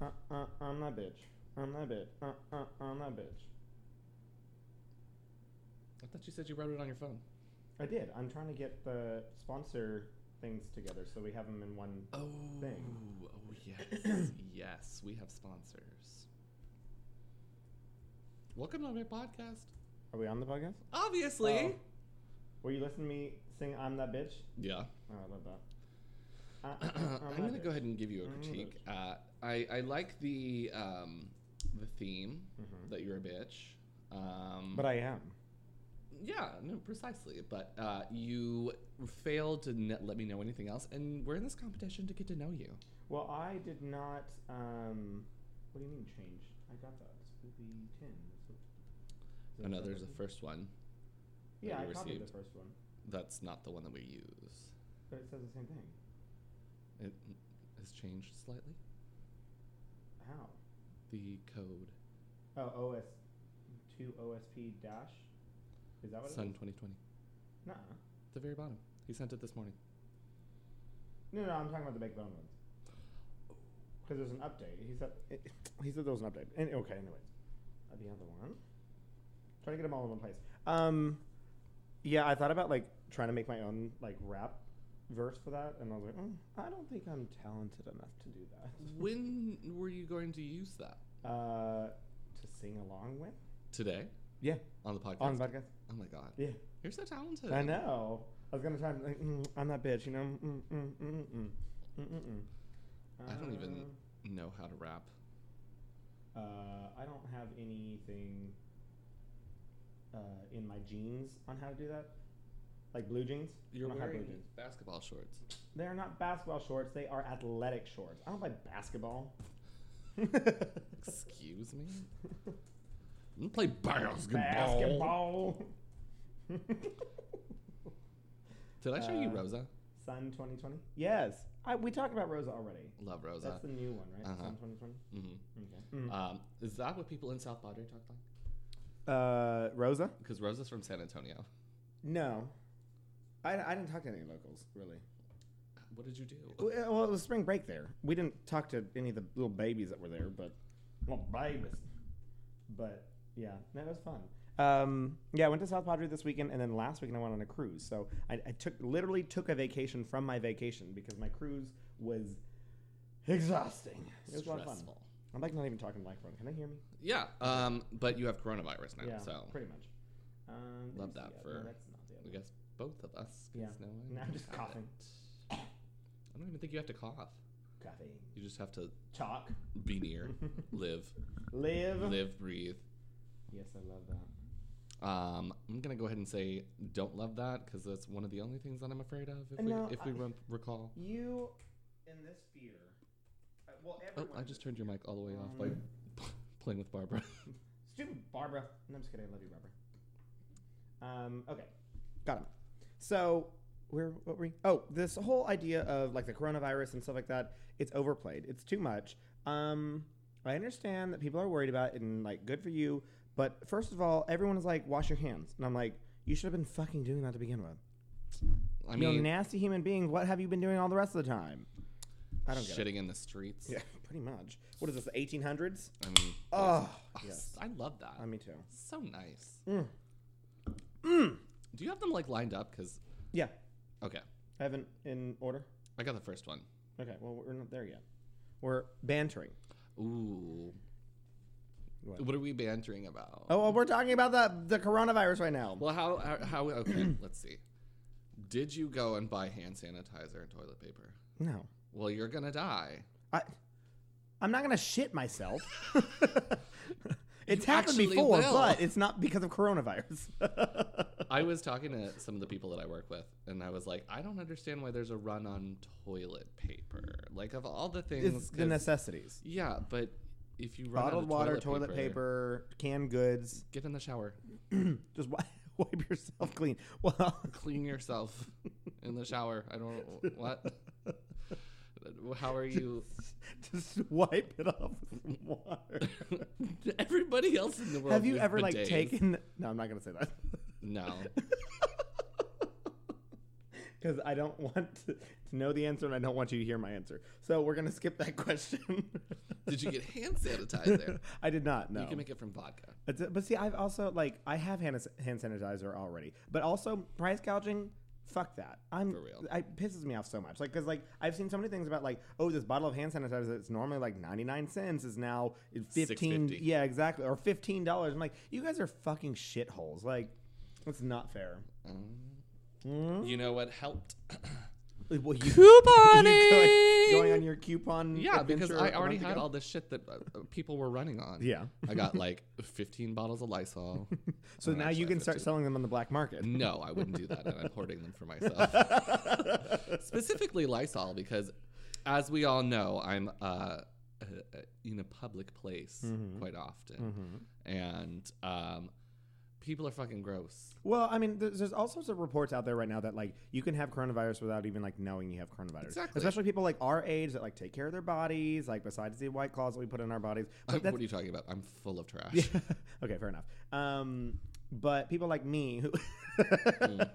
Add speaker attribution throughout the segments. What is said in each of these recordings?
Speaker 1: Uh, I'm that bitch. I'm that bitch. Uh, uh, I'm that bitch.
Speaker 2: I thought you said you wrote it on your phone.
Speaker 1: I did. I'm trying to get the sponsor things together so we have them in one.
Speaker 2: Oh,
Speaker 1: Thing.
Speaker 2: oh yes, yes, we have sponsors. Welcome to my podcast.
Speaker 1: Are we on the podcast?
Speaker 2: Obviously.
Speaker 1: Oh. Will you listen to me sing "I'm that bitch"?
Speaker 2: Yeah.
Speaker 1: Oh, I love that. Uh, uh, uh,
Speaker 2: I'm going to
Speaker 1: that
Speaker 2: go
Speaker 1: bitch.
Speaker 2: ahead and give you a
Speaker 1: I'm that
Speaker 2: critique.
Speaker 1: bitch.
Speaker 2: Uh, I I like the um, the theme
Speaker 1: Mhm.
Speaker 2: that you're a bitch. Um,
Speaker 1: But I am.
Speaker 2: yeah, no, precisely. But uh, you failed to ne- let me know anything else, and we're in this competition to get to know you.
Speaker 1: Well, I did not. Um, what do you mean change? I got that. Spoopy ten. Is it- is
Speaker 2: I know
Speaker 1: that
Speaker 2: there's a
Speaker 1: right?
Speaker 2: first one. that
Speaker 1: Yeah, I
Speaker 2: you
Speaker 1: copied the
Speaker 2: received.
Speaker 1: first one,
Speaker 2: That's not the one that we use.
Speaker 1: but it says the same thing.
Speaker 2: It has changed slightly.
Speaker 1: How?
Speaker 2: The code
Speaker 1: Oh, OS two OSP dash. Is that what
Speaker 2: Sun
Speaker 1: it is?
Speaker 2: 2020.
Speaker 1: Nah.
Speaker 2: At the very bottom. He sent it this morning.
Speaker 1: No, no, I'm talking about the Big Bone ones. Because there's an update. He said it, he said there was an update. And, okay, anyways, Uh, the other one. Try to get them all in one place. Um, yeah, I thought about like trying to make my own like rap verse for that, and I was like, mm, I don't think I'm talented enough to do that.
Speaker 2: when were you going to use that?
Speaker 1: Uh, to sing along with?
Speaker 2: Today
Speaker 1: Yeah,
Speaker 2: on the podcast.
Speaker 1: on the podcast.
Speaker 2: oh my god,
Speaker 1: Yeah.
Speaker 2: you're so talented.
Speaker 1: I know. I was gonna try and like, mm, I'm that bitch, you know. Mm, mm, mm, mm, mm, Um, mm, mm, mm.
Speaker 2: I don't even- Know how to rap.
Speaker 1: Uh, I don't have anything uh, in my jeans on how to do that, like blue jeans. I
Speaker 2: You're
Speaker 1: don't have blue
Speaker 2: wearing
Speaker 1: jeans.
Speaker 2: basketball shorts.
Speaker 1: They are not basketball shorts. They are athletic shorts. I don't play basketball.
Speaker 2: Excuse me. I don't play basketball.
Speaker 1: basketball.
Speaker 2: Did I show you
Speaker 1: Uh,
Speaker 2: Rosa?
Speaker 1: Sun 2020. Yes, I, we talked about Rosa already.
Speaker 2: Love Rosa.
Speaker 1: That's Mm-hmm. the new one, right?
Speaker 2: Uh-huh.
Speaker 1: Sun 2020.
Speaker 2: hmm
Speaker 1: Okay.
Speaker 2: Um, is that what people in South Padre talk like?
Speaker 1: Uh, Rosa?
Speaker 2: Because Rosa's from San Antonio.
Speaker 1: No. I, I didn't talk to any locals, really.
Speaker 2: What did you do?
Speaker 1: Well, well, it was spring break there. We didn't talk to any of the little babies that were there, but. Well, babies. But, yeah, that was fun. Um, yeah, I went to South Padre this weekend, and then last weekend I went on a cruise. So I, I took literally took a vacation from my vacation because my cruise was exhausting. It was a lot of fun.
Speaker 2: Stressful.
Speaker 1: I'm like not even talking to the microphone. Can they hear me?
Speaker 2: Yeah. Um, but you have coronavirus now,
Speaker 1: yeah,
Speaker 2: so
Speaker 1: pretty much. Um,
Speaker 2: Love
Speaker 1: let me see.
Speaker 2: that
Speaker 1: Yeah, no,
Speaker 2: for-
Speaker 1: that's not the other
Speaker 2: I
Speaker 1: one.
Speaker 2: guess both of us. 'cause
Speaker 1: Yeah.
Speaker 2: No one
Speaker 1: No, I'm just
Speaker 2: had
Speaker 1: coughing.
Speaker 2: it. I don't even think you have to cough.
Speaker 1: Coffee.
Speaker 2: You just have to
Speaker 1: Chalk.
Speaker 2: be near, live,
Speaker 1: Live.
Speaker 2: live, breathe.
Speaker 1: Yes, I love that.
Speaker 2: Um, I'm gonna go ahead and say don't love that because that's one of the only things that I'm afraid of. If
Speaker 1: And
Speaker 2: we
Speaker 1: now
Speaker 2: if we
Speaker 1: I-
Speaker 2: rem- recall.
Speaker 1: You in this beer. uh, well,
Speaker 2: Oh,
Speaker 1: everyone.
Speaker 2: I just turned your mic all the way off by
Speaker 1: Mm.
Speaker 2: playing with Barbara.
Speaker 1: Stupid Barbara. No, I'm just kidding. I love you, Barbara. Um. Okay. Got him. So where what were we? Oh, this whole idea of like the coronavirus and stuff like that. It's overplayed. It's too much. Um. I understand that people are worried about it and like good for you, but first of all, everyone is like wash your hands, and I'm like, you should have been fucking doing that to begin with.
Speaker 2: I
Speaker 1: you
Speaker 2: mean,
Speaker 1: nasty human being. What have you been doing all the rest of the time? I don't get it.
Speaker 2: shitting in the streets.
Speaker 1: Yeah, pretty much. What is this? The 1800s?
Speaker 2: I mean,
Speaker 1: Oh,
Speaker 2: oh,
Speaker 1: yes.
Speaker 2: I love that.
Speaker 1: Uh, me too.
Speaker 2: so nice.
Speaker 1: Mm.
Speaker 2: Do you have them like lined up? Cause
Speaker 1: Yeah,
Speaker 2: okay,
Speaker 1: I haven't in order.
Speaker 2: I got the first one.
Speaker 1: Okay, well we're not there yet. We're bantering.
Speaker 2: Ooh.
Speaker 1: What?
Speaker 2: What are we bantering about?
Speaker 1: Oh, well, we're talking about the the coronavirus right now.
Speaker 2: Well, how, how, how okay, let's see. Did you go and buy hand sanitizer and toilet paper?
Speaker 1: No,
Speaker 2: Well, you're gonna die.
Speaker 1: I I'm not gonna shit myself. it's
Speaker 2: You
Speaker 1: happened
Speaker 2: actually
Speaker 1: before,
Speaker 2: will.
Speaker 1: but it's not because of coronavirus.
Speaker 2: I was talking to some of the people that I work with, and I was like, I don't understand why there's a run on toilet paper. Like, of all the things.
Speaker 1: it's the
Speaker 2: 'cause-
Speaker 1: necessities:
Speaker 2: yeah, but if you run out
Speaker 1: bottled
Speaker 2: of
Speaker 1: water, toilet paper, canned goods.
Speaker 2: get in the shower,
Speaker 1: Just wi- wipe yourself clean. Well,
Speaker 2: clean yourself in the shower. I don't what. How are you?
Speaker 1: just wipe it off with some water.
Speaker 2: Everybody else in the world.
Speaker 1: Have you
Speaker 2: used
Speaker 1: ever like
Speaker 2: bidets.
Speaker 1: taken? No, I'm not gonna say that.
Speaker 2: No.
Speaker 1: because I don't want to, to know the answer and I don't want you to hear my answer. So we're gonna skip that question.
Speaker 2: Did you get hand sanitizer?
Speaker 1: I did not know.
Speaker 2: You can make it from vodka.
Speaker 1: It's- but see, I've also like I have hand, hand sanitizer already, but also price gouging. Fuck that! I'm
Speaker 2: For real.
Speaker 1: I- It pisses me off so much, like because like I've seen so many things about like oh this bottle of hand sanitizer that's normally like ninety nine cents is now fifteen.
Speaker 2: $6.50.
Speaker 1: Yeah, exactly, or fifteen dollars. I'm like, you guys are fucking shitholes. Like, it's not fair.
Speaker 2: Um,
Speaker 1: Mm.
Speaker 2: You know what helped?
Speaker 1: Well, you, you
Speaker 2: Couponing.
Speaker 1: going, going on your coupon?
Speaker 2: yeah, because
Speaker 1: adventure
Speaker 2: I
Speaker 1: a
Speaker 2: already
Speaker 1: month
Speaker 2: had
Speaker 1: ago?
Speaker 2: all this shit that uh, uh, people were running on.
Speaker 1: Yeah.
Speaker 2: I got like 15 bottles of Lysol.
Speaker 1: So
Speaker 2: I don't
Speaker 1: now you
Speaker 2: actually
Speaker 1: can
Speaker 2: have
Speaker 1: start
Speaker 2: 15.
Speaker 1: selling them on the black market.
Speaker 2: No, I wouldn't do that, and I'm hoarding them for myself. Specifically Lysol, because as we all know, I'm uh, uh, uh, in a public place
Speaker 1: Mm-hmm.
Speaker 2: quite often, and um, people are fucking gross.
Speaker 1: Well, I mean, there's, there's all sorts of reports out there right now that like you can have coronavirus without even like knowing you have coronavirus.
Speaker 2: Exactly.
Speaker 1: Especially people like our age that like take care of their bodies, like besides the white claws that we put in our bodies. But
Speaker 2: what
Speaker 1: that's,
Speaker 2: are you talking about? I'm full of trash.
Speaker 1: okay, fair enough. Um, but people like me who.
Speaker 2: Mm.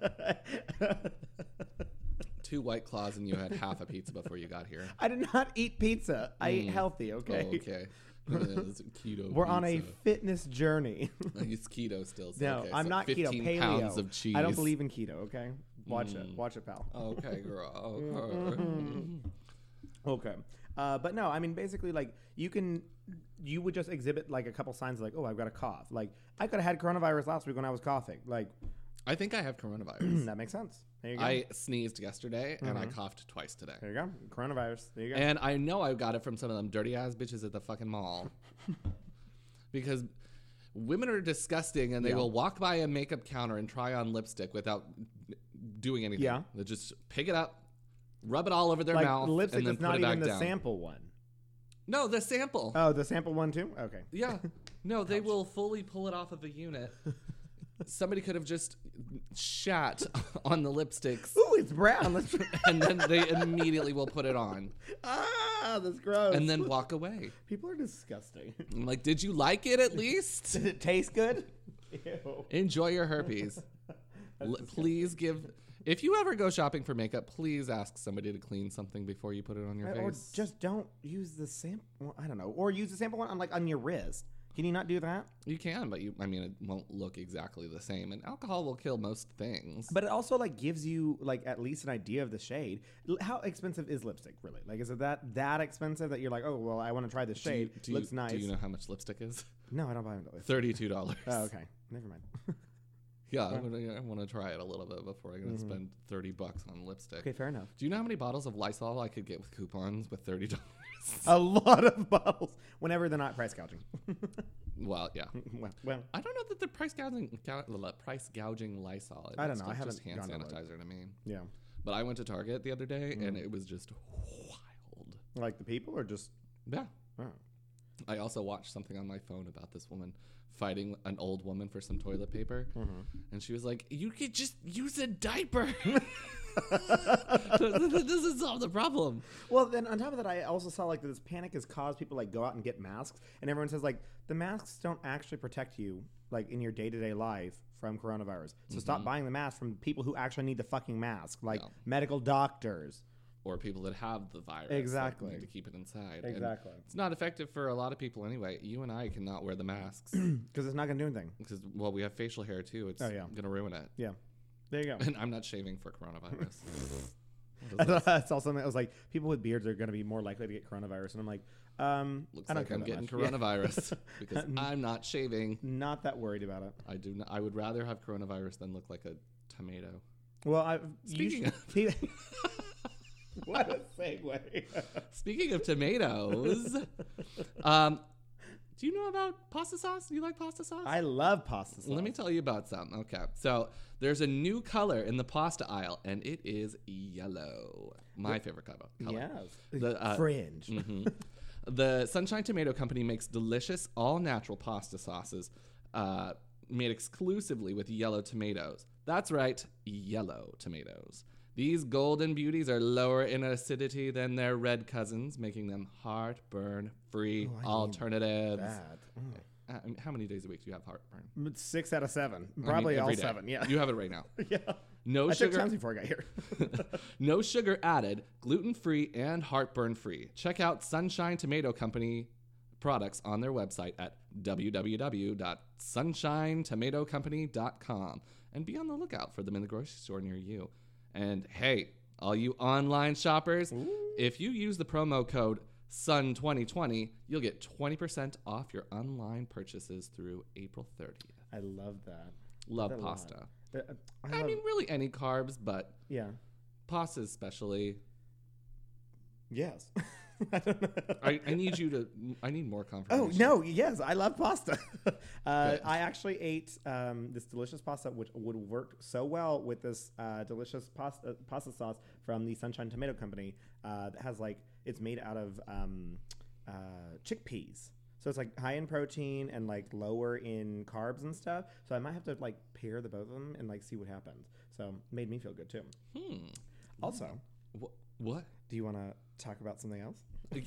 Speaker 2: Two white claws, and you had half a pizza before you got here.
Speaker 1: I did not eat pizza. I ate
Speaker 2: Mm.
Speaker 1: healthy.
Speaker 2: Oh,
Speaker 1: Okay.
Speaker 2: okay. Uh, it's keto.
Speaker 1: We're on a
Speaker 2: pizza.
Speaker 1: fitness journey.
Speaker 2: It's keto still. So
Speaker 1: no,
Speaker 2: okay,
Speaker 1: I'm
Speaker 2: so
Speaker 1: not keto.
Speaker 2: 15
Speaker 1: Paleo.
Speaker 2: pounds of cheese.
Speaker 1: I don't believe in keto. Okay, watch it.
Speaker 2: Mm.
Speaker 1: Watch it, pal.
Speaker 2: Okay, girl.
Speaker 1: Mm-hmm.
Speaker 2: Okay.
Speaker 1: Okay. Uh, but no, I mean, basically, like, you can, you would just exhibit, like, a couple signs, like, oh, I've got a cough. Like, I could have had coronavirus last week when I was coughing. Like, hmm,
Speaker 2: I think I have coronavirus.
Speaker 1: that makes sense. There you go.
Speaker 2: I sneezed yesterday and
Speaker 1: Mm-hmm.
Speaker 2: I coughed twice today.
Speaker 1: there you go. Coronavirus. There you go.
Speaker 2: And I know I got it from some of them dirty ass bitches at the fucking mall. because women are disgusting and they
Speaker 1: Yeah.
Speaker 2: will walk by a makeup counter and try on lipstick without doing anything.
Speaker 1: Yeah.
Speaker 2: They just pick it up, rub it all over their
Speaker 1: like,
Speaker 2: mouth,
Speaker 1: lipstick
Speaker 2: and then
Speaker 1: is
Speaker 2: put
Speaker 1: not
Speaker 2: it back
Speaker 1: even the
Speaker 2: down.
Speaker 1: sample one.
Speaker 2: no, the sample.
Speaker 1: Oh, the sample one, too? Okay.
Speaker 2: Yeah. No, they will fully pull it off of a unit. Somebody could have just shat on the lipsticks
Speaker 1: Ooh, it's brown. Let's,
Speaker 2: and then they immediately will put it on
Speaker 1: ah, that's gross.
Speaker 2: and then walk away.
Speaker 1: people are disgusting.
Speaker 2: I'm like, did you like it at least?
Speaker 1: Did it taste good? Ew.
Speaker 2: Enjoy your herpes. L- please give. If you ever go shopping for makeup, please ask somebody to clean something before you put it on your
Speaker 1: Or
Speaker 2: face.
Speaker 1: just don't use the sample. Well, I don't know. Or use the sample one on, like, on your wrist. Can you not do that?
Speaker 2: you can, but you, I mean, it won't look exactly the same. And alcohol will kill most things.
Speaker 1: But it also like gives you like at least an idea of the shade. L- How expensive is lipstick really? Like, is it that that expensive that you're like, oh well, I want to try this
Speaker 2: do you,
Speaker 1: shade.
Speaker 2: do you-
Speaker 1: Looks nice.
Speaker 2: Do you know how much lipstick is?
Speaker 1: No, I don't buy lipstick.
Speaker 2: Thirty-two dollars.
Speaker 1: Oh, okay. Never mind.
Speaker 2: Yeah, I'm gonna, I want to try it a little bit before I'm gonna spend thirty bucks on lipstick.
Speaker 1: Mm-hmm. okay, fair enough.
Speaker 2: Do you know how many bottles of Lysol I could get with coupons with thirty dollars?
Speaker 1: A lot of bottles. Whenever they're not price gouging.
Speaker 2: well, yeah.
Speaker 1: well, well,
Speaker 2: I don't know that they're price gouging, gou- la- price gouging Lysol. It
Speaker 1: I don't
Speaker 2: looks
Speaker 1: know. I
Speaker 2: like just
Speaker 1: haven't
Speaker 2: hand
Speaker 1: gone to
Speaker 2: sanitizer to me.
Speaker 1: yeah.
Speaker 2: But I went to Target the other day
Speaker 1: Mm.
Speaker 2: and it was just wild.
Speaker 1: Like the people or just.
Speaker 2: Yeah.
Speaker 1: Oh.
Speaker 2: I also watched something on my phone about this woman fighting an old woman for some toilet paper,
Speaker 1: Mm-hmm.
Speaker 2: and she was like, "You could just use a diaper." this doesn't solve the problem.
Speaker 1: Well, then on top of that, I also saw like this panic has caused people like go out and get masks, and everyone says like the masks don't actually protect you like in your day to day life from coronavirus. So stop buying the masks from people who actually need the fucking mask, like
Speaker 2: Mm-hmm. Yeah.
Speaker 1: medical doctors.
Speaker 2: Or people that have the virus like,
Speaker 1: Exactly.
Speaker 2: need to keep it inside. And
Speaker 1: Exactly.
Speaker 2: it's not effective for a lot of people anyway. You and I cannot wear the masks
Speaker 1: Because it's not gonna do anything.
Speaker 2: because well, we have facial hair too. It's
Speaker 1: Oh, yeah.
Speaker 2: gonna ruin it.
Speaker 1: Yeah, there you go.
Speaker 2: And I'm not shaving for coronavirus.
Speaker 1: I thought- I saw something that was like people with beards are gonna be more likely to get coronavirus, and I'm like, um,
Speaker 2: Looks
Speaker 1: I don't
Speaker 2: like
Speaker 1: care
Speaker 2: I'm
Speaker 1: that
Speaker 2: getting
Speaker 1: much. Yeah. Mm.
Speaker 2: coronavirus because I'm not shaving.
Speaker 1: Not that worried about it.
Speaker 2: I do. Not, I would rather have coronavirus than look like a tomato.
Speaker 1: Well, I
Speaker 2: Speaking
Speaker 1: you should, what a segue.
Speaker 2: Speaking of tomatoes, um, do you know about pasta sauce? Do you like pasta sauce?
Speaker 1: I love pasta sauce.
Speaker 2: Let me tell you about some. Okay, so there's a new color in the pasta aisle, and it is yellow. My favorite color. color.
Speaker 1: Yes.
Speaker 2: The, uh,
Speaker 1: Fringe.
Speaker 2: Mhm. the Sunshine Tomato Company makes delicious, all natural pasta sauces uh, made exclusively with yellow tomatoes. That's right, yellow tomatoes. These golden beauties are lower in acidity than their red cousins, making them heartburn free
Speaker 1: Oh, I need
Speaker 2: alternatives.
Speaker 1: Bad. Mm.
Speaker 2: Uh, I mean, how many days a week do you have heartburn?
Speaker 1: But Six out of seven.
Speaker 2: I mean,
Speaker 1: Probably
Speaker 2: every
Speaker 1: all
Speaker 2: day.
Speaker 1: seven. Yeah.
Speaker 2: You have it right now.
Speaker 1: yeah.
Speaker 2: No
Speaker 1: I took
Speaker 2: sugar.
Speaker 1: times before I got here.
Speaker 2: no sugar added, gluten free, and heartburn free. Check out Sunshine Tomato Company products on their website at www.sunshinetomatocompany.com and be on the lookout for them in the grocery store near you. And hey, all you online shoppers, if you use the promo code SUN2020, you'll get 20% off your online purchases through April 30th.
Speaker 1: I love that.
Speaker 2: Love
Speaker 1: That lot.
Speaker 2: pasta.
Speaker 1: The- uh, I,
Speaker 2: I
Speaker 1: love,
Speaker 2: mean, really any carbs, but
Speaker 1: yeah.
Speaker 2: pasta especially.
Speaker 1: Yes. I don't know.
Speaker 2: I, I need you to. I need more
Speaker 1: Oh
Speaker 2: confirmation.
Speaker 1: no! Yes, I love pasta. uh,
Speaker 2: Good.
Speaker 1: I actually ate um, this delicious pasta, which would work so well with this uh, delicious pasta pasta sauce from the Sunshine Tomato Company. Uh, that has like it's made out of um, uh, chickpeas, so it's like high in protein and like lower in carbs and stuff. So I might have to like pair the both of them and like see what happens. So made me feel good too.
Speaker 2: Hmm.
Speaker 1: Also,
Speaker 2: Wh- what?
Speaker 1: do you want to talk about something else?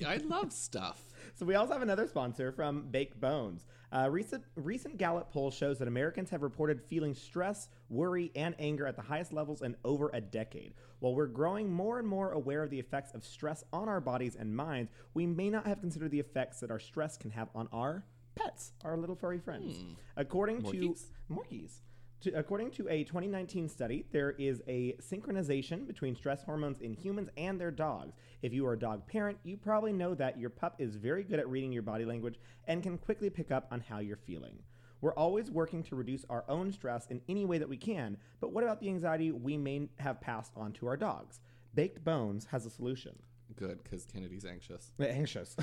Speaker 2: I love stuff.
Speaker 1: So we also have another sponsor from Baked Bones. A recent recent Gallup poll shows that Americans have reported feeling stress, worry, and anger at the highest levels in over a decade. While we're growing more and more aware of the effects of stress on our bodies and minds, we may not have considered the effects that our stress can have on our pets, our little furry friends. According
Speaker 2: More
Speaker 1: to
Speaker 2: geese.
Speaker 1: more geese. To, according to a 2019 study, there is a synchronization between stress hormones in humans and their dogs. If you are a dog parent, you probably know that your pup is very good at reading your body language and can quickly pick up on how you're feeling. We're always working to reduce our own stress in any way that we can, but what about the anxiety we may have passed on to our dogs? Baked Bones has a solution.
Speaker 2: Good, because Kennedy's anxious.
Speaker 1: Uh, Anxious.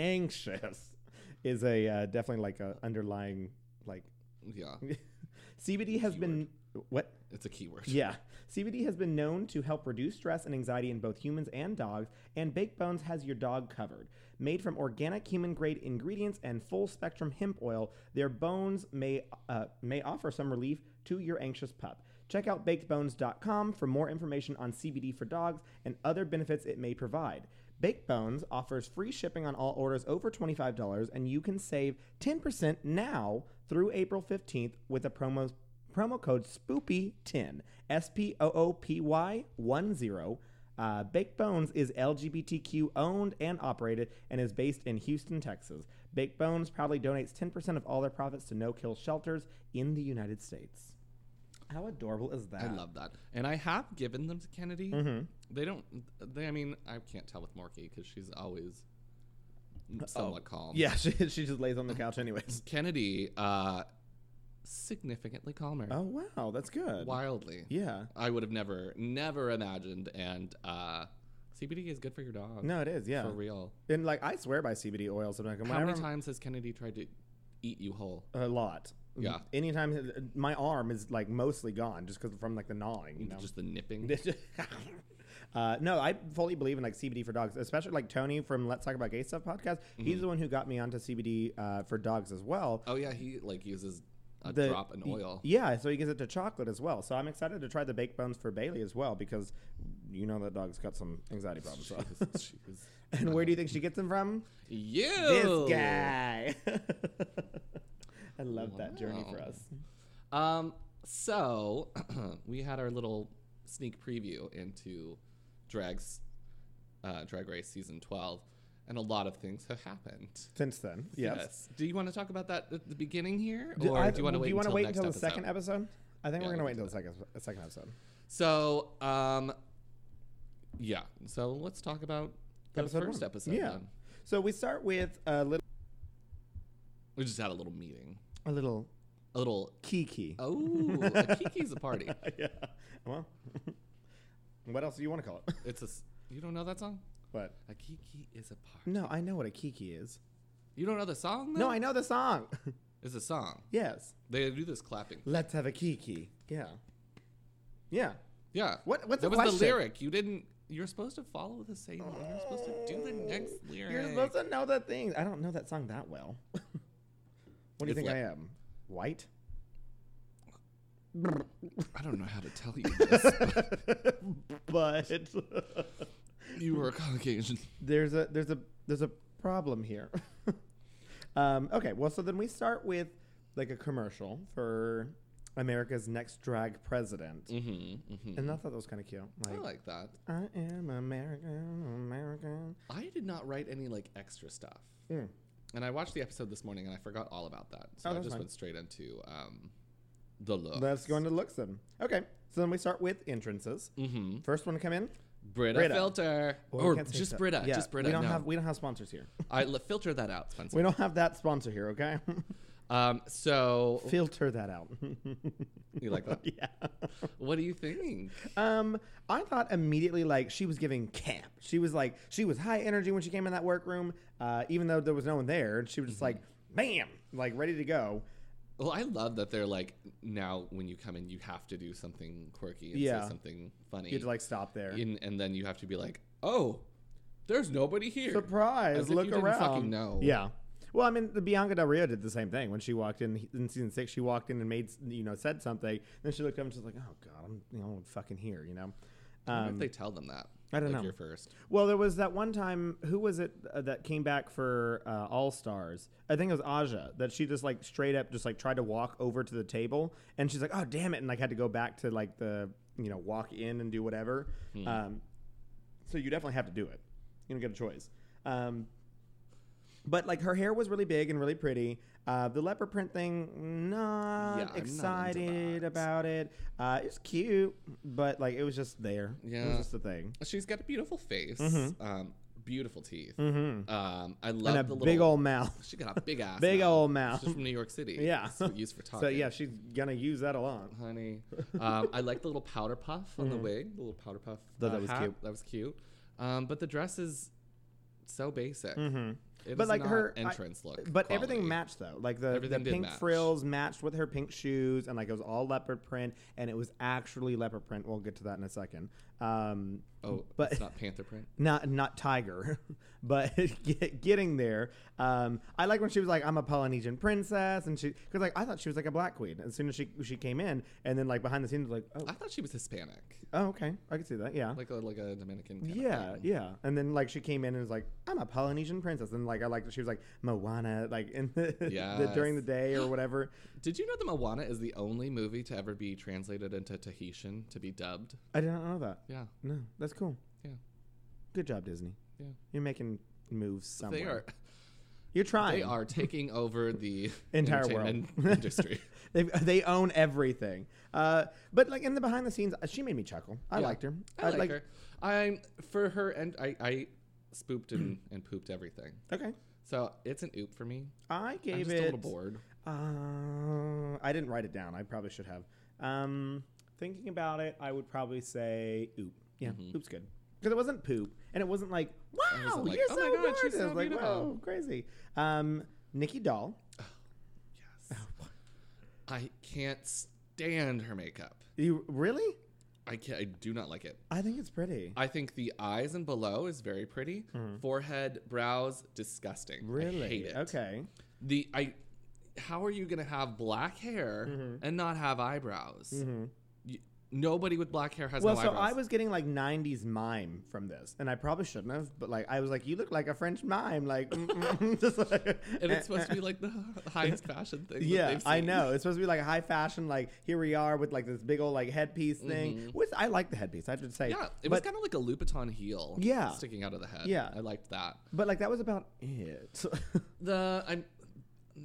Speaker 1: anxious is a uh, definitely like a underlying like
Speaker 2: Yeah,
Speaker 1: CBD has been what?
Speaker 2: it's a keyword.
Speaker 1: Yeah. CBD has been known to help reduce stress and anxiety in both humans and dogs, and Baked Bones has your dog covered. Made from organic human grade ingredients and full spectrum hemp oil, their bones may uh, may offer some relief to your anxious pup. Check out bakedbones.com for more information on CBD for dogs and other benefits it may provide. Baked Bones offers free shipping on all orders over $25 and you can save 10% now through April 15th with a promo promo code SPOOPY10, S P O O P Y 1 0. Uh, Baked Bones is LGBTQ owned and operated and is based in Houston, Texas. Baked Bones proudly donates 10% of all their profits to no kill shelters in the United States. How adorable is that?
Speaker 2: I love that, and I have given them to Kennedy.
Speaker 1: Mm-hmm.
Speaker 2: They don't. They, I mean, I can't tell with Morky because she's always somewhat calm.
Speaker 1: Yeah, she, she just lays on the couch, anyways.
Speaker 2: Kennedy, uh, significantly calmer,
Speaker 1: Oh, wow. That's good.
Speaker 2: wildly.
Speaker 1: Yeah.
Speaker 2: I would have never, never imagined. And uh, CBD is good for your dog.
Speaker 1: No, it is. Yeah.
Speaker 2: for real.
Speaker 1: And like I swear by CBD oils. I'm like,
Speaker 2: How
Speaker 1: whenever
Speaker 2: many
Speaker 1: I'm-
Speaker 2: times has Kennedy tried to eat you whole?
Speaker 1: a lot.
Speaker 2: Yeah.
Speaker 1: Anytime my arm is like mostly gone just because from like the gnawing, you know.
Speaker 2: Just the nipping.
Speaker 1: Uh, no, I fully believe in like CBD for dogs, especially like Tony from Let's Talk About Gay Stuff podcast.
Speaker 2: Mm-hmm.
Speaker 1: He's the one who got me onto CBD uh, for dogs as well.
Speaker 2: Oh yeah, he like uses a
Speaker 1: the-
Speaker 2: drop in
Speaker 1: y-
Speaker 2: oil.
Speaker 1: Yeah, so he gives it to chocolate as well. So I'm excited to try the baked bones for Bailey as well because you know that dog's got some anxiety problems. so.
Speaker 2: She was-
Speaker 1: and where do you think she gets them from?
Speaker 2: you Oh.
Speaker 1: This guy. I love that journey for
Speaker 2: Wow.
Speaker 1: us.
Speaker 2: Um, so we had our little sneak preview into Drag's uh, Drag Race season twelve, and a lot of things have happened.
Speaker 1: Since then, yes.
Speaker 2: Do you want to talk about that at the beginning here,
Speaker 1: Do,
Speaker 2: or
Speaker 1: I-
Speaker 2: do you want to
Speaker 1: do
Speaker 2: wait?
Speaker 1: you wanna
Speaker 2: until
Speaker 1: wait
Speaker 2: next
Speaker 1: until the
Speaker 2: episode?
Speaker 1: second episode? I think
Speaker 2: Yeah,
Speaker 1: we're gonna
Speaker 2: we
Speaker 1: wait
Speaker 2: can
Speaker 1: until the second the second episode.
Speaker 2: So, um, yeah. So let's talk about the
Speaker 1: Episode
Speaker 2: first
Speaker 1: one.
Speaker 2: episode.
Speaker 1: Yeah.
Speaker 2: then.
Speaker 1: So we start with a little
Speaker 2: We just had a little meeting,
Speaker 1: a little
Speaker 2: a little.
Speaker 1: kiki.
Speaker 2: Oh, a Kiki's a party.
Speaker 1: yeah. Well, what else do you want to call it?
Speaker 2: It's a. s- You don't know that song?
Speaker 1: But
Speaker 2: A kiki is a party.
Speaker 1: no, I know what a kiki is.
Speaker 2: You don't know the song? Though?
Speaker 1: No, I know the song.
Speaker 2: It's a song.
Speaker 1: yes.
Speaker 2: They do this clapping.
Speaker 1: Let's have a kiki. Yeah. Yeah.
Speaker 2: Yeah.
Speaker 1: What? What's the
Speaker 2: that was
Speaker 1: question? Oh.
Speaker 2: the lyric. You didn't. You're supposed to follow the same. You're supposed to do the next lyric.
Speaker 1: You're supposed to know that thing. I don't know that song that well. what do you
Speaker 2: It's
Speaker 1: think
Speaker 2: like-
Speaker 1: I am? White?
Speaker 2: I don't know how to tell you this.
Speaker 1: but
Speaker 2: you were a Caucasian.
Speaker 1: there's a there's a there's a problem here. um, okay, well, so then we start with like a commercial for America's next drag president.
Speaker 2: Mm-hmm, mm-hmm.
Speaker 1: And I thought that was kind of cute.
Speaker 2: I
Speaker 1: Like,
Speaker 2: like that.
Speaker 1: I am American, American.
Speaker 2: I did not write any like extra stuff.
Speaker 1: Mm.
Speaker 2: And I watched the episode this morning and I forgot all about that. So
Speaker 1: Oh,
Speaker 2: I
Speaker 1: that's
Speaker 2: just
Speaker 1: fine.
Speaker 2: went straight into um, the look.
Speaker 1: Let's go into looks then. Okay, so then we start with entrances.
Speaker 2: Mm-hmm.
Speaker 1: First one to come in,
Speaker 2: Brita,
Speaker 1: Brita.
Speaker 2: filter.
Speaker 1: Well, we
Speaker 2: or
Speaker 1: can't say
Speaker 2: just
Speaker 1: so-
Speaker 2: Brita.
Speaker 1: Yeah,
Speaker 2: just Brita.
Speaker 1: We don't
Speaker 2: no.
Speaker 1: have we don't have sponsors here.
Speaker 2: I l- filter that out, Spencer.
Speaker 1: We don't have that sponsor here. Okay,
Speaker 2: Um, so
Speaker 1: filter that out.
Speaker 2: you like that?
Speaker 1: yeah.
Speaker 2: What do you think?
Speaker 1: Um, I thought immediately like she was giving camp. She was like she was high energy when she came in that workroom, uh, even though there was no one there, and she was just like,
Speaker 2: Mm-hmm.
Speaker 1: bam, like ready to go.
Speaker 2: Well, I love that they're like now when you come in, you have to do something quirky and
Speaker 1: Yeah.
Speaker 2: say something funny,
Speaker 1: You had to like stop there.
Speaker 2: In- and then you have to be like, oh, there's nobody here.
Speaker 1: Surprise!
Speaker 2: As if
Speaker 1: look
Speaker 2: you didn't
Speaker 1: around.
Speaker 2: fucking know.
Speaker 1: Yeah. Well, I mean, the Bianca Del Rio did the same thing when she walked in in season six. She walked in and made you know said something. Then she looked up and she's like, "Oh God, I'm you know I'm fucking here," you know.
Speaker 2: I wonder
Speaker 1: Um,
Speaker 2: if they tell them that.
Speaker 1: I don't
Speaker 2: like,
Speaker 1: know.
Speaker 2: You're first.
Speaker 1: well, there was that one time. Who was it uh, that came back for uh, All Stars? I think it was Aja that she just like straight up just like tried to walk over to the table and she's like, "Oh damn it!" and like had to go back to like the you know walk in and do whatever.
Speaker 2: Hmm.
Speaker 1: Um, so you definitely have to do it. You don't get a choice. Um, but like her hair was really big and really pretty. Uh, the leopard print thing, not
Speaker 2: Yeah, I'm not into
Speaker 1: excited
Speaker 2: that.
Speaker 1: about it. Uh, it was cute, but like it was just there. it was
Speaker 2: Yeah.
Speaker 1: just a thing.
Speaker 2: She's got a beautiful face, um, beautiful teeth.
Speaker 1: Mm-hmm.
Speaker 2: Um, I love
Speaker 1: And a
Speaker 2: the little,
Speaker 1: big old mouth.
Speaker 2: She got a big ass.
Speaker 1: Big
Speaker 2: mouth.
Speaker 1: old mouth.
Speaker 2: She's from New York City.
Speaker 1: Yeah.
Speaker 2: It's what we use for talking.
Speaker 1: So yeah, she's gonna use that a lot.
Speaker 2: honey. Um, I like the little powder puff on the wig, the little powder puff. uh,
Speaker 1: Thought Mm-hmm. that was
Speaker 2: hat.
Speaker 1: cute.
Speaker 2: That was cute. Um, but the dress is so basic.
Speaker 1: Mm-hmm.
Speaker 2: It
Speaker 1: But,
Speaker 2: is
Speaker 1: like,
Speaker 2: not
Speaker 1: her- I-
Speaker 2: entrance look,
Speaker 1: But everything
Speaker 2: quality.
Speaker 1: matched though. Like the, the
Speaker 2: Everything did
Speaker 1: pink
Speaker 2: match.
Speaker 1: frills matched with her pink shoes, and like it was all leopard print, and it was actually leopard print. We'll get to that in a second. Um,
Speaker 2: Oh,
Speaker 1: but-
Speaker 2: but it's not panther print.
Speaker 1: not not tiger, but get, getting there. Um, I like when she was like, "I'm a Polynesian princess," and she because like I thought she was like a black queen. As soon as she she came in, and then like behind the scenes, like, "Oh,
Speaker 2: I thought she was Hispanic,
Speaker 1: oh okay, I can see that, yeah."
Speaker 2: like a like a Dominican. Kind
Speaker 1: yeah,
Speaker 2: of thing.
Speaker 1: yeah, and then like she came in and was like, "I'm a Polynesian princess," and like I liked that she was like Moana, like in the, the during the
Speaker 2: Yes.
Speaker 1: day or whatever.
Speaker 2: Did you know that Moana is the only movie to ever be translated into Tahitian to be dubbed?
Speaker 1: I did not know that.
Speaker 2: Yeah,
Speaker 1: No, that's cool.
Speaker 2: Yeah.
Speaker 1: good job, Disney.
Speaker 2: Yeah.
Speaker 1: you're making moves somewhere.
Speaker 2: they are
Speaker 1: You're trying.
Speaker 2: they are taking over the
Speaker 1: Entire world.
Speaker 2: entertainment industry.
Speaker 1: They they own everything. Uh, but like in the behind the scenes, uh, she made me chuckle. I
Speaker 2: Yeah.
Speaker 1: liked her.
Speaker 2: I like, her. I'm for her, and I I spooped and, and pooped everything.
Speaker 1: Okay,
Speaker 2: So it's an oop for me.
Speaker 1: I gave
Speaker 2: I'm just
Speaker 1: it.
Speaker 2: a little bored.
Speaker 1: Uh, I didn't write it down. I probably should have. Um, thinking about it, I would probably say oop. Yeah, oop's good because it wasn't poop and it wasn't like wow,
Speaker 2: Mm-hmm. wasn't like,
Speaker 1: you're
Speaker 2: "Oh
Speaker 1: so
Speaker 2: my God,
Speaker 1: gorgeous,
Speaker 2: she's so
Speaker 1: like wow,
Speaker 2: beautiful."
Speaker 1: crazy. Um, Nikki Doll.
Speaker 2: Yes. I can't stand her makeup.
Speaker 1: You really?
Speaker 2: I can I do not like it.
Speaker 1: I think it's pretty.
Speaker 2: I think the eyes and below is very pretty. Forehead, brows, disgusting. I
Speaker 1: Mm-hmm. really?
Speaker 2: hate it.
Speaker 1: Okay.
Speaker 2: The I how are you going to have black hair
Speaker 1: Mm-hmm.
Speaker 2: and not have eyebrows? You, nobody with black hair has
Speaker 1: Well,
Speaker 2: no
Speaker 1: so
Speaker 2: eyebrows.
Speaker 1: I was getting like '90s mime from this, and I probably shouldn't have, but like I was like, "You look like a French mime," like, mm, mm, just like
Speaker 2: and it's supposed to be like the highest fashion thing. that
Speaker 1: eh. yeah,
Speaker 2: they've
Speaker 1: I
Speaker 2: seen.
Speaker 1: know. It's supposed to be like high fashion. Like here we are with like this big old like headpiece thing. Which I like the headpiece. I have to say,
Speaker 2: Mm-hmm. Yeah, it was
Speaker 1: but,
Speaker 2: kind of like a Louboutin heel.
Speaker 1: Yeah.
Speaker 2: sticking out of the head.
Speaker 1: Yeah.
Speaker 2: I liked that.
Speaker 1: but like that was about it.
Speaker 2: The I'm,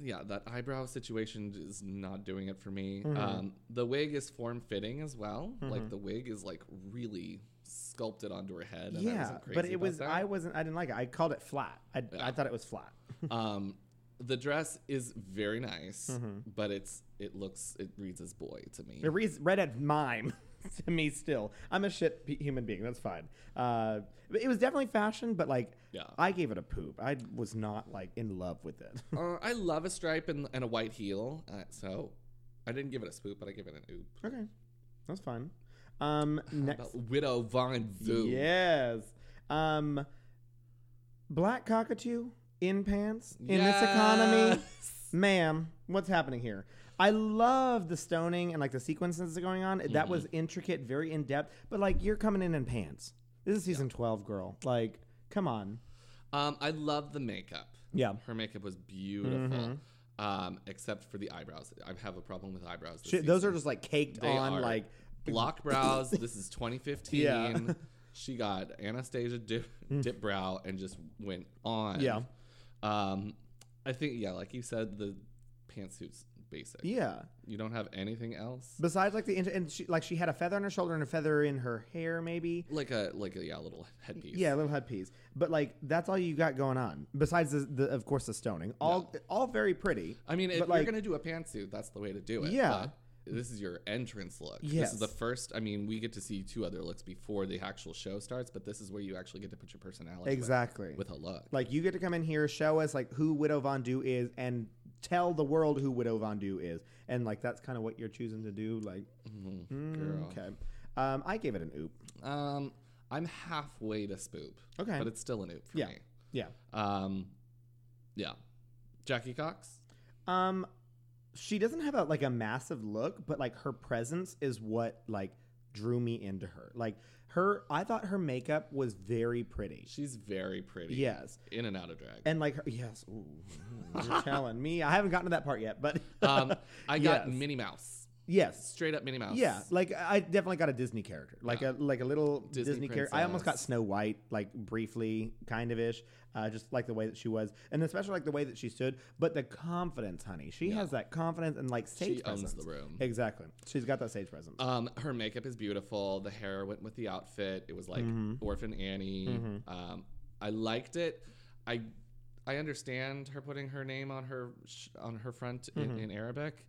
Speaker 2: yeah, that eyebrow situation is not doing it for me.
Speaker 1: Mm-hmm.
Speaker 2: Um, the wig is form fitting as well. Like the wig is like really sculpted onto her head. And I
Speaker 1: yeah,
Speaker 2: wasn't crazy
Speaker 1: but it
Speaker 2: about
Speaker 1: was.
Speaker 2: that.
Speaker 1: I wasn't. I didn't like it. I called it flat. I, I thought it was flat.
Speaker 2: um, the dress is very nice, but it's it looks it reads as boy to me.
Speaker 1: Mm-hmm. It reads read at mime to me still. I'm a shit p- human being. That's fine. Uh, but it was definitely fashion, but like
Speaker 2: Yeah.
Speaker 1: I gave it a poop. I was not like in love with it.
Speaker 2: Uh, I love a stripe and, and a white heel, uh, so I didn't give it a spoop, but I give it an oop.
Speaker 1: okay, that's fine. Um,
Speaker 2: How
Speaker 1: next,
Speaker 2: about Widow Von Vu.
Speaker 1: yes. Um, black cockatoo in pants in this economy,
Speaker 2: Yes.
Speaker 1: ma'am. What's happening here? I love the stoning and like the sequences that are going on. That was
Speaker 2: Mm-hmm.
Speaker 1: intricate, very in depth. But like you're coming in in pants. This is season twelve, girl. Like, come on.
Speaker 2: Um, I love the makeup.
Speaker 1: Yeah. Mm-hmm.
Speaker 2: Her makeup was beautiful. um, except for the eyebrows. I have a problem with eyebrows. This
Speaker 1: Shit, those
Speaker 2: season.
Speaker 1: are just like caked
Speaker 2: They
Speaker 1: on
Speaker 2: are
Speaker 1: like
Speaker 2: block brows. this is 2015.
Speaker 1: Yeah. Mm.
Speaker 2: she got Anastasia dip, dip brow and just went on.
Speaker 1: Yeah.
Speaker 2: Um, I think yeah, like you said, the pantsuit's basic.
Speaker 1: yeah.
Speaker 2: You don't have anything else.
Speaker 1: Besides like the int- and she like she had a feather on her shoulder and a feather in her hair maybe.
Speaker 2: Like a like a yeah, little headpiece.
Speaker 1: Yeah, a little headpiece. But like that's all you got going on. Besides the, the of course the stoning. All all very pretty.
Speaker 2: I mean, if
Speaker 1: But,
Speaker 2: you're
Speaker 1: like-
Speaker 2: gonna do a pantsuit, that's the way to do it.
Speaker 1: Yeah.
Speaker 2: but this is your entrance look. This
Speaker 1: Yes.
Speaker 2: is the first. I mean, we get to see two other looks before the actual show starts, but this is where you actually get to put your personality with-
Speaker 1: Exactly.
Speaker 2: with, a look.
Speaker 1: like you get to come in here, show us like who Widow Von Du is and tell the world who Widow Von Du is. And like that's kind of what you're choosing to do like
Speaker 2: Mhm,
Speaker 1: mm,
Speaker 2: girl.
Speaker 1: okay. Um, I gave it an oop.
Speaker 2: Um, I'm halfway to spoop.
Speaker 1: Okay.
Speaker 2: But it's still an oop for
Speaker 1: Yeah.
Speaker 2: me.
Speaker 1: Yeah.
Speaker 2: Um, yeah. Jackie Cox.
Speaker 1: Um, she doesn't have a like a massive look, but like her presence is what like drew me into her. Like her, I thought her makeup was very pretty.
Speaker 2: She's very pretty.
Speaker 1: Yes,
Speaker 2: In and out of drag.
Speaker 1: and like her, yes, ooh, mm, you're telling me. I haven't gotten to that part yet, but
Speaker 2: um, I got
Speaker 1: Yes.
Speaker 2: Minnie Mouse.
Speaker 1: yes,
Speaker 2: Straight up Minnie Mouse.
Speaker 1: yeah, like I definitely got a Disney character, like a
Speaker 2: Yeah.
Speaker 1: like a little
Speaker 2: Disney
Speaker 1: Disney, character. I almost got
Speaker 2: princess.
Speaker 1: Snow White, like briefly, kind of ish, uh, just like the way that she was, and especially like the way that she stood. But the confidence, honey, she has that confidence and like stage
Speaker 2: She
Speaker 1: presence.
Speaker 2: owns the room.
Speaker 1: Exactly. She's got that stage presence.
Speaker 2: Um, her makeup is beautiful. The hair went with the outfit. It was like
Speaker 1: Mm-hmm.
Speaker 2: Orphan Annie. Um, I liked it. I I understand her putting her name on her sh- on her front in,
Speaker 1: Mm-hmm.
Speaker 2: in Arabic.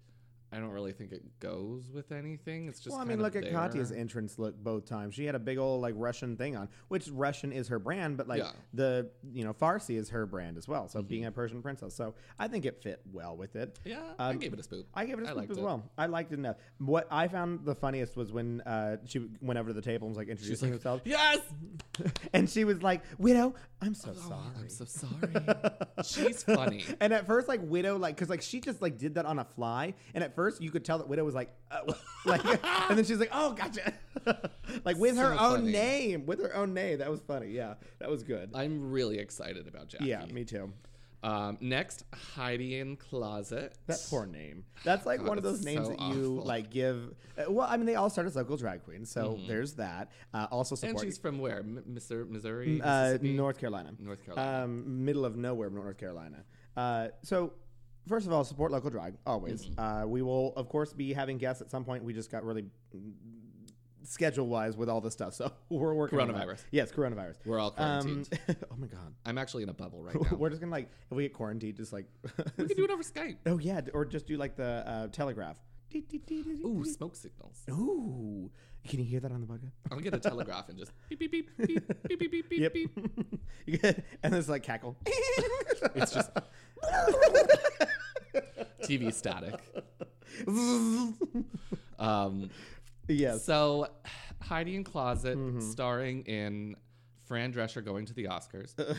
Speaker 2: I don't really think it goes with anything. It's just
Speaker 1: well, I
Speaker 2: kind
Speaker 1: mean,
Speaker 2: of
Speaker 1: look at
Speaker 2: there.
Speaker 1: Katya's entrance look both times. She had a big old like Russian thing on, which Russian is her brand, but like
Speaker 2: Yeah. Mm-hmm.
Speaker 1: the you know Farsi is her brand as well. So being a Persian princess, so I think it fit well with it.
Speaker 2: Yeah, I
Speaker 1: Um,
Speaker 2: gave it a spoop.
Speaker 1: I gave it a
Speaker 2: I
Speaker 1: scoop
Speaker 2: liked
Speaker 1: as
Speaker 2: it.
Speaker 1: well. I liked it enough. What I found the funniest was when uh, she went over to the table and was like introducing herself,
Speaker 2: yes.
Speaker 1: and she was like, "Widow, I'm so
Speaker 2: Oh,
Speaker 1: sorry."
Speaker 2: I'm so sorry. She's funny.
Speaker 1: And at first, like Widow, like because like she just like did that on a fly, and at first you could tell that Widow was like, oh, like, and then she's like, oh, gotcha, like with her
Speaker 2: So
Speaker 1: own
Speaker 2: funny.
Speaker 1: name, with her own name. That was funny. Yeah, that was good.
Speaker 2: I'm really excited about Jackie.
Speaker 1: yeah, me too.
Speaker 2: Um, next, Heidi in closet.
Speaker 1: That poor name. That's like one of
Speaker 2: God,
Speaker 1: those
Speaker 2: it's
Speaker 1: names
Speaker 2: so
Speaker 1: that you
Speaker 2: awful.
Speaker 1: like give. uh, Well, I mean, they all start as local drag queens, so there's that. Uh, also
Speaker 2: Mm-hmm. And
Speaker 1: support
Speaker 2: she's from where? M- Missouri, Missouri
Speaker 1: uh,
Speaker 2: Mississippi?
Speaker 1: North Carolina.
Speaker 2: North Carolina.
Speaker 1: Um, middle of nowhere, North Carolina. Uh, so, first of all, support local drag always.
Speaker 2: Mm-hmm.
Speaker 1: Uh, we will, of course, be having guests at some point. We just got really schedule wise with all this stuff, so we're working. on that.
Speaker 2: Coronavirus.
Speaker 1: Yes, coronavirus.
Speaker 2: We're all
Speaker 1: Um,
Speaker 2: quarantined.
Speaker 1: oh my god,
Speaker 2: I'm actually in a bubble right now.
Speaker 1: we're just gonna like if we get quarantined, just like
Speaker 2: we can do it over Skype.
Speaker 1: oh yeah, or just do like the uh, telegraph. Dee, dee, dee, dee, dee,
Speaker 2: Ooh,
Speaker 1: dee.
Speaker 2: smoke signals.
Speaker 1: Ooh, can you hear that on the bucket?
Speaker 2: I'll get a telegraph and just beep beep beep beep beep beep beep beep.
Speaker 1: Yep.
Speaker 2: beep.
Speaker 1: You get- and it's like cackle.
Speaker 2: It's just TV static. Um,
Speaker 1: yes. Mm-hmm.
Speaker 2: so Heidi in Closet, starring in Fran Drescher going to the Oscars.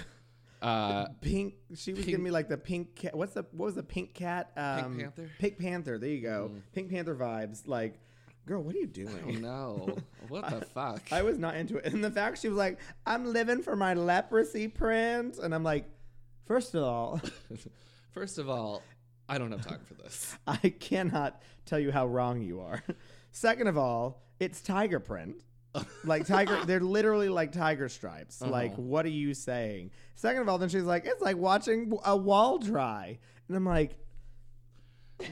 Speaker 2: Uh,
Speaker 1: Pink. She was giving me like the pink cat. What's the what was the pink cat? Um,
Speaker 2: Panther?
Speaker 1: Pink Panther. There you go. Pink Panther vibes. Like, girl, what are you doing?
Speaker 2: Uh, no, what the fuck?
Speaker 1: I was not into it. And the fact she was like, "I'm living for my leprosy print," and I'm like, first of all,
Speaker 2: First of all, I don't have time for this.
Speaker 1: I cannot tell you how wrong you are. Second of all, it's tiger print. like tiger, they're literally like tiger stripes.
Speaker 2: Uh-huh.
Speaker 1: Like, what are you saying? Second of all, then she's like, it's like watching a wall dry, and I'm like,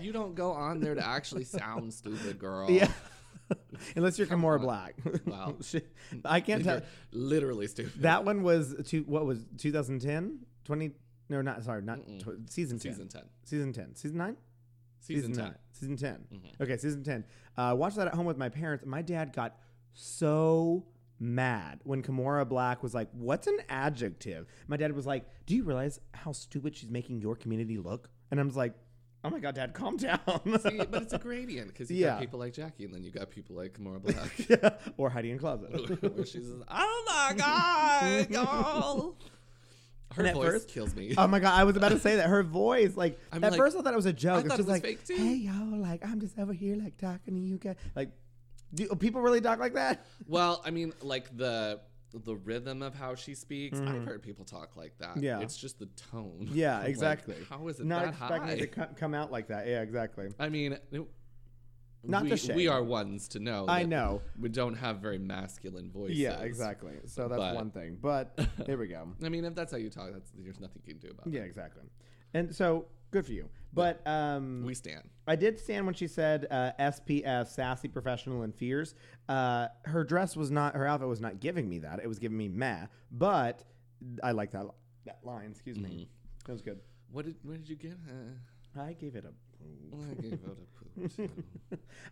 Speaker 2: You don't go on there to actually sound stupid, girl.
Speaker 1: Yeah. Unless you're Kamora Black.
Speaker 2: Oh. Wow.
Speaker 1: Shit. I can't tell.
Speaker 2: You're literally stupid.
Speaker 1: That one was two, what was 2010? 20 No, not sorry, not tw- season 10.
Speaker 2: Season 10.
Speaker 1: Season 10. Season 9?
Speaker 2: Season, Mm-hmm. 10.
Speaker 1: nine. Season 10. Okay, season 10. Uh watched that at home with my parents. and My dad got so mad when Kamora Black was like, "What's an adjective?" My dad was like, "Do you realize how stupid she's making your community look?" And I was like, "Oh my god, dad, calm down."
Speaker 2: See, but it's a gradient because you
Speaker 1: Yeah.
Speaker 2: got people like Jackie and then you got people like Kamora Black.
Speaker 1: or Heidi in closet.
Speaker 2: where she's just, oh my God, y'all. Her
Speaker 1: And at
Speaker 2: voice
Speaker 1: first-
Speaker 2: kills me.
Speaker 1: Oh my god, I was about to say that her voice, like
Speaker 2: I'm
Speaker 1: at
Speaker 2: like-
Speaker 1: first I thought it was a
Speaker 2: I
Speaker 1: joke. It's
Speaker 2: thought it
Speaker 1: just
Speaker 2: was
Speaker 1: like,
Speaker 2: fake, too.
Speaker 1: hey y'all, like I'm just over here like talking to you guys. Like, do people really talk like that?
Speaker 2: well, I mean, like the the rhythm of how she speaks. I've heard people talk like that.
Speaker 1: Mhm. Yeah.
Speaker 2: it's just the tone.
Speaker 1: Yeah,
Speaker 2: I'm like,
Speaker 1: exactly.
Speaker 2: how is it
Speaker 1: Not
Speaker 2: that
Speaker 1: expecting
Speaker 2: high?
Speaker 1: it to co- come out like that. Yeah, exactly.
Speaker 2: I mean, it-
Speaker 1: Not
Speaker 2: we,
Speaker 1: to shame.
Speaker 2: we are ones to know.
Speaker 1: I
Speaker 2: that
Speaker 1: know.
Speaker 2: we don't have very masculine voices.
Speaker 1: Yeah, exactly. So that's
Speaker 2: But-
Speaker 1: one thing. But there we go.
Speaker 2: I mean, if that's how you talk, that's there's nothing you can do about it.
Speaker 1: Yeah, exactly. And so good for you. But um,
Speaker 2: We stand.
Speaker 1: I did stand when she said uh, SPF, sassy, professional, and fierce. Uh, her dress was not, her outfit was not giving me that. It was giving me meh. But I like that that line. Excuse
Speaker 2: Mm-hmm.
Speaker 1: me. That was good.
Speaker 2: What did what did you get? Uh,
Speaker 1: I gave it a.
Speaker 2: well, I gave out a poop. too.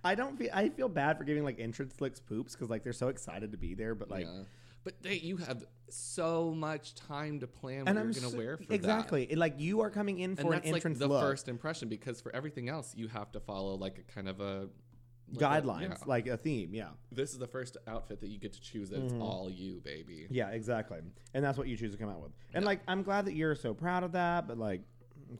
Speaker 1: I don't feel. I feel bad for giving like entrance licks poops because like they're so excited to be there, but like.
Speaker 2: yeah. But they, you have so much time to plan what
Speaker 1: And
Speaker 2: you're
Speaker 1: I'm
Speaker 2: gonna
Speaker 1: so-
Speaker 2: wear for that.
Speaker 1: exactly It, like you are coming in
Speaker 2: and
Speaker 1: for an
Speaker 2: that's like
Speaker 1: entrance
Speaker 2: the
Speaker 1: look
Speaker 2: first impression because for everything else you have to follow like a kind of a like a-
Speaker 1: guidelines,
Speaker 2: yeah.
Speaker 1: like a theme. Yeah,
Speaker 2: this is the first outfit that you get to choose that's
Speaker 1: Mm-hmm.
Speaker 2: all you baby
Speaker 1: yeah, exactly. And that's what you choose to come out with. And like, I'm glad that you're so proud of that, but like,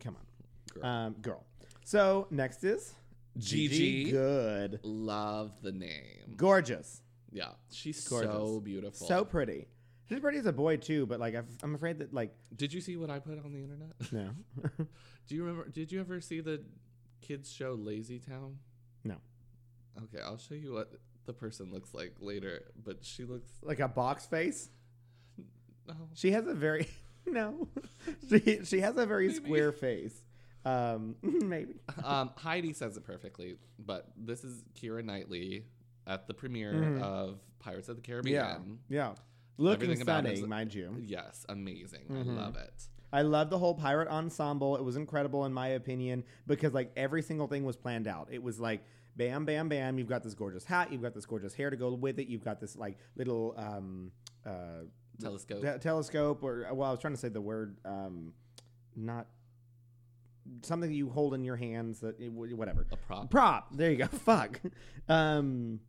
Speaker 1: come on,
Speaker 2: Girl.
Speaker 1: Um, girl. So next is
Speaker 2: Gigi.
Speaker 1: Good,
Speaker 2: love the name
Speaker 1: gorgeous,
Speaker 2: yeah she's so
Speaker 1: Gorgeous.
Speaker 2: beautiful
Speaker 1: so pretty. She's pretty as a boy too, but like, I've, I'm afraid that like,
Speaker 2: did you see what i put on the internet
Speaker 1: no,
Speaker 2: do you remember did you ever see the kids show lazy town
Speaker 1: No.
Speaker 2: okay i'll show you what the person looks like later but she looks
Speaker 1: like a box face.
Speaker 2: oh
Speaker 1: She has a very no. She she has a very
Speaker 2: Maybe.
Speaker 1: square face. Um, maybe.
Speaker 2: um, Heidi says it perfectly, but this is Kira Knightley at the premiere
Speaker 1: Mm-hmm.
Speaker 2: of Pirates of the Caribbean.
Speaker 1: yeah. Looking
Speaker 2: Everything about it
Speaker 1: stunning,
Speaker 2: is-
Speaker 1: mind you.
Speaker 2: Yes, amazing.
Speaker 1: Mm-hmm.
Speaker 2: I love it.
Speaker 1: I love the whole pirate ensemble. It was incredible in my opinion because like every single thing was planned out. It was like bam, bam, bam. You've got this gorgeous hat. You've got this gorgeous hair to go with it. You've got this like little um, uh,
Speaker 2: Telescope.
Speaker 1: te- telescope or uh, well, I was trying to say the word um, not something you hold in your hands that eh, whatever.
Speaker 2: a prop.
Speaker 1: prop. There you go. Fuck. Um,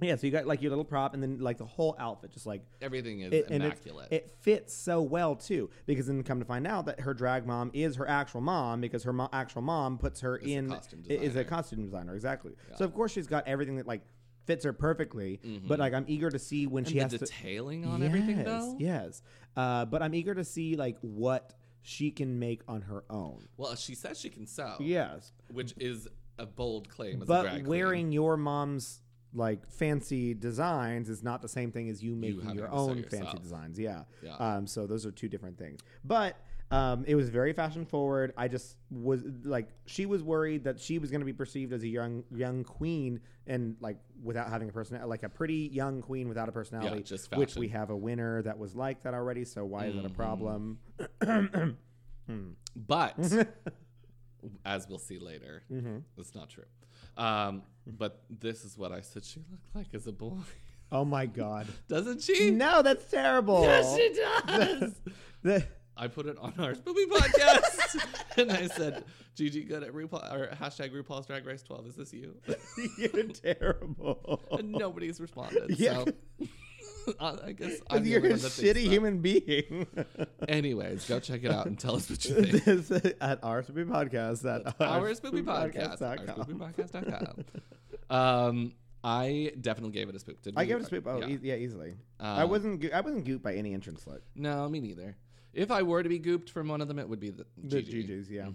Speaker 1: yeah. So you got like your little prop, and then like the whole outfit, just like
Speaker 2: Everything is
Speaker 1: it, and it's-
Speaker 2: immaculate.
Speaker 1: it fits so well too. Because then come to find out that her drag mom is her actual mom, because her mo- actual mom puts her
Speaker 2: a
Speaker 1: in
Speaker 2: costume
Speaker 1: i- is a
Speaker 2: designer.
Speaker 1: costume designer exactly. So of course she's got everything that like fits her perfectly. But like I'm eager to see when
Speaker 2: Mm-hmm. and
Speaker 1: she
Speaker 2: the
Speaker 1: has to
Speaker 2: detailing on everything,
Speaker 1: Yes,
Speaker 2: though.
Speaker 1: Yes. Uh, but I'm eager to see like what she can make on her own.
Speaker 2: Well, she says she can sew,
Speaker 1: Yes.
Speaker 2: which is a bold claim as a drag
Speaker 1: but
Speaker 2: queen.
Speaker 1: wearing your mom's like fancy designs is not the same thing as you making
Speaker 2: having
Speaker 1: your
Speaker 2: to sew
Speaker 1: own
Speaker 2: yourself.
Speaker 1: fancy designs. Yeah.
Speaker 2: Yeah.
Speaker 1: Um, so those are two different things. But um, it was very fashion forward. I just was like, she was worried that she was going to be perceived as a young young queen and like without having a person like a pretty young queen without a personality,
Speaker 2: Yeah, just
Speaker 1: which we
Speaker 2: fashion. Mm-hmm.
Speaker 1: have a winner that was like that already. So why is that a problem?
Speaker 2: But as we'll see later,
Speaker 1: Mm-hmm.
Speaker 2: it's not true. Um, but this is what I said she looked like as a boy.
Speaker 1: Oh my god!
Speaker 2: Doesn't she?
Speaker 1: No, that's terrible.
Speaker 2: Yes, she does.
Speaker 1: The-
Speaker 2: I put it on our movie podcast, and I said, "Gigi, good at RuPaul or hashtag RuPaul's Drag Race 12. Is this you?"
Speaker 1: You're terrible.
Speaker 2: and nobody's responded.
Speaker 1: Oh. Yeah.
Speaker 2: So I I guess I'm the
Speaker 1: You're
Speaker 2: only
Speaker 1: a
Speaker 2: one that thinks
Speaker 1: shitty
Speaker 2: that.
Speaker 1: human being.
Speaker 2: Anyways, go check it out and tell us what you think.
Speaker 1: This is at our spoopy podcast at
Speaker 2: Our spoopy podcast.
Speaker 1: ourspoopypodcast.com.
Speaker 2: ourspoopypodcast.com. Um, I definitely gave it a spoop. Did
Speaker 1: I
Speaker 2: we?
Speaker 1: gave it a spoop. Oh,
Speaker 2: Yeah.
Speaker 1: yeah, e- yeah easily. I
Speaker 2: Um,
Speaker 1: wasn't. Go- I wasn't gooped by any entrance look.
Speaker 2: No, me neither. If I were to be gooped from one of them, it would be the
Speaker 1: The
Speaker 2: Gigi. Mm-hmm.
Speaker 1: Gigi's, yeah,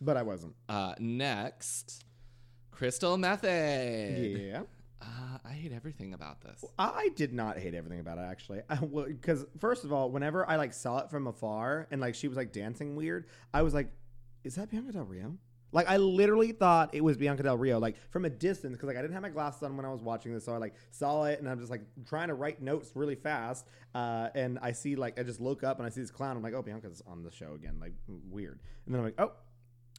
Speaker 1: but I wasn't.
Speaker 2: Uh, next, Crystal Method.
Speaker 1: Yeah,
Speaker 2: Uh, I hate everything about this.
Speaker 1: I did not hate everything about it actually. Because first of all, whenever I like saw it from afar and like she was like dancing weird, I was like, "Is that Bianca Del Rio?" Like I literally thought it was Bianca Del Rio, like from a distance, because like I didn't have my glasses on when I was watching this, so I like saw it and I'm just like trying to write notes really fast, uh, and I see like I just look up and I see this clown, I'm like, "Oh, Bianca's on the show again," like weird, and then I'm like, "Oh,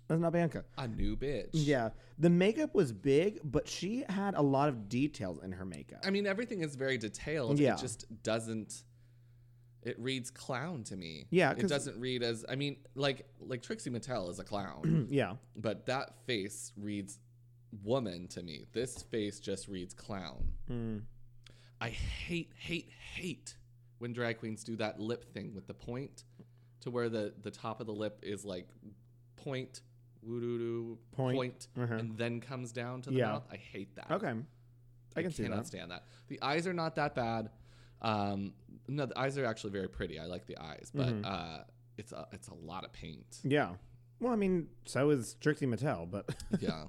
Speaker 1: that's not Bianca."
Speaker 2: A new bitch.
Speaker 1: Yeah, the makeup was big, but she had a lot of details in her makeup.
Speaker 2: I mean, everything is very detailed.
Speaker 1: Yeah.
Speaker 2: It just doesn't. It reads clown to me.
Speaker 1: Yeah,
Speaker 2: It
Speaker 1: 'cause-
Speaker 2: doesn't read as. I mean, like like Trixie Mattel is a clown,
Speaker 1: yeah.
Speaker 2: but that face reads woman to me. This face just reads clown.
Speaker 1: Mm.
Speaker 2: I hate hate hate when drag queens do that lip thing with the point, to where the the top of the lip is like point. Woo doo doo
Speaker 1: Point. Uh-huh.
Speaker 2: and then comes down to the
Speaker 1: Yeah.
Speaker 2: mouth. I hate that.
Speaker 1: Okay. I can see
Speaker 2: cannot
Speaker 1: that.
Speaker 2: stand that. The eyes are not that bad. Um, No, the eyes are actually very pretty. I like the eyes, but
Speaker 1: Mm-hmm.
Speaker 2: uh, it's a it's a lot of paint.
Speaker 1: Yeah. Well, I mean, so is Trixie Mattel, but
Speaker 2: yeah,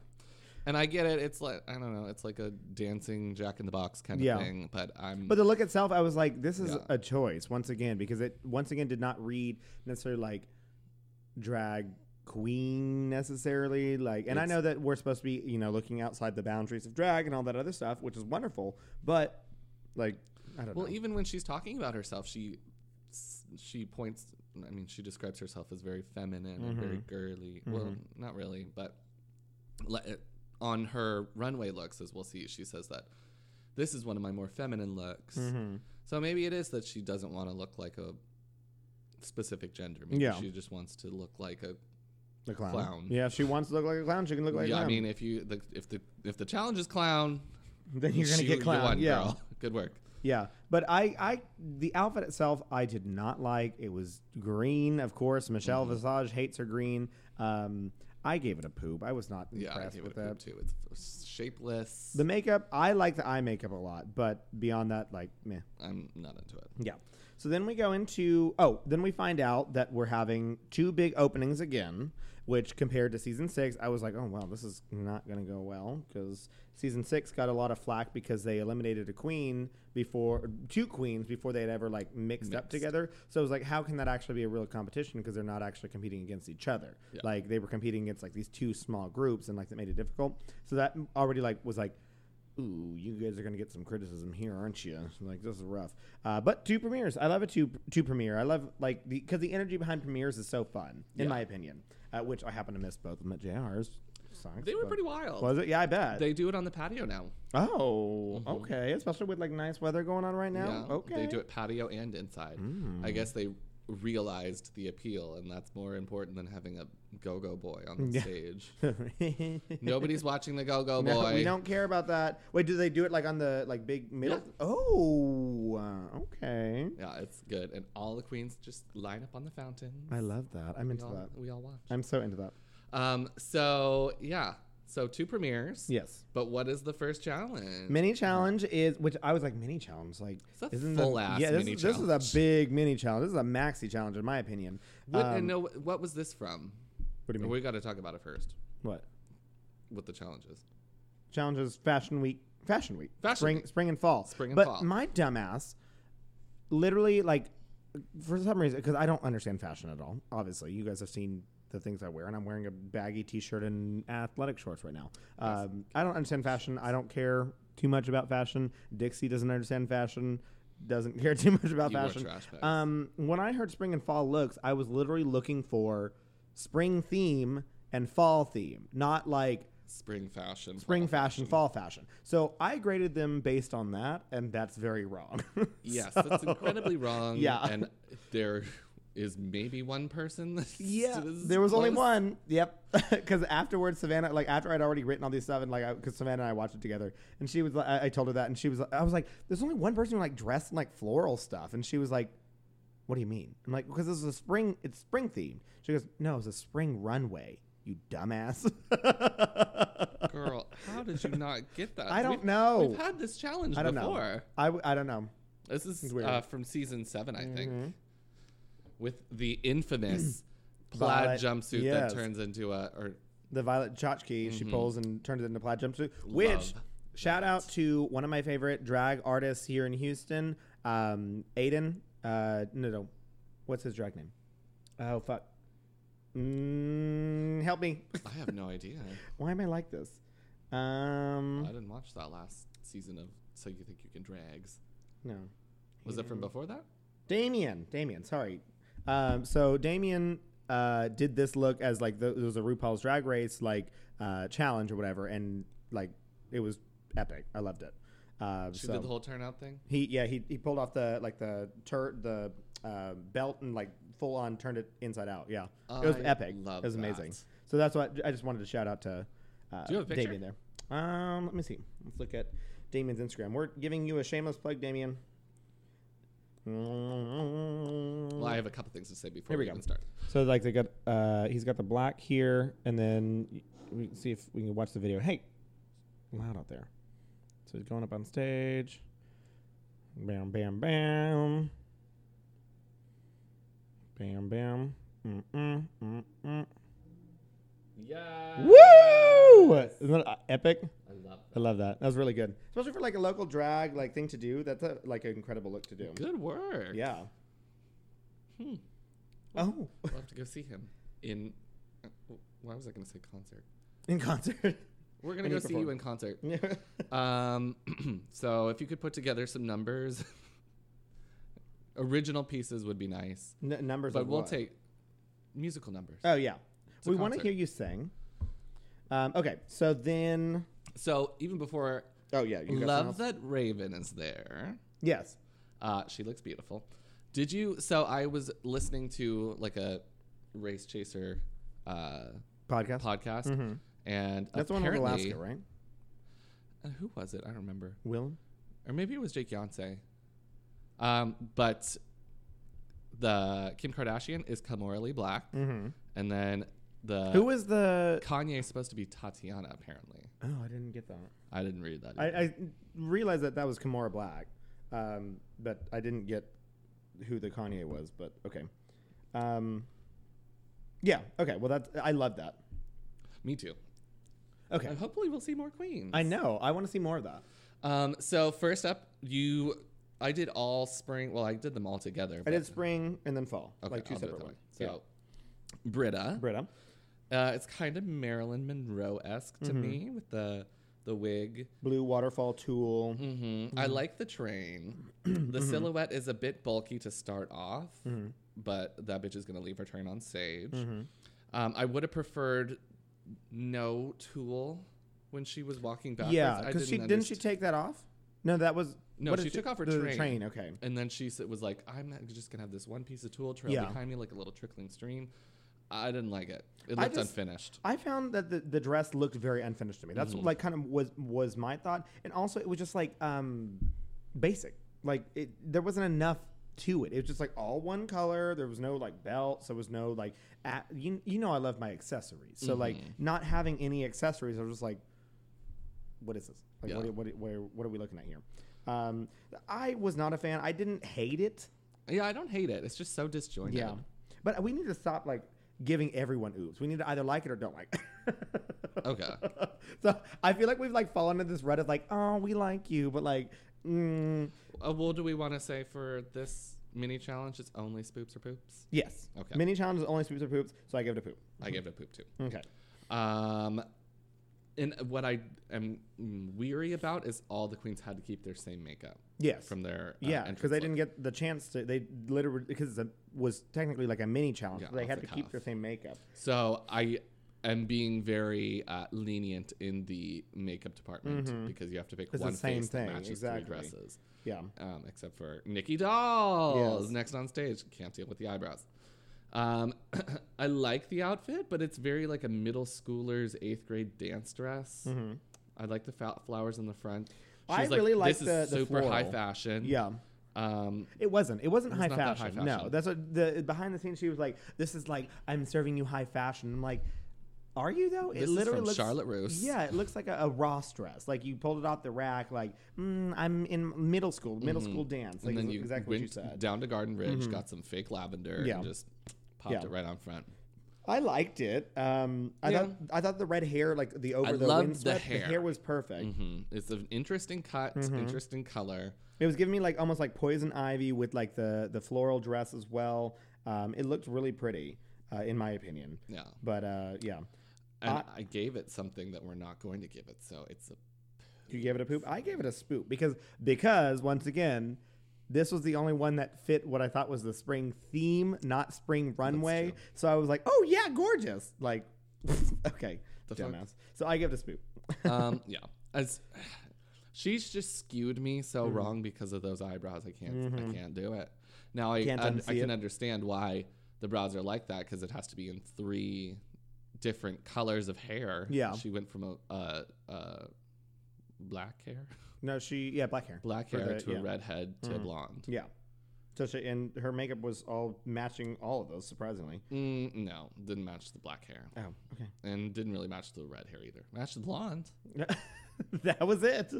Speaker 2: and I get it. It's like I don't know. It's like a dancing Jack in the Box kind of
Speaker 1: Yeah.
Speaker 2: thing. But I'm
Speaker 1: but the look itself, I was like, this is
Speaker 2: Yeah.
Speaker 1: a choice once again because it once again did not read necessarily like drag queen necessarily like and i
Speaker 2: It's-
Speaker 1: know that we're supposed to be you know looking outside the boundaries of drag and all that other stuff which is wonderful but like i don't
Speaker 2: well,
Speaker 1: know
Speaker 2: even when she's talking about herself, she s- she points. I mean, she describes herself as very feminine and very
Speaker 1: Mm-hmm.
Speaker 2: girly. Well, not really, but le- it- on her runway looks, as we'll see, she says that this is one of my more feminine looks.
Speaker 1: Mm-hmm.
Speaker 2: So maybe it is that she doesn't want to look like a specific gender. Maybe
Speaker 1: Yeah.
Speaker 2: she just wants to look like a
Speaker 1: the clown.
Speaker 2: clown.
Speaker 1: yeah if she wants to look like a clown she can look like
Speaker 2: yeah,
Speaker 1: a
Speaker 2: I
Speaker 1: clown
Speaker 2: mean, if you the, if the if the challenge is clown,
Speaker 1: then you're gonna
Speaker 2: she-
Speaker 1: get
Speaker 2: you
Speaker 1: clown
Speaker 2: won,
Speaker 1: yeah
Speaker 2: girl. Good work.
Speaker 1: Yeah, but I, I, the outfit itself, I did not like. It was green, of course. Michelle
Speaker 2: Mm-hmm.
Speaker 1: Visage hates her green. Um, I gave it a poop. I was not
Speaker 2: Yeah, I
Speaker 1: impressed
Speaker 2: gave it
Speaker 1: with
Speaker 2: a poop
Speaker 1: that.
Speaker 2: too. It's f- shapeless.
Speaker 1: The makeup, I like the eye makeup a lot, but beyond that, like, meh.
Speaker 2: I'm not into it.
Speaker 1: Yeah. So then we go into oh, then we find out that we're having two big openings again, which compared to season six, I was like, oh wow, this is not going to go well because season six got a lot of flack because they eliminated a queen before two queens before they had ever like mixed, up together. So it was like, how can that actually be a real competition because they're not actually competing against each other? Like they were competing against like these two small groups and like that made it difficult. So that already like was like ooh, you guys are gonna get some criticism here, aren't you? Like this is rough. Uh, but two premieres, I love a two two premiere. I love like the because the energy behind premieres is so fun, in
Speaker 2: Yeah.
Speaker 1: my opinion. Uh, which I happen to miss both of them at JR's. Sucks,
Speaker 2: They were
Speaker 1: but-
Speaker 2: pretty wild.
Speaker 1: Was it? Yeah, I bet.
Speaker 2: They do it on the patio now.
Speaker 1: oh, okay. Especially with like nice weather going on right now. Oh, okay. Hmm.
Speaker 2: They do it patio and inside. I guess they realized the appeal, and that's more important than having a go go boy on the stage. Nobody's watching the go go boy.
Speaker 1: No, we don't care about that. Wait, do they do it like on the like big middle? Oh, uh, okay.
Speaker 2: Yeah, it's good. And all the queens just line up on the fountain.
Speaker 1: I love that. I'm
Speaker 2: We
Speaker 1: into
Speaker 2: all,
Speaker 1: that.
Speaker 2: we all watch.
Speaker 1: I'm so into that.
Speaker 2: Um, so, yeah. So, two premieres.
Speaker 1: Yes.
Speaker 2: But what is the first challenge?
Speaker 1: Mini challenge is which I was like mini challenge like
Speaker 2: It's a
Speaker 1: the-
Speaker 2: full-ass
Speaker 1: yeah this,
Speaker 2: mini
Speaker 1: is- this is a
Speaker 2: challenge.
Speaker 1: big mini challenge this is a maxi challenge in my opinion
Speaker 2: what,
Speaker 1: Um,
Speaker 2: and no, what was this from?
Speaker 1: what do you mean
Speaker 2: We got to talk about it first.
Speaker 1: what
Speaker 2: What the challenge is.
Speaker 1: challenges fashion week fashion week
Speaker 2: Fashion
Speaker 1: spring
Speaker 2: Week.
Speaker 1: spring and fall
Speaker 2: Spring and
Speaker 1: but
Speaker 2: fall.
Speaker 1: my dumbass literally like for some reason because I don't understand fashion at all obviously you guys have seen the things I wear and I'm wearing a baggy t-shirt and athletic shorts right now um, I don't understand fashion I don't care too much about fashion Dixie doesn't understand fashion doesn't care too much about
Speaker 2: You wore
Speaker 1: fashion
Speaker 2: trash bags.
Speaker 1: um, when I heard spring and fall looks, I was literally looking for spring theme and fall theme, not like
Speaker 2: Spring fashion.
Speaker 1: spring
Speaker 2: fall
Speaker 1: fashion, fall fashion. So I graded them based on that, and that's very wrong.
Speaker 2: Yes,
Speaker 1: So-
Speaker 2: that's incredibly wrong.
Speaker 1: Yeah.
Speaker 2: And there is maybe one person that
Speaker 1: Yeah,
Speaker 2: is
Speaker 1: there was only
Speaker 2: close.
Speaker 1: one. Yep, because afterwards, Savannah, like after I'd already written all these stuff, and like because Savannah and I watched it together, and she was, like, I, I told her that, and she was, I was like, there's only one person who like dressed in like floral stuff, and she was like, what do you mean? I'm like, because this is a spring, it's spring themed. She goes, no, it's a spring runway. You dumbass.
Speaker 2: Girl, how did you not get that?
Speaker 1: I don't
Speaker 2: We've-
Speaker 1: know.
Speaker 2: We've had this challenge
Speaker 1: I don't know.
Speaker 2: before.
Speaker 1: I, w- I don't know.
Speaker 2: This is
Speaker 1: weird. Mm-hmm.
Speaker 2: uh, from season seven, I think, with the infamous
Speaker 1: Violet-
Speaker 2: plaid jumpsuit
Speaker 1: yes.
Speaker 2: that turns into a or
Speaker 1: the Violet Chachki she pulls and turns it into plaid jumpsuit. Which
Speaker 2: Mm-hmm. Love
Speaker 1: shout out to one of my favorite drag artists here in Houston, um, Aiden. Uh, no, no, what's his drag name? Oh fuck! Mm, help me.
Speaker 2: I have no idea.
Speaker 1: Why am I like this?
Speaker 2: I
Speaker 1: Um,
Speaker 2: didn't watch that last season of So You Think You Can Drags.
Speaker 1: no,
Speaker 2: Was it from before that?
Speaker 1: Damien. Damien. Sorry. Um, so Damien uh, did this look as like the, it was a RuPaul's Drag Race like uh, challenge or whatever, and like it was epic. I loved it. Uh,
Speaker 2: She
Speaker 1: so-
Speaker 2: did the whole turnout thing.
Speaker 1: He yeah he, he pulled off the like the tur the uh, belt and like full on turned it inside out. Yeah, it was
Speaker 2: I
Speaker 1: epic.
Speaker 2: love
Speaker 1: it was amazing.
Speaker 2: that.
Speaker 1: So that's what I just wanted to shout out to. Uh,
Speaker 2: Do you have a picture?
Speaker 1: Damien there. Um, let me see. Let's look at Damien's Instagram. We're giving you a shameless plug, Damien.
Speaker 2: Well, I have a couple things to say before
Speaker 1: Mm. Here we
Speaker 2: we,
Speaker 1: go.
Speaker 2: even start.
Speaker 1: So like they got uh he's got the black here and then y- we can see if we can watch the video. Hey, loud out there. So he's going up on stage. Bam, bam, bam. Bam, bam. Mm, Mm-mm, mm-mm.
Speaker 2: Yeah.
Speaker 1: Woo! Isn't that uh, epic?
Speaker 2: I love
Speaker 1: I
Speaker 2: that.
Speaker 1: love that. That was really good, especially for like a local drag like thing to do. That's a, like an incredible look to do.
Speaker 2: Good work.
Speaker 1: Yeah.
Speaker 2: Hmm.
Speaker 1: Oh,
Speaker 2: We'll have to go see him in. uh, Why was I going to say concert?
Speaker 1: in concert.
Speaker 2: We're going to
Speaker 1: When
Speaker 2: go
Speaker 1: he
Speaker 2: see you in concert.
Speaker 1: Yeah.
Speaker 2: Um, so if you could put together some numbers, original pieces would be nice.
Speaker 1: N- numbers.
Speaker 2: But
Speaker 1: of
Speaker 2: we'll
Speaker 1: what?
Speaker 2: take musical numbers.
Speaker 1: Oh yeah.
Speaker 2: a
Speaker 1: we want to
Speaker 2: concert.
Speaker 1: hear you sing. Um, okay, so then.
Speaker 2: So even before
Speaker 1: Oh yeah, you got
Speaker 2: Love
Speaker 1: something else?
Speaker 2: That Raven is there,
Speaker 1: Yes.
Speaker 2: uh, she looks beautiful. Did you? So I was listening to like a race chaser uh,
Speaker 1: Podcast.
Speaker 2: podcast,
Speaker 1: Mhm.
Speaker 2: and
Speaker 1: That's the one with
Speaker 2: apparently,
Speaker 1: Alaska, right?
Speaker 2: uh, who was it? I don't remember.
Speaker 1: Willem.
Speaker 2: or maybe it was Jake Yancey. Um, but the Kim Kardashian is Kamorally Black,
Speaker 1: Mm-hmm.
Speaker 2: and then the
Speaker 1: Who was the?
Speaker 2: Kanye is supposed to be Tatiana. Apparently,
Speaker 1: Oh, I didn't get that.
Speaker 2: I didn't read that.
Speaker 1: I,
Speaker 2: either.
Speaker 1: I realized that that was Kimora Black, um, but I didn't get who the Kanye was. But okay, um, yeah, okay. Well, that's I love that.
Speaker 2: Me too.
Speaker 1: Okay,
Speaker 2: And hopefully, we'll see more queens.
Speaker 1: I know. I want to see more of that.
Speaker 2: Um, so first up, you, I did all spring. Well, I did them all together.
Speaker 1: I
Speaker 2: but-
Speaker 1: did spring and then fall,
Speaker 2: Okay,
Speaker 1: like two
Speaker 2: I'll do it
Speaker 1: separate
Speaker 2: that
Speaker 1: ones.
Speaker 2: way. So. Britta,
Speaker 1: yeah. Britta.
Speaker 2: uh, it's kind of Marilyn Monroe esque
Speaker 1: Mm-hmm.
Speaker 2: to me with the the wig.
Speaker 1: Blue waterfall tool.
Speaker 2: Mm-hmm. I like the train. the
Speaker 1: Mm-hmm.
Speaker 2: silhouette is a bit bulky to start off, but that bitch is gonna leave her train on stage.
Speaker 1: Mm-hmm.
Speaker 2: Um, I would have preferred no tool when she was walking backwards.
Speaker 1: Yeah,
Speaker 2: I
Speaker 1: because she
Speaker 2: didn't
Speaker 1: didn't she
Speaker 2: underst-
Speaker 1: take that off? No, that was
Speaker 2: No,
Speaker 1: what
Speaker 2: she
Speaker 1: did
Speaker 2: took off her
Speaker 1: the
Speaker 2: train.
Speaker 1: Okay,
Speaker 2: and then she s- was like, "I'm not just gonna have this one piece of tool trail
Speaker 1: Yeah.
Speaker 2: behind me like a little trickling stream." I didn't like it. It
Speaker 1: I
Speaker 2: looked
Speaker 1: just-
Speaker 2: unfinished.
Speaker 1: I found that the, the dress looked very unfinished to me. That's like kind of was was my thought, and also it was just like um, basic. Like it, there wasn't enough to it. It was just like all one color. There was no like belt. So there was no like a you you know I love my accessories. So like not having any accessories, I was just like, what is this? Like what,
Speaker 2: Yeah.
Speaker 1: are- what are- where what are we looking at here? Um, I was not a fan. I didn't hate it.
Speaker 2: Yeah, I don't hate it. It's just so disjointed.
Speaker 1: Yeah. But we need to stop like giving everyone oops. We need to either like it or don't like it.
Speaker 2: Okay.
Speaker 1: so I feel like we've like fallen into this rut of like, oh, we like you, but like, mm,
Speaker 2: Uh, well, do we want to say for this mini challenge? It's only spoops or poops.
Speaker 1: yes.
Speaker 2: Okay. Uh,
Speaker 1: Mini challenges only spoops or poops, so I give it a poop.
Speaker 2: I gave it a poop too.
Speaker 1: Okay.
Speaker 2: Um, and what I am weary about is all the queens had to keep their same makeup
Speaker 1: Yes.
Speaker 2: from their uh,
Speaker 1: yeah, because
Speaker 2: entrance
Speaker 1: they
Speaker 2: look.
Speaker 1: didn't get the chance to. They literally because it was technically like a mini challenge.
Speaker 2: Yeah,
Speaker 1: so they
Speaker 2: off
Speaker 1: had
Speaker 2: the
Speaker 1: to keep
Speaker 2: cuff.
Speaker 1: their same makeup.
Speaker 2: So I am being very uh, lenient in the makeup department because you have to pick
Speaker 1: Mm-hmm. the
Speaker 2: one
Speaker 1: same
Speaker 2: face
Speaker 1: thing,
Speaker 2: that matches
Speaker 1: exactly.
Speaker 2: three dresses.
Speaker 1: Yeah.
Speaker 2: Um, except for Nikki Dolls
Speaker 1: Yes.
Speaker 2: next on stage. Can't deal with the eyebrows. Um, I like the outfit, but it's very like a middle schooler's eighth grade dance dress. I like the fa- flowers in the front.
Speaker 1: Mm-hmm. I
Speaker 2: She's
Speaker 1: really like
Speaker 2: this
Speaker 1: the-
Speaker 2: is
Speaker 1: the
Speaker 2: super high
Speaker 1: floral."
Speaker 2: fashion.
Speaker 1: Yeah.
Speaker 2: Um,
Speaker 1: It wasn't. It wasn't high,
Speaker 2: not that high
Speaker 1: fashion. No,
Speaker 2: fashion.
Speaker 1: that's what the behind the scenes. She was like, "This is like I'm serving you high fashion." I'm like, "Are you though?" It
Speaker 2: This is from Charlotte Russe.
Speaker 1: Yeah, it looks like a, a Ross dress. Like you pulled it off the rack. Like mm, I'm in middle school, middle school dance. Like
Speaker 2: Mm-hmm. and then
Speaker 1: is
Speaker 2: you
Speaker 1: exactly
Speaker 2: went
Speaker 1: what you said. Mm-hmm.
Speaker 2: down to Garden Ridge, got some fake lavender,
Speaker 1: Yeah.
Speaker 2: and just popped
Speaker 1: Yeah.
Speaker 2: it right on front.
Speaker 1: I liked it. Um, I
Speaker 2: Yeah.
Speaker 1: thought I thought the red hair, like the over
Speaker 2: I
Speaker 1: the
Speaker 2: loved
Speaker 1: wind
Speaker 2: the
Speaker 1: sweat,
Speaker 2: hair.
Speaker 1: was perfect.
Speaker 2: hmm It's an interesting cut,
Speaker 1: Mm-hmm.
Speaker 2: interesting color.
Speaker 1: It was giving me like almost like poison ivy with like the the floral dress as well. Um, it looked really pretty, uh, in my opinion.
Speaker 2: Yeah,
Speaker 1: But uh, yeah.
Speaker 2: and I, gave it something that we're not going to give it, so it's a
Speaker 1: You gave it a poop. I gave it a spoop because because once again, this was the only one that fit what I thought was the spring theme, not spring runway.
Speaker 2: true.
Speaker 1: So I was like, oh yeah, gorgeous. Like, okay,
Speaker 2: fuck?
Speaker 1: dumbass. So I give it a spoop.
Speaker 2: um, yeah. As she's just skewed me so
Speaker 1: Mm-hmm.
Speaker 2: wrong because of those eyebrows. I can't, I can't do it. Now I,
Speaker 1: Can't
Speaker 2: un- I
Speaker 1: unsee
Speaker 2: can
Speaker 1: it.
Speaker 2: understand why the brows are like that because it has to be in three different colors of hair.
Speaker 1: Yeah.
Speaker 2: she went from a, a, a black hair,
Speaker 1: No, she yeah, black hair.
Speaker 2: black
Speaker 1: For
Speaker 2: hair
Speaker 1: the-
Speaker 2: to
Speaker 1: yeah. Mm-hmm.
Speaker 2: a redhead to blonde.
Speaker 1: Yeah. So she and her makeup was all matching all of those. Surprisingly.
Speaker 2: Mm, no, didn't match the black hair,
Speaker 1: Oh, okay.
Speaker 2: and didn't really match the red hair either. Matched the blonde.
Speaker 1: that was it.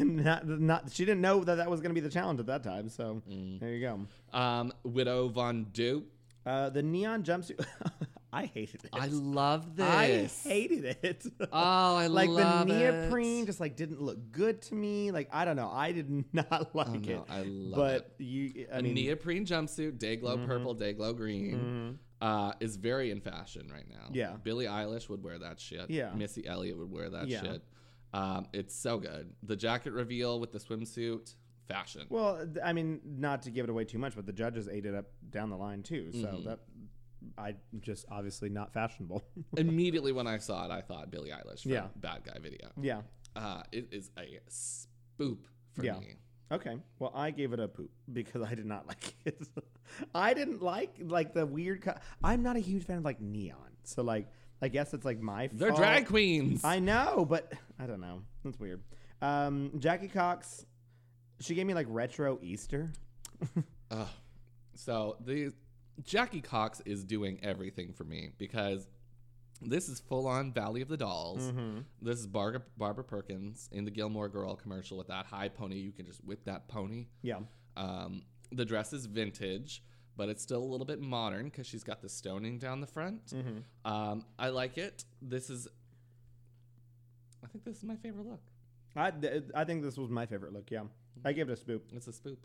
Speaker 1: And not not she didn't
Speaker 2: Mm.
Speaker 1: know that that was going to be the challenge at that time. So there you go.
Speaker 2: Um, Widow Von Du.
Speaker 1: Uh, the neon jumpsuit. I hated it.
Speaker 2: I love this.
Speaker 1: I hated it.
Speaker 2: Oh, I
Speaker 1: like the
Speaker 2: love
Speaker 1: neoprene
Speaker 2: it.
Speaker 1: just like didn't look good to me. Like I don't know. I did not like
Speaker 2: Oh,
Speaker 1: it.
Speaker 2: no, I love
Speaker 1: but
Speaker 2: it.
Speaker 1: you, I
Speaker 2: A
Speaker 1: mean, Mm-hmm.
Speaker 2: neoprene jumpsuit, day glow purple, day glow
Speaker 1: mhm.
Speaker 2: green, uh, is very in fashion right now.
Speaker 1: Yeah.
Speaker 2: Billie Eilish would wear that shit.
Speaker 1: Yeah.
Speaker 2: Missy Elliott would wear that
Speaker 1: Yeah.
Speaker 2: shit. Um, it's so good. The jacket reveal with the swimsuit, fashion.
Speaker 1: Well, th- I mean, not to give it away too much, but the judges ate it up down the line too. So
Speaker 2: Mm-hmm.
Speaker 1: that I just obviously not fashionable.
Speaker 2: Immediately when I saw it, I thought Billie Eilish from
Speaker 1: Yeah.
Speaker 2: Bad Guy Video.
Speaker 1: yeah.
Speaker 2: Uh, it is a spoop for
Speaker 1: Yeah.
Speaker 2: me.
Speaker 1: Okay. Well, I gave it a poop because I did not like it. I didn't like like the weird. Co- I'm not a huge fan of like neon. So like, I guess it's like my.
Speaker 2: They're
Speaker 1: fault.
Speaker 2: drag queens.
Speaker 1: I know, but I don't know. That's weird. Um, Jackie Cox, she gave me like retro Easter.
Speaker 2: Ugh. so the Jackie Cox is doing everything for me because this is full on Valley of the Dolls.
Speaker 1: Mm-hmm.
Speaker 2: This is Barbara, Barbara Perkins in the Gilmore Girl commercial with that high pony. You can just whip that pony.
Speaker 1: Yeah.
Speaker 2: Um, the dress is vintage, but it's still a little bit modern because she's got the stoning down the front.
Speaker 1: Mm.
Speaker 2: Um, I like it. This is, I think this is my favorite look.
Speaker 1: I th- I think this was my favorite look. Yeah. I gave it a spoop.
Speaker 2: It's a spoop.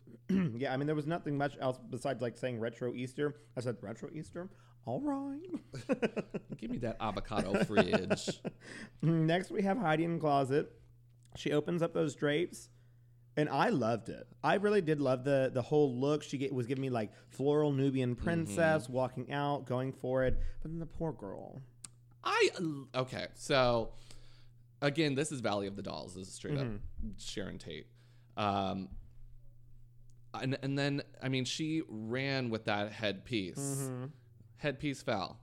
Speaker 1: yeah, I mean, there was nothing much else besides like saying retro Easter. I said retro Easter. All right.
Speaker 2: Give me that avocado fridge.
Speaker 1: Mm, Next, we have Heidi in the closet. She opens up those drapes, and I loved it. I really did love the the whole look. She get, was giving me like floral Nubian
Speaker 2: Mm-hmm.
Speaker 1: princess walking out, going for it. But then the poor girl.
Speaker 2: I okay. So again, this is Valley of the Dolls. This is straight up
Speaker 1: Mm-hmm.
Speaker 2: Sharon Tate. Um, and and then I mean, she ran with that headpiece. Headpiece fell.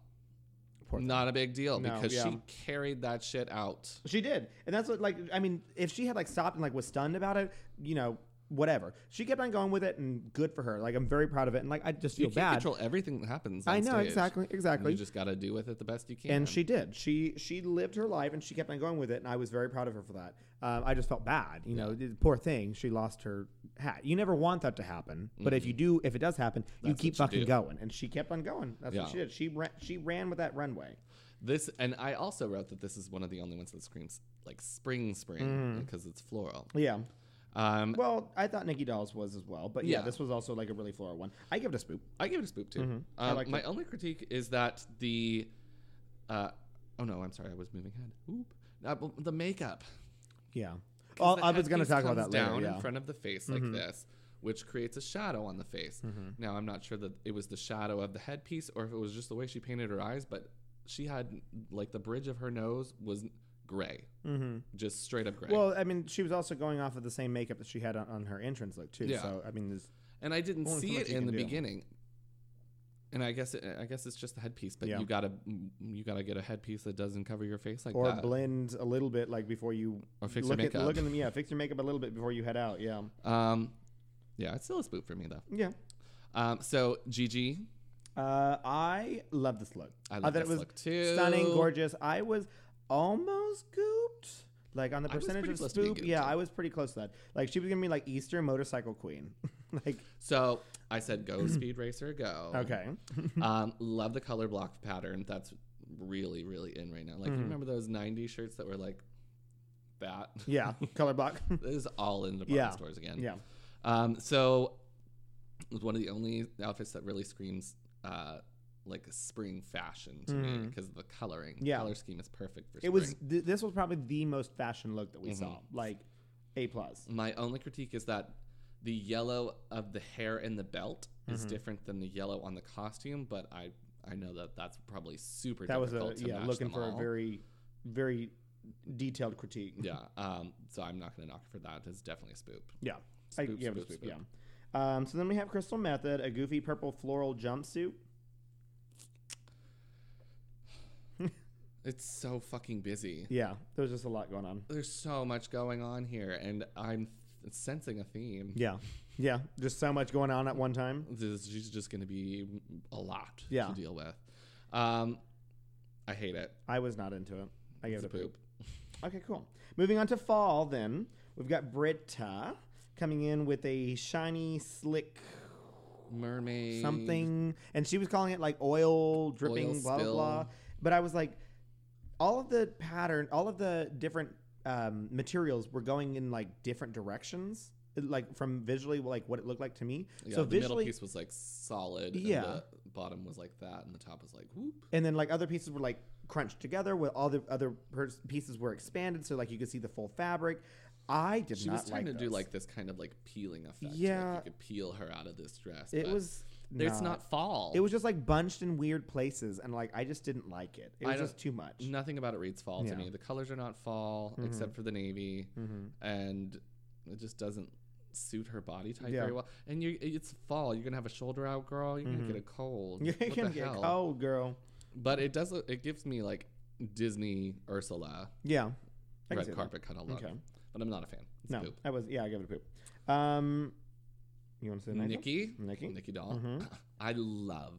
Speaker 1: Mm-hmm. Poor
Speaker 2: Not a big deal
Speaker 1: No,
Speaker 2: because
Speaker 1: yeah.
Speaker 2: she carried that shit out.
Speaker 1: She did, and that's what like I mean, if she had like stopped and like was stunned about it, you know, whatever. She kept on going with it, and good for her. Like I'm very proud of it, and like I just
Speaker 2: You
Speaker 1: feel bad.
Speaker 2: can't control everything that happens. On
Speaker 1: I know
Speaker 2: stage.
Speaker 1: exactly, exactly.
Speaker 2: You just got to do with it the best you can.
Speaker 1: and she did. She she lived her life and she kept on going with it, and I was very proud of her for that. Um, I just felt bad, you know. the Poor thing, she lost her hat. You never want that to happen, but if you do, if it does happen, you
Speaker 2: Mm-hmm. That's
Speaker 1: keep
Speaker 2: what you
Speaker 1: fucking
Speaker 2: do.
Speaker 1: going. And she kept on going. That's
Speaker 2: Yeah.
Speaker 1: what she did. She ran, she ran with that runway.
Speaker 2: this and I also wrote that this is one of the only ones that screams like spring,
Speaker 1: Mm.
Speaker 2: spring because it's floral.
Speaker 1: Yeah.
Speaker 2: Um,
Speaker 1: Well, I thought Nikki Dolls was as well, but yeah,
Speaker 2: Yeah.
Speaker 1: this was also like a really floral one. I give it a spoop.
Speaker 2: I give it a spoop too.
Speaker 1: Mm-hmm. I
Speaker 2: Um,
Speaker 1: liked
Speaker 2: my only critique is that the, uh, oh no, I'm sorry, I was moving ahead. Oop. Uh, b- the makeup.
Speaker 1: Yeah.
Speaker 2: 'Cause
Speaker 1: Well,
Speaker 2: the
Speaker 1: I was going to
Speaker 2: headpiece
Speaker 1: talk about
Speaker 2: comes
Speaker 1: that later.
Speaker 2: Down
Speaker 1: yeah. Mm-hmm.
Speaker 2: in front of the face like this, which creates a shadow on the face. Now I'm not sure that it was the shadow of the headpiece or if it was just the way she painted her eyes, but she had like the bridge of her nose was gray, mm-hmm. just straight up gray.
Speaker 1: Well, I mean, she was also going off of the same makeup that she had on, on her entrance look too.
Speaker 2: Yeah.
Speaker 1: So I mean, there's
Speaker 2: and I didn't
Speaker 1: Only so
Speaker 2: see
Speaker 1: much
Speaker 2: it
Speaker 1: you
Speaker 2: in the
Speaker 1: can do.
Speaker 2: beginning. And I guess it, I guess it's just the headpiece, but
Speaker 1: Yeah.
Speaker 2: you gotta you gotta get a headpiece that doesn't cover your face like
Speaker 1: or
Speaker 2: that.
Speaker 1: blend a little bit like before you
Speaker 2: Or fix your
Speaker 1: look
Speaker 2: makeup.
Speaker 1: at look in the yeah fix your makeup a little bit before you head out yeah
Speaker 2: Um, yeah, it's still a spook for me though.
Speaker 1: yeah
Speaker 2: Um, so Gigi,
Speaker 1: uh, I love this look
Speaker 2: I
Speaker 1: Uh,
Speaker 2: love
Speaker 1: that
Speaker 2: this
Speaker 1: it was
Speaker 2: look, too.
Speaker 1: stunning gorgeous I was almost gooped like on the
Speaker 2: I was
Speaker 1: percentage
Speaker 2: pretty
Speaker 1: of
Speaker 2: close to being
Speaker 1: spoop
Speaker 2: gooped,
Speaker 1: yeah
Speaker 2: too.
Speaker 1: I was pretty close to that like she was gonna be like Easter motorcycle queen like
Speaker 2: so I said go Speed Racer go.
Speaker 1: okay
Speaker 2: um, love the color block pattern. That's really really in right now. Like
Speaker 1: Mm.
Speaker 2: you remember those '90s shirts that were like that.
Speaker 1: yeah color block
Speaker 2: this is all in department
Speaker 1: Yeah.
Speaker 2: stores again.
Speaker 1: yeah
Speaker 2: Um, so it was one of the only outfits that really screams uh, like spring fashion to me because of the coloring. The
Speaker 1: Mm. Yeah.
Speaker 2: color scheme is perfect for spring.
Speaker 1: it was th- this was probably the most fashion look that we
Speaker 2: Mm-hmm.
Speaker 1: saw like a plus
Speaker 2: My only critique is that the yellow of the hair and the belt is
Speaker 1: Mm-hmm.
Speaker 2: different than the yellow on the costume, but I I know that that's probably super
Speaker 1: that was a
Speaker 2: difficult to
Speaker 1: yeah
Speaker 2: match
Speaker 1: looking
Speaker 2: them
Speaker 1: for a
Speaker 2: all.
Speaker 1: very very detailed critique
Speaker 2: yeah. Um, so I'm not gonna knock it for that. It's definitely a spoop.
Speaker 1: Yeah. I
Speaker 2: Spoop,
Speaker 1: give it a
Speaker 2: spoop,
Speaker 1: spoop,
Speaker 2: spoop.
Speaker 1: Yeah. Um, so then we have Crystal Method, a goofy purple floral jumpsuit.
Speaker 2: It's so fucking busy.
Speaker 1: Yeah, there's just a lot going on.
Speaker 2: There's so much going on here, and I'm sensing a theme.
Speaker 1: Yeah. Yeah. Just so much going on at one time.
Speaker 2: this is just going to be a lot
Speaker 1: Yeah.
Speaker 2: to deal with. Um, I hate it.
Speaker 1: I was not into it. I gave it
Speaker 2: It's a
Speaker 1: a poop.
Speaker 2: poop.
Speaker 1: Okay, cool. Moving on to fall then. We've got Britta coming in with a shiny, slick
Speaker 2: mermaid
Speaker 1: something, and she was calling it like oil dripping,
Speaker 2: Oil
Speaker 1: blah blah blah.
Speaker 2: spill.
Speaker 1: But I was like, all of the pattern, all of the different um, materials were going in like different directions, like from visually like what it looked like to me.
Speaker 2: Yeah,
Speaker 1: so
Speaker 2: the middle
Speaker 1: visually,
Speaker 2: piece was like solid.
Speaker 1: Yeah.
Speaker 2: And the bottom was like that, and the top was like whoop.
Speaker 1: and then like other pieces were like crunched together, where all the other per- pieces were expanded, so like you could see the full fabric. I did
Speaker 2: She
Speaker 1: not
Speaker 2: was trying
Speaker 1: like
Speaker 2: to do
Speaker 1: those.
Speaker 2: like this kind of like peeling effect.
Speaker 1: Yeah.
Speaker 2: Like you could peel her out of this dress.
Speaker 1: it
Speaker 2: but
Speaker 1: was.
Speaker 2: It's uh, not fall.
Speaker 1: It was just like bunched in weird places, and like I just didn't like it. It
Speaker 2: I
Speaker 1: was
Speaker 2: don't-
Speaker 1: just too much.
Speaker 2: Nothing about it reads fall
Speaker 1: Yeah. Mm-hmm.
Speaker 2: to me. The colors are not fall except for the navy, and it just doesn't suit her body type
Speaker 1: Yeah.
Speaker 2: very well. And you, it's fall. You're gonna have a shoulder out, girl. You're gonna get a cold.
Speaker 1: Mm-hmm. You're
Speaker 2: What the
Speaker 1: gonna get
Speaker 2: hell?
Speaker 1: cold, girl.
Speaker 2: But it does. look- It gives me like Disney Ursula
Speaker 1: Yeah, I can see
Speaker 2: red
Speaker 1: that.
Speaker 2: carpet kind of look.
Speaker 1: Okay.
Speaker 2: But I'm not a fan. It's
Speaker 1: No,
Speaker 2: poop.
Speaker 1: I was. Yeah, I gave it a poop. Um, you want to say the nice one?
Speaker 2: Nikki,
Speaker 1: Nikki?
Speaker 2: Nikki doll.
Speaker 1: Mm-hmm.
Speaker 2: I love,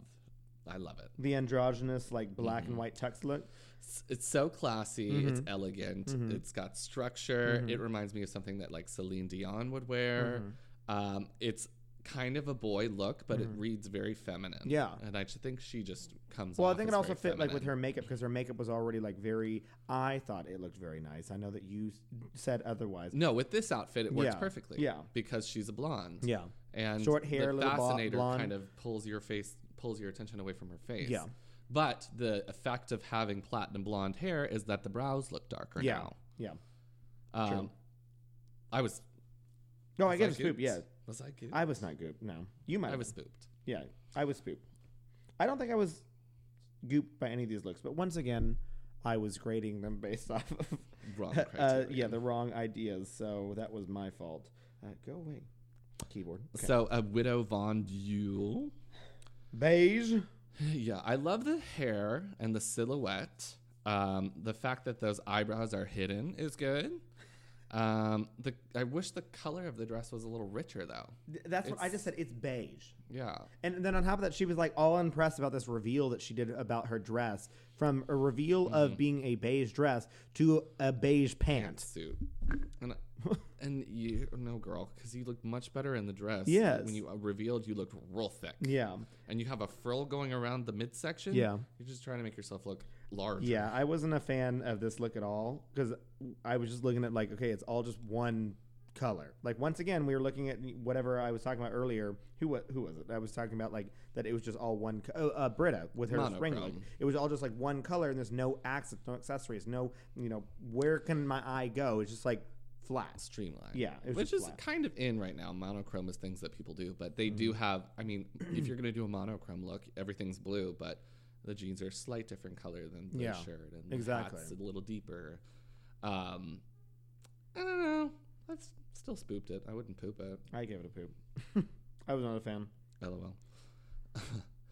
Speaker 2: I love it.
Speaker 1: The androgynous, like black and white tux look.
Speaker 2: Mm-hmm. It's, it's so classy. It's
Speaker 1: Mm-hmm.
Speaker 2: elegant. It's got structure. It reminds me of something that like Celine Dion would wear.
Speaker 1: Mm-hmm.
Speaker 2: Um, it's kind of a boy look, but it reads very feminine.
Speaker 1: Yeah.
Speaker 2: and I just think she just comes.
Speaker 1: Well, I
Speaker 2: off
Speaker 1: think it
Speaker 2: as
Speaker 1: also
Speaker 2: very
Speaker 1: fit like with
Speaker 2: feminine.
Speaker 1: her makeup because her makeup was already like very. I thought it looked very nice. I know that you s- said otherwise.
Speaker 2: No, with this outfit, it works
Speaker 1: Yeah.
Speaker 2: perfectly.
Speaker 1: Yeah.
Speaker 2: because she's a blonde.
Speaker 1: Yeah,
Speaker 2: and
Speaker 1: Short hair,
Speaker 2: the
Speaker 1: little bo-
Speaker 2: fascinator
Speaker 1: blonde.
Speaker 2: kind of pulls your face pulls your attention away from her face
Speaker 1: Yeah.
Speaker 2: but the effect of having platinum blonde hair is that the brows look darker
Speaker 1: yeah,
Speaker 2: now
Speaker 1: yeah.
Speaker 2: um
Speaker 1: True.
Speaker 2: i was
Speaker 1: No, Oh, I
Speaker 2: was
Speaker 1: gave it a poop.
Speaker 2: gooped?
Speaker 1: Yeah,
Speaker 2: was i gooped?
Speaker 1: I was not gooped. No, you might.
Speaker 2: i
Speaker 1: have
Speaker 2: was spooped
Speaker 1: Yeah, I was spooped. I don't think I was gooped by any of these looks, but once again, I was grading them based off of
Speaker 2: Wrong
Speaker 1: uh, yeah,
Speaker 2: criteria.
Speaker 1: the wrong ideas. So that was my fault. Uh, go away, keyboard. Okay.
Speaker 2: so a widow von Duel.
Speaker 1: Beige.
Speaker 2: yeah i love the hair and the silhouette um the fact that those eyebrows are hidden is good um the i wish the color of the dress was a little richer though
Speaker 1: Th- That's what I just said. It's beige.
Speaker 2: yeah
Speaker 1: And then on top of that, she was like all impressed about this reveal that she did about her dress, from a reveal
Speaker 2: Mm-hmm.
Speaker 1: of being a beige dress to a beige pant.
Speaker 2: suit. And and you no girl because you looked much better in the dress.
Speaker 1: Yes.
Speaker 2: When you uh, revealed, you looked real thick.
Speaker 1: Yeah,
Speaker 2: And you have a frill going around the midsection.
Speaker 1: Yeah.
Speaker 2: You're just trying to make yourself look large.
Speaker 1: Yeah, I wasn't a fan of this look at all because I was just looking at like, okay, it's all just one color. Like once again, we were looking at whatever I was talking about earlier. Who wa- who was it? I was talking about like that it was just all one. Co- oh, uh, Britta with her spring look.
Speaker 2: Monochrome.
Speaker 1: It was all just like one color, and there's no accents, no accessories, no you know where can my eye go? It's just like flat.
Speaker 2: Streamline.
Speaker 1: Yeah, it was
Speaker 2: Which
Speaker 1: just
Speaker 2: is
Speaker 1: flat.
Speaker 2: kind of in right now. Monochrome is things that people do, but they do
Speaker 1: Mm-hmm.
Speaker 2: have. I mean, if you're gonna do a monochrome look, everything's blue, but the jeans are a slight different color than the
Speaker 1: Yeah,
Speaker 2: shirt, and the
Speaker 1: exactly.
Speaker 2: hat's a little deeper. Um, I don't know. I've s- still spooped it. I wouldn't poop it.
Speaker 1: I gave it a poop. I was not a fan.
Speaker 2: LOL.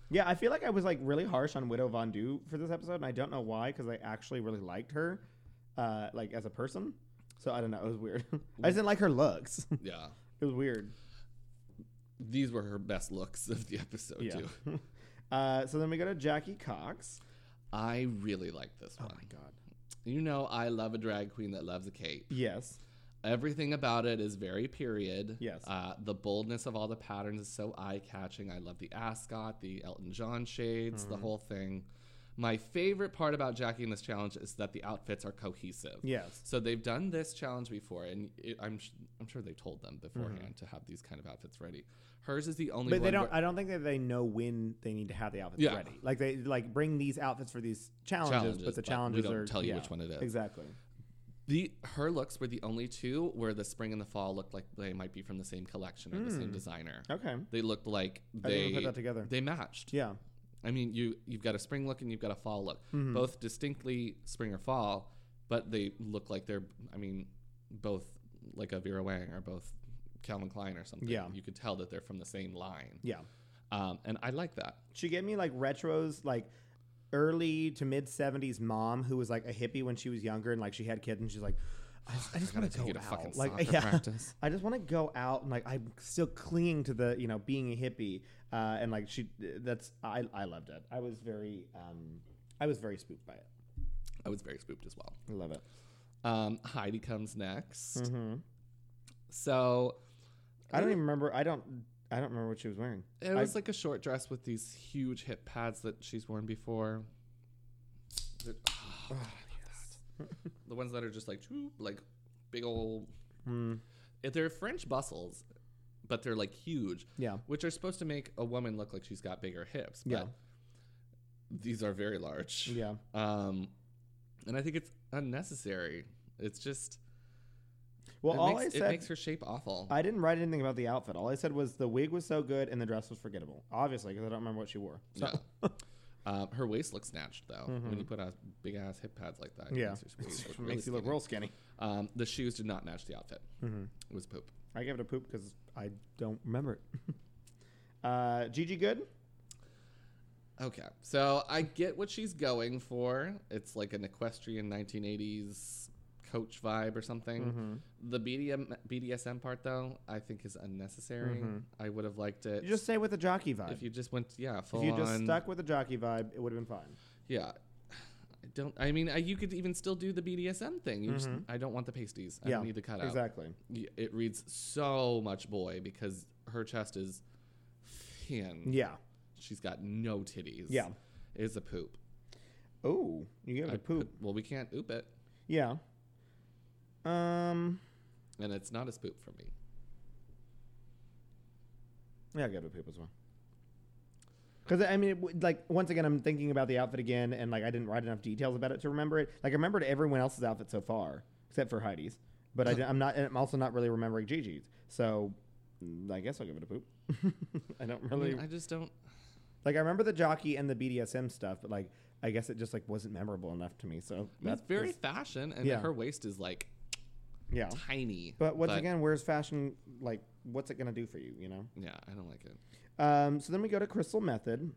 Speaker 1: Yeah, I feel like I was like really harsh on Widow Von Du for this episode, and I don't know why because I actually really liked her, uh, like as a person. So I don't know. It was weird. I just didn't like her looks.
Speaker 2: Yeah.
Speaker 1: it was weird.
Speaker 2: these were her best looks of the episode
Speaker 1: Yeah.
Speaker 2: Oh, too.
Speaker 1: uh, so then we go to Jackie Cox.
Speaker 2: I really like this one.
Speaker 1: Oh God.
Speaker 2: You know, I love a drag queen that loves a cape.
Speaker 1: Yes.
Speaker 2: Everything about it is very period.
Speaker 1: Yes.
Speaker 2: Uh, the boldness of all the patterns is so eye catching. I love the ascot, the Elton John shades,
Speaker 1: Mm-hmm.
Speaker 2: the whole thing. My favorite part about Jackie in this challenge is that the outfits are cohesive.
Speaker 1: Yes.
Speaker 2: So they've done this challenge before, and it, I'm sh- I'm sure they told them beforehand to have these kind of outfits ready. Hers is the
Speaker 1: Mm-hmm.
Speaker 2: only
Speaker 1: But
Speaker 2: one
Speaker 1: they
Speaker 2: where-
Speaker 1: don't. I don't think that they know when they need to have the outfits
Speaker 2: Yeah.
Speaker 1: ready. Like they like bring these outfits for these challenges,
Speaker 2: Challenges,
Speaker 1: but the
Speaker 2: but we
Speaker 1: challenges
Speaker 2: don't
Speaker 1: are
Speaker 2: tell you
Speaker 1: yeah,
Speaker 2: which one it is.
Speaker 1: Exactly.
Speaker 2: The her looks were the only two where the spring and the fall looked like they might be from the same collection or the
Speaker 1: Hmm.
Speaker 2: same designer.
Speaker 1: Okay.
Speaker 2: They looked like
Speaker 1: I didn't
Speaker 2: they
Speaker 1: even put that together.
Speaker 2: They matched.
Speaker 1: Yeah.
Speaker 2: I mean, you you've got a spring look and you've got a fall look,
Speaker 1: Mm-hmm.
Speaker 2: both distinctly spring or fall, but they look like they're. I mean, both like a Vera Wang or both Calvin Klein or something.
Speaker 1: Yeah.
Speaker 2: you could tell that they're from the same line.
Speaker 1: Yeah.
Speaker 2: Um, and I like that.
Speaker 1: She gave me like retros, like early to mid '70s mom who was like a hippie when she was younger, and like she had kids, and she's like, I just, I just
Speaker 2: gotta
Speaker 1: want to
Speaker 2: take
Speaker 1: go
Speaker 2: you to
Speaker 1: out,
Speaker 2: fucking
Speaker 1: like
Speaker 2: soccer
Speaker 1: yeah,
Speaker 2: practice."
Speaker 1: I just want to go out, and like I'm still clinging to the you know being a hippie, uh, and like she, that's I I loved it. I was very um, I was very spooked by it.
Speaker 2: I was very spooked as well.
Speaker 1: I love it.
Speaker 2: Um,
Speaker 1: Mm-hmm.
Speaker 2: Heidi comes next. So
Speaker 1: I don't even remember. I don't. I don't remember what she was wearing.
Speaker 2: It
Speaker 1: I-
Speaker 2: was like a short dress with these huge hip pads that she's worn before. They're- oh, God, I hate that. the ones that are just like choop, like big old. Hmm.
Speaker 1: Mm,
Speaker 2: If They're French bustles, but they're like huge,
Speaker 1: yeah.
Speaker 2: which are supposed to make a woman look like she's got bigger hips. But
Speaker 1: Yeah.
Speaker 2: these are very large.
Speaker 1: Yeah.
Speaker 2: Um, and I think it's unnecessary. It's just
Speaker 1: Well,
Speaker 2: it,
Speaker 1: all
Speaker 2: makes,
Speaker 1: I
Speaker 2: it
Speaker 1: said,
Speaker 2: makes her shape awful.
Speaker 1: I didn't write anything about the outfit. All I said was the wig was so good and the dress was forgettable. Obviously, because I don't remember what she wore. So, Mm-hmm.
Speaker 2: Yeah. Uh, her waist looks snatched though. When you put out big ass hip pads like that, it
Speaker 1: yeah,
Speaker 2: makes, your waist
Speaker 1: It
Speaker 2: look really
Speaker 1: makes you look
Speaker 2: skinny.
Speaker 1: real skinny.
Speaker 2: Um, the shoes did not match the outfit.
Speaker 1: Mhm.
Speaker 2: It was poop.
Speaker 1: I gave it a poop because I don't remember it. uh, Gigi Good.
Speaker 2: Okay, so I get what she's going for. It's like an equestrian 1980s coach vibe or something.
Speaker 1: Mm-hmm.
Speaker 2: The BDM, BDSM part though, I think is unnecessary. I would have liked it
Speaker 1: Mm-hmm. You just stay with the jockey vibe.
Speaker 2: if you just went, yeah, full
Speaker 1: If you just
Speaker 2: on-
Speaker 1: stuck with the jockey vibe, it would have been fine.
Speaker 2: Yeah. I don't. I mean, I, you could even still do the BDSM thing. You just, I don't want the pasties. I
Speaker 1: Mm-hmm. yeah,
Speaker 2: don't need the cutout.
Speaker 1: Exactly.
Speaker 2: Y- It reads so much boy because her chest is thin.
Speaker 1: Yeah.
Speaker 2: She's got no titties.
Speaker 1: Yeah.
Speaker 2: It's a poop.
Speaker 1: Oh, you gave it
Speaker 2: I
Speaker 1: a poop.
Speaker 2: put- well, we can't oop it,
Speaker 1: Yeah. Um.
Speaker 2: and it's not a spoop for me.
Speaker 1: Yeah, I got a poop as well. Because I mean, it, w- like once again, I'm thinking about the outfit again, and like I didn't write enough details about it to remember it. Like I remembered everyone else's outfit so far, except for Heidi's. But I, di- I'm not. and I'm also not really remembering Gigi's. So mm, I guess I'll give it a poop. I don't
Speaker 2: I, mean,
Speaker 1: really
Speaker 2: I just don't.
Speaker 1: like. I remember the jockey and the BDSM stuff, but like I guess it just like wasn't memorable enough to me. So
Speaker 2: I mean, it's
Speaker 1: that
Speaker 2: very
Speaker 1: is-
Speaker 2: fashion, and
Speaker 1: yeah.
Speaker 2: her waist is like
Speaker 1: yeah.
Speaker 2: tiny.
Speaker 1: But once again, where's fashion? Like, what's it gonna do for you? You know.
Speaker 2: yeah, I don't like it.
Speaker 1: Um, so then we go to Crystal Method.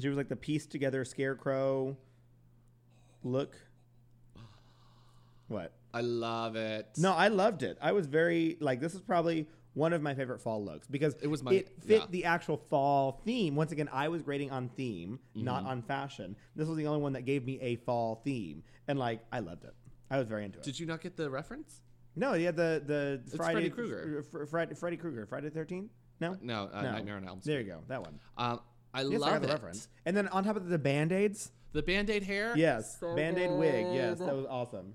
Speaker 1: She was like the pieced together scarecrow look. What?
Speaker 2: I love it.
Speaker 1: No, I loved it. I was very like this is probably one of my favorite fall looks because
Speaker 2: It was my-
Speaker 1: it fit
Speaker 2: yeah.
Speaker 1: the actual fall theme. Once again, I was grading on theme,
Speaker 2: Mm-hmm.
Speaker 1: not on fashion. This was the only one that gave me a fall theme, and like I loved it. I was very into it.
Speaker 2: Did you not get the reference?
Speaker 1: no, yeah, the the Friday
Speaker 2: Freddy Krueger.
Speaker 1: Fr- Fr- Freddy Krueger, Friday the Thirteenth. No,
Speaker 2: No, uh,
Speaker 1: No.
Speaker 2: Nightmare on Elm Street.
Speaker 1: there you go, that one.
Speaker 2: Um, I
Speaker 1: Yes, I
Speaker 2: love
Speaker 1: got the
Speaker 2: it.
Speaker 1: reference. And then on top of the band aids,
Speaker 2: The band-aid hair.
Speaker 1: yes,
Speaker 2: So
Speaker 1: band aid wig, yes,
Speaker 2: good.
Speaker 1: that was awesome.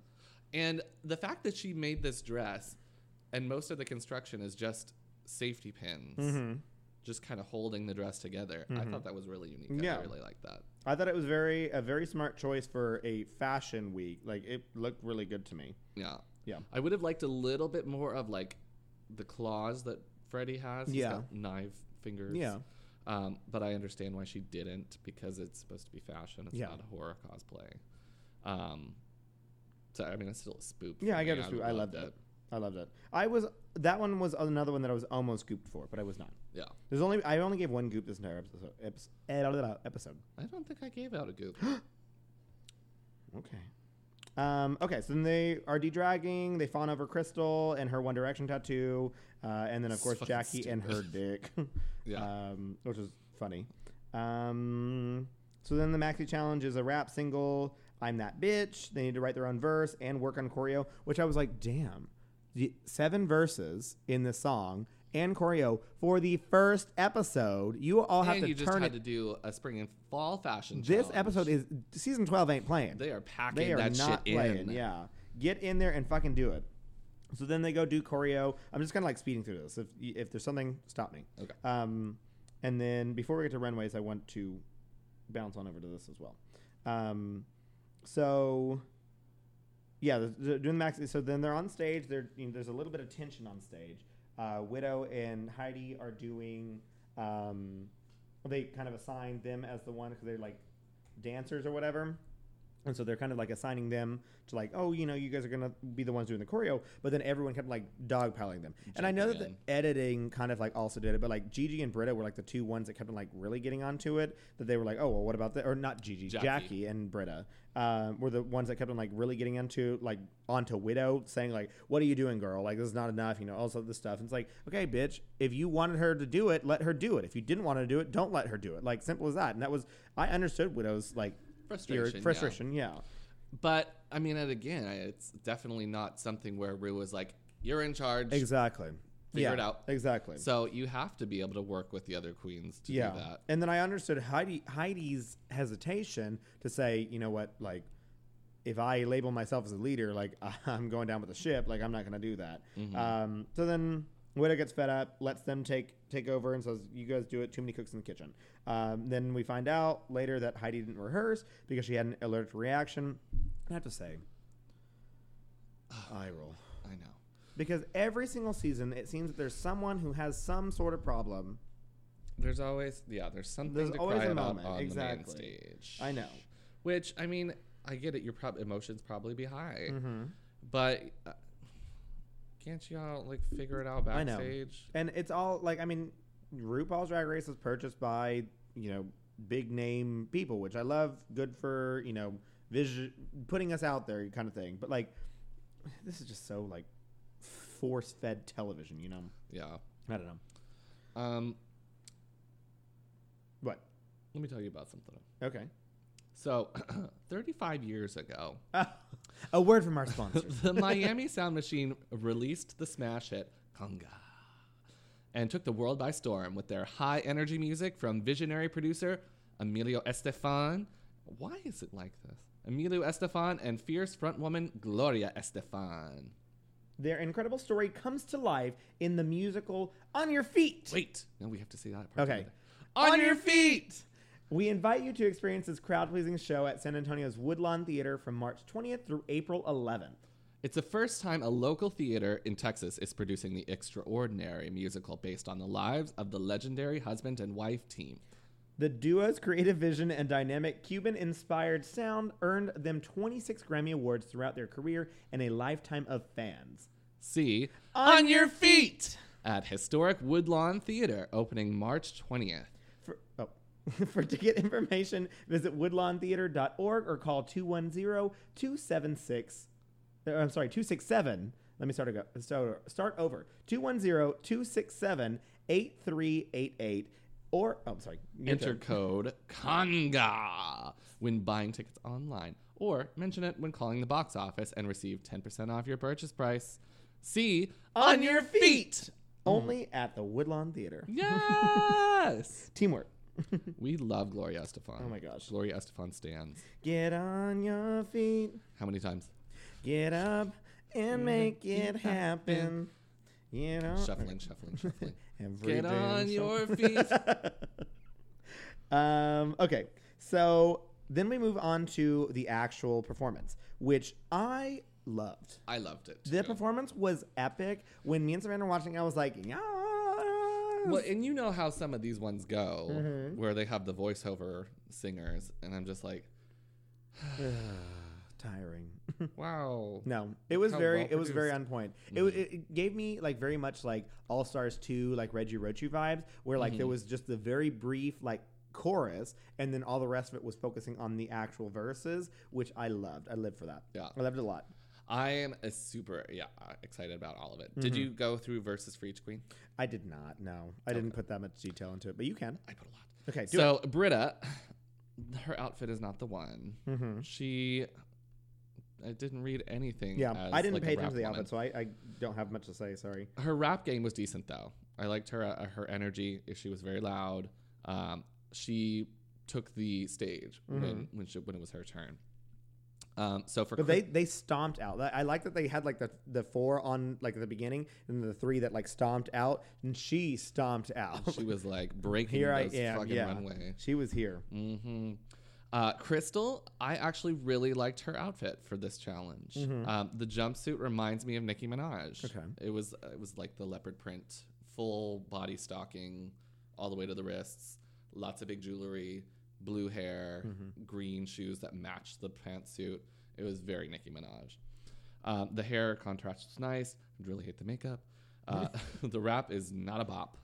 Speaker 2: And the fact that she made this dress, and most of the construction is just safety pins,
Speaker 1: Mm-hmm.
Speaker 2: just kind of holding the dress together. I thought that was really unique.
Speaker 1: Yeah.
Speaker 2: I really like that.
Speaker 1: I thought it was very a very smart choice for a fashion week. Like it looked really good to me.
Speaker 2: Yeah.
Speaker 1: Yeah.
Speaker 2: I would have liked a little bit more of like the claws that Freddy has. He's
Speaker 1: Yeah.
Speaker 2: got knife fingers.
Speaker 1: Yeah.
Speaker 2: Um, but I understand why she didn't because it's supposed to be fashion. It's
Speaker 1: Yeah.
Speaker 2: not a horror cosplay. Um, so I mean, it's still a spoop.
Speaker 1: Yeah,
Speaker 2: for
Speaker 1: I
Speaker 2: me.
Speaker 1: got to. I loved it. I loved it. I was that one was another one that I was almost gooped for, but I was not.
Speaker 2: Yeah.
Speaker 1: There's only I only gave one goop this entire episode. epis- eh, Episode.
Speaker 2: I don't think I gave out a goop.
Speaker 1: Okay. Um, okay, so then they are de-dragging. They fawn over Crystal and her One Direction tattoo, uh, and then of
Speaker 2: It's
Speaker 1: course
Speaker 2: fucking
Speaker 1: Jackie and her
Speaker 2: stupid.
Speaker 1: dick.
Speaker 2: Yeah.
Speaker 1: um, which is funny. Um, so then the maxi challenge is a rap single. I'm that bitch. They need to write their own verse and work on choreo, which I was like, damn, the seven verses in this song and choreo for the first episode. You all have
Speaker 2: and
Speaker 1: to
Speaker 2: you just
Speaker 1: turn
Speaker 2: had
Speaker 1: it.
Speaker 2: to do a spring and fall fashion.
Speaker 1: This
Speaker 2: challenge.
Speaker 1: episode is season twelve ain't playing.
Speaker 2: they are packing
Speaker 1: They are
Speaker 2: that
Speaker 1: not
Speaker 2: shit
Speaker 1: playing.
Speaker 2: in.
Speaker 1: Yeah, get in there and fucking do it. So then they go do choreo. I'm just kind of like speeding through this. If y- if there's something, stop me.
Speaker 2: Okay.
Speaker 1: Um, and then before we get to runways, I want to bounce on over to this as well. Um, so yeah, the- the- doing the max. So then they're on stage. There, you know, there's a little bit of tension on stage. Uh, Widow and Heidi are doing. Um, they kind of assign them as the one because they're like dancers or whatever. And so they're kind of like assigning them to like, oh, you know, you guys are gonna be the ones doing the choreo, but then everyone kept like dogpiling them. and I know that
Speaker 2: Jumping
Speaker 1: the
Speaker 2: in.
Speaker 1: editing kind of like also did it, but like Gigi and Britta were like the two ones that kept on like really getting onto it. That they were like, oh, well, what about that? Or not Gigi, Jackie,
Speaker 2: Jackie.
Speaker 1: and Britta um, were the ones that kept on like really getting into like onto Widow, saying like, what are you doing, girl? Like this is not enough, you know, all this other stuff. And it's like, okay, bitch, if you wanted her to do it, let her do it. If you didn't want her to do it, don't let her do it. Like simple as that. And that was I understood Widow's like
Speaker 2: Frustration,
Speaker 1: irri-
Speaker 2: yeah.
Speaker 1: frustration, yeah.
Speaker 2: But I mean, and again, I- it's definitely not something where Rue was like, "You're in charge.
Speaker 1: Exactly.
Speaker 2: figure
Speaker 1: yeah,
Speaker 2: it out.
Speaker 1: Exactly.
Speaker 2: So you have to be able to work with the other queens to
Speaker 1: yeah.
Speaker 2: do that.
Speaker 1: And then I understood Heidi Heidi's hesitation to say, you know what, like if I label myself as a leader, like I'm going down with the ship, like I'm not going to do that.
Speaker 2: Mm-hmm.
Speaker 1: Um, so then Widow gets fed up, lets them take take over, and says, "You guys do it. Too many cooks in the kitchen." Um, then we find out later that Heidi didn't rehearse because she had an allergic reaction. I have to say, eye roll.
Speaker 2: I know.
Speaker 1: Because every single season, it seems that there's someone who has some sort of problem.
Speaker 2: There's always yeah. There's something
Speaker 1: There's
Speaker 2: to
Speaker 1: always
Speaker 2: cry
Speaker 1: a
Speaker 2: about
Speaker 1: moment,
Speaker 2: on
Speaker 1: exactly.
Speaker 2: the main stage.
Speaker 1: I know.
Speaker 2: Which I mean, I get it. Your prob- emotions probably be high,
Speaker 1: hmm
Speaker 2: but uh, can't y'all like figure it out
Speaker 1: I know.
Speaker 2: backstage?
Speaker 1: And it's all like I mean, RuPaul's Drag Race was purchased by you know big name people, which I love. Good for you know vision putting us out there kind of thing. But like, this is just so like force fed television. You know,
Speaker 2: Yeah.
Speaker 1: I don't know
Speaker 2: Um,
Speaker 1: what.
Speaker 2: let me tell you about something.
Speaker 1: Okay,
Speaker 2: So, 35 years ago,
Speaker 1: a word from our sponsors.
Speaker 2: the Miami Sound Machine released the smash hit Conga and took the world by storm with their high energy music from visionary producer Emilio Estefan. Why is it like this? Emilio Estefan and fierce frontwoman Gloria Estefan.
Speaker 1: Their incredible story comes to life in the musical On Your Feet.
Speaker 2: Wait, no, we have to say that part.
Speaker 1: Okay.
Speaker 2: together. On,
Speaker 1: On
Speaker 2: your
Speaker 1: your
Speaker 2: feet!
Speaker 1: We invite you to experience this crowd pleasing show at San Antonio's Woodlawn Theater from March 20th through April 11th.
Speaker 2: It's the first time a local theater in Texas is producing the extraordinary musical based on the lives of the legendary husband and wife team.
Speaker 1: The duo's creative vision and dynamic Cuban inspired sound earned them 26 Grammy Awards throughout their career and a lifetime of fans.
Speaker 2: See
Speaker 1: On your
Speaker 2: feet at historic Woodlawn Theater opening March 20th.
Speaker 1: For, oh, for ticket information, visit woodlawntheater.org or call 210 276. uh, I'm sorry, 267. Let me start, ago, start, start over 210 267 8388. Or, oh, I'm sorry. your
Speaker 2: Enter
Speaker 1: turn.
Speaker 2: code CONGA when buying tickets online or mention it when calling the box office and receive 10% off your purchase price. See on your feet.
Speaker 1: Only at the Woodlawn Theater.
Speaker 2: Yes.
Speaker 1: Teamwork.
Speaker 2: we love Gloria Estefan.
Speaker 1: Oh my gosh.
Speaker 2: Gloria Estefan stands.
Speaker 1: Get on your feet.
Speaker 2: How many times?
Speaker 1: Get up and make it happen. You know,
Speaker 2: Shuffling, shuffling, shuffling.
Speaker 1: every
Speaker 2: Get
Speaker 1: day
Speaker 2: on
Speaker 1: is
Speaker 2: your
Speaker 1: some-
Speaker 2: feet.
Speaker 1: um, okay, so then we move on to the actual performance, which I loved.
Speaker 2: I loved it.
Speaker 1: The
Speaker 2: too.
Speaker 1: performance was epic. When me and Savannah were watching, I was like, yeah.
Speaker 2: Well, and you know how some of these ones go,
Speaker 1: Mm-hmm.
Speaker 2: where they have the voiceover singers, and I'm just like,
Speaker 1: tiring.
Speaker 2: wow.
Speaker 1: No, it was
Speaker 2: how
Speaker 1: very,
Speaker 2: well
Speaker 1: it was very on
Speaker 2: produced.
Speaker 1: point. It wa- It, it gave me like very much like All Stars two, like Reggie Rochu vibes, where like
Speaker 2: Mm-hmm.
Speaker 1: there was just the very brief like chorus, and then all the rest of it was focusing on the actual verses, which I loved. I lived for that.
Speaker 2: Yeah.
Speaker 1: I loved it a lot.
Speaker 2: I am a super yeah uh, excited about all of it. Did
Speaker 1: Mm-hmm.
Speaker 2: you go through verses for each queen?
Speaker 1: I did not. No, I didn't put that much detail into it, but you can.
Speaker 2: I put a lot.
Speaker 1: Okay, do
Speaker 2: So Britta, her outfit is not the one.
Speaker 1: it. hmm
Speaker 2: She, I didn't read anything.
Speaker 1: Yeah,
Speaker 2: as,
Speaker 1: I didn't
Speaker 2: like, a
Speaker 1: pay attention
Speaker 2: rap
Speaker 1: to the
Speaker 2: woman.
Speaker 1: outfit, so I, I don't have much to say. Sorry.
Speaker 2: Her rap game was decent though. I liked her uh, her energy. She was very loud. Um, she took the stage when when, she, when it was her turn. Um, so for
Speaker 1: Mm-hmm. But
Speaker 2: Chris-
Speaker 1: they they stomped out. I I like that they had like the the four on like the beginning and the three that like stomped out, and she stomped out.
Speaker 2: she was like breaking
Speaker 1: Here I
Speaker 2: those
Speaker 1: am,
Speaker 2: fucking
Speaker 1: yeah.
Speaker 2: runway.
Speaker 1: She was here.
Speaker 2: hmm Uh, Crystal, I actually really liked her outfit for this challenge. Um, the jumpsuit reminds me of Nicki Minaj.
Speaker 1: Okay.
Speaker 2: it was uh, it was like the leopard print, full body stocking, all the way to the wrists, lots of big jewelry, blue hair, green shoes that matched the pantsuit. It was very Nicki Minaj. Um, the hair contrast was nice. I really hate the makeup. Uh, the rap is not a bop.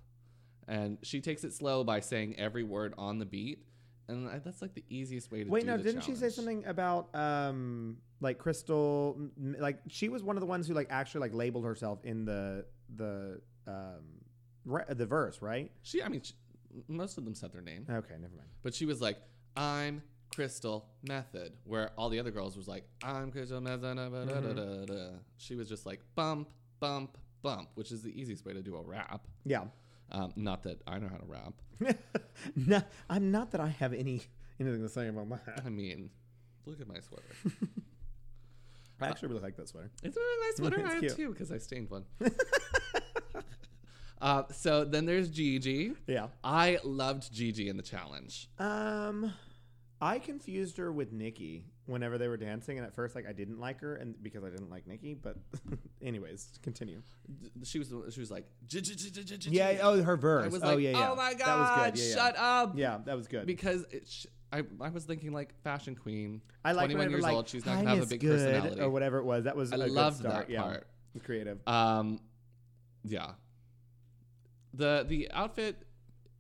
Speaker 2: And she takes it slow by saying every word on the beat. And I, that's like the easiest way to
Speaker 1: Wait,
Speaker 2: do
Speaker 1: no,
Speaker 2: the
Speaker 1: didn't she say
Speaker 2: challenge.
Speaker 1: something about um like Crystal? m- m- Like she was one of the ones who like actually like labeled herself in the the um re- the verse, right?
Speaker 2: She, I mean, she, most of them said their name,
Speaker 1: Okay, never mind.
Speaker 2: but she was like, I'm Crystal Method, where all the other
Speaker 1: Mm-hmm.
Speaker 2: girls was like, I'm Crystal Method. da, da, da, da, da." She was just like, bump, bump, bump, which is the easiest way to do a wrap.
Speaker 1: Yeah.
Speaker 2: Um, not that I know how to wrap.
Speaker 1: no, I'm not that I have any anything to say about that.
Speaker 2: I mean, look at my sweater.
Speaker 1: I actually really like that sweater.
Speaker 2: It's a really nice sweater.
Speaker 1: It's
Speaker 2: I have
Speaker 1: cute.
Speaker 2: two because I stained one. uh, so then there's Gigi.
Speaker 1: Yeah.
Speaker 2: I loved Gigi in the challenge.
Speaker 1: Um, I confused her with Nikki whenever they were dancing, and at first, like, I didn't like her, and because I didn't like Nikki. But, anyways, continue.
Speaker 2: D- She was she was like Gigi. Gigi, Gigi,
Speaker 1: Yeah.
Speaker 2: Gigi."
Speaker 1: Oh, her verse.
Speaker 2: I was
Speaker 1: oh,
Speaker 2: like,
Speaker 1: yeah, yeah.
Speaker 2: oh my
Speaker 1: That was
Speaker 2: god,
Speaker 1: good. Yeah,
Speaker 2: shut up.
Speaker 1: Yeah. yeah, that was good.
Speaker 2: Because it sh- I I was thinking like fashion queen.
Speaker 1: I like
Speaker 2: 21
Speaker 1: whenever,
Speaker 2: years
Speaker 1: like,
Speaker 2: old. She's not
Speaker 1: "I'm
Speaker 2: gonna have a
Speaker 1: as
Speaker 2: big
Speaker 1: good,"
Speaker 2: personality.
Speaker 1: or whatever it was. That was
Speaker 2: I
Speaker 1: a
Speaker 2: loved
Speaker 1: good start.
Speaker 2: that
Speaker 1: yeah.
Speaker 2: part.
Speaker 1: Creative.
Speaker 2: Um, yeah. The the outfit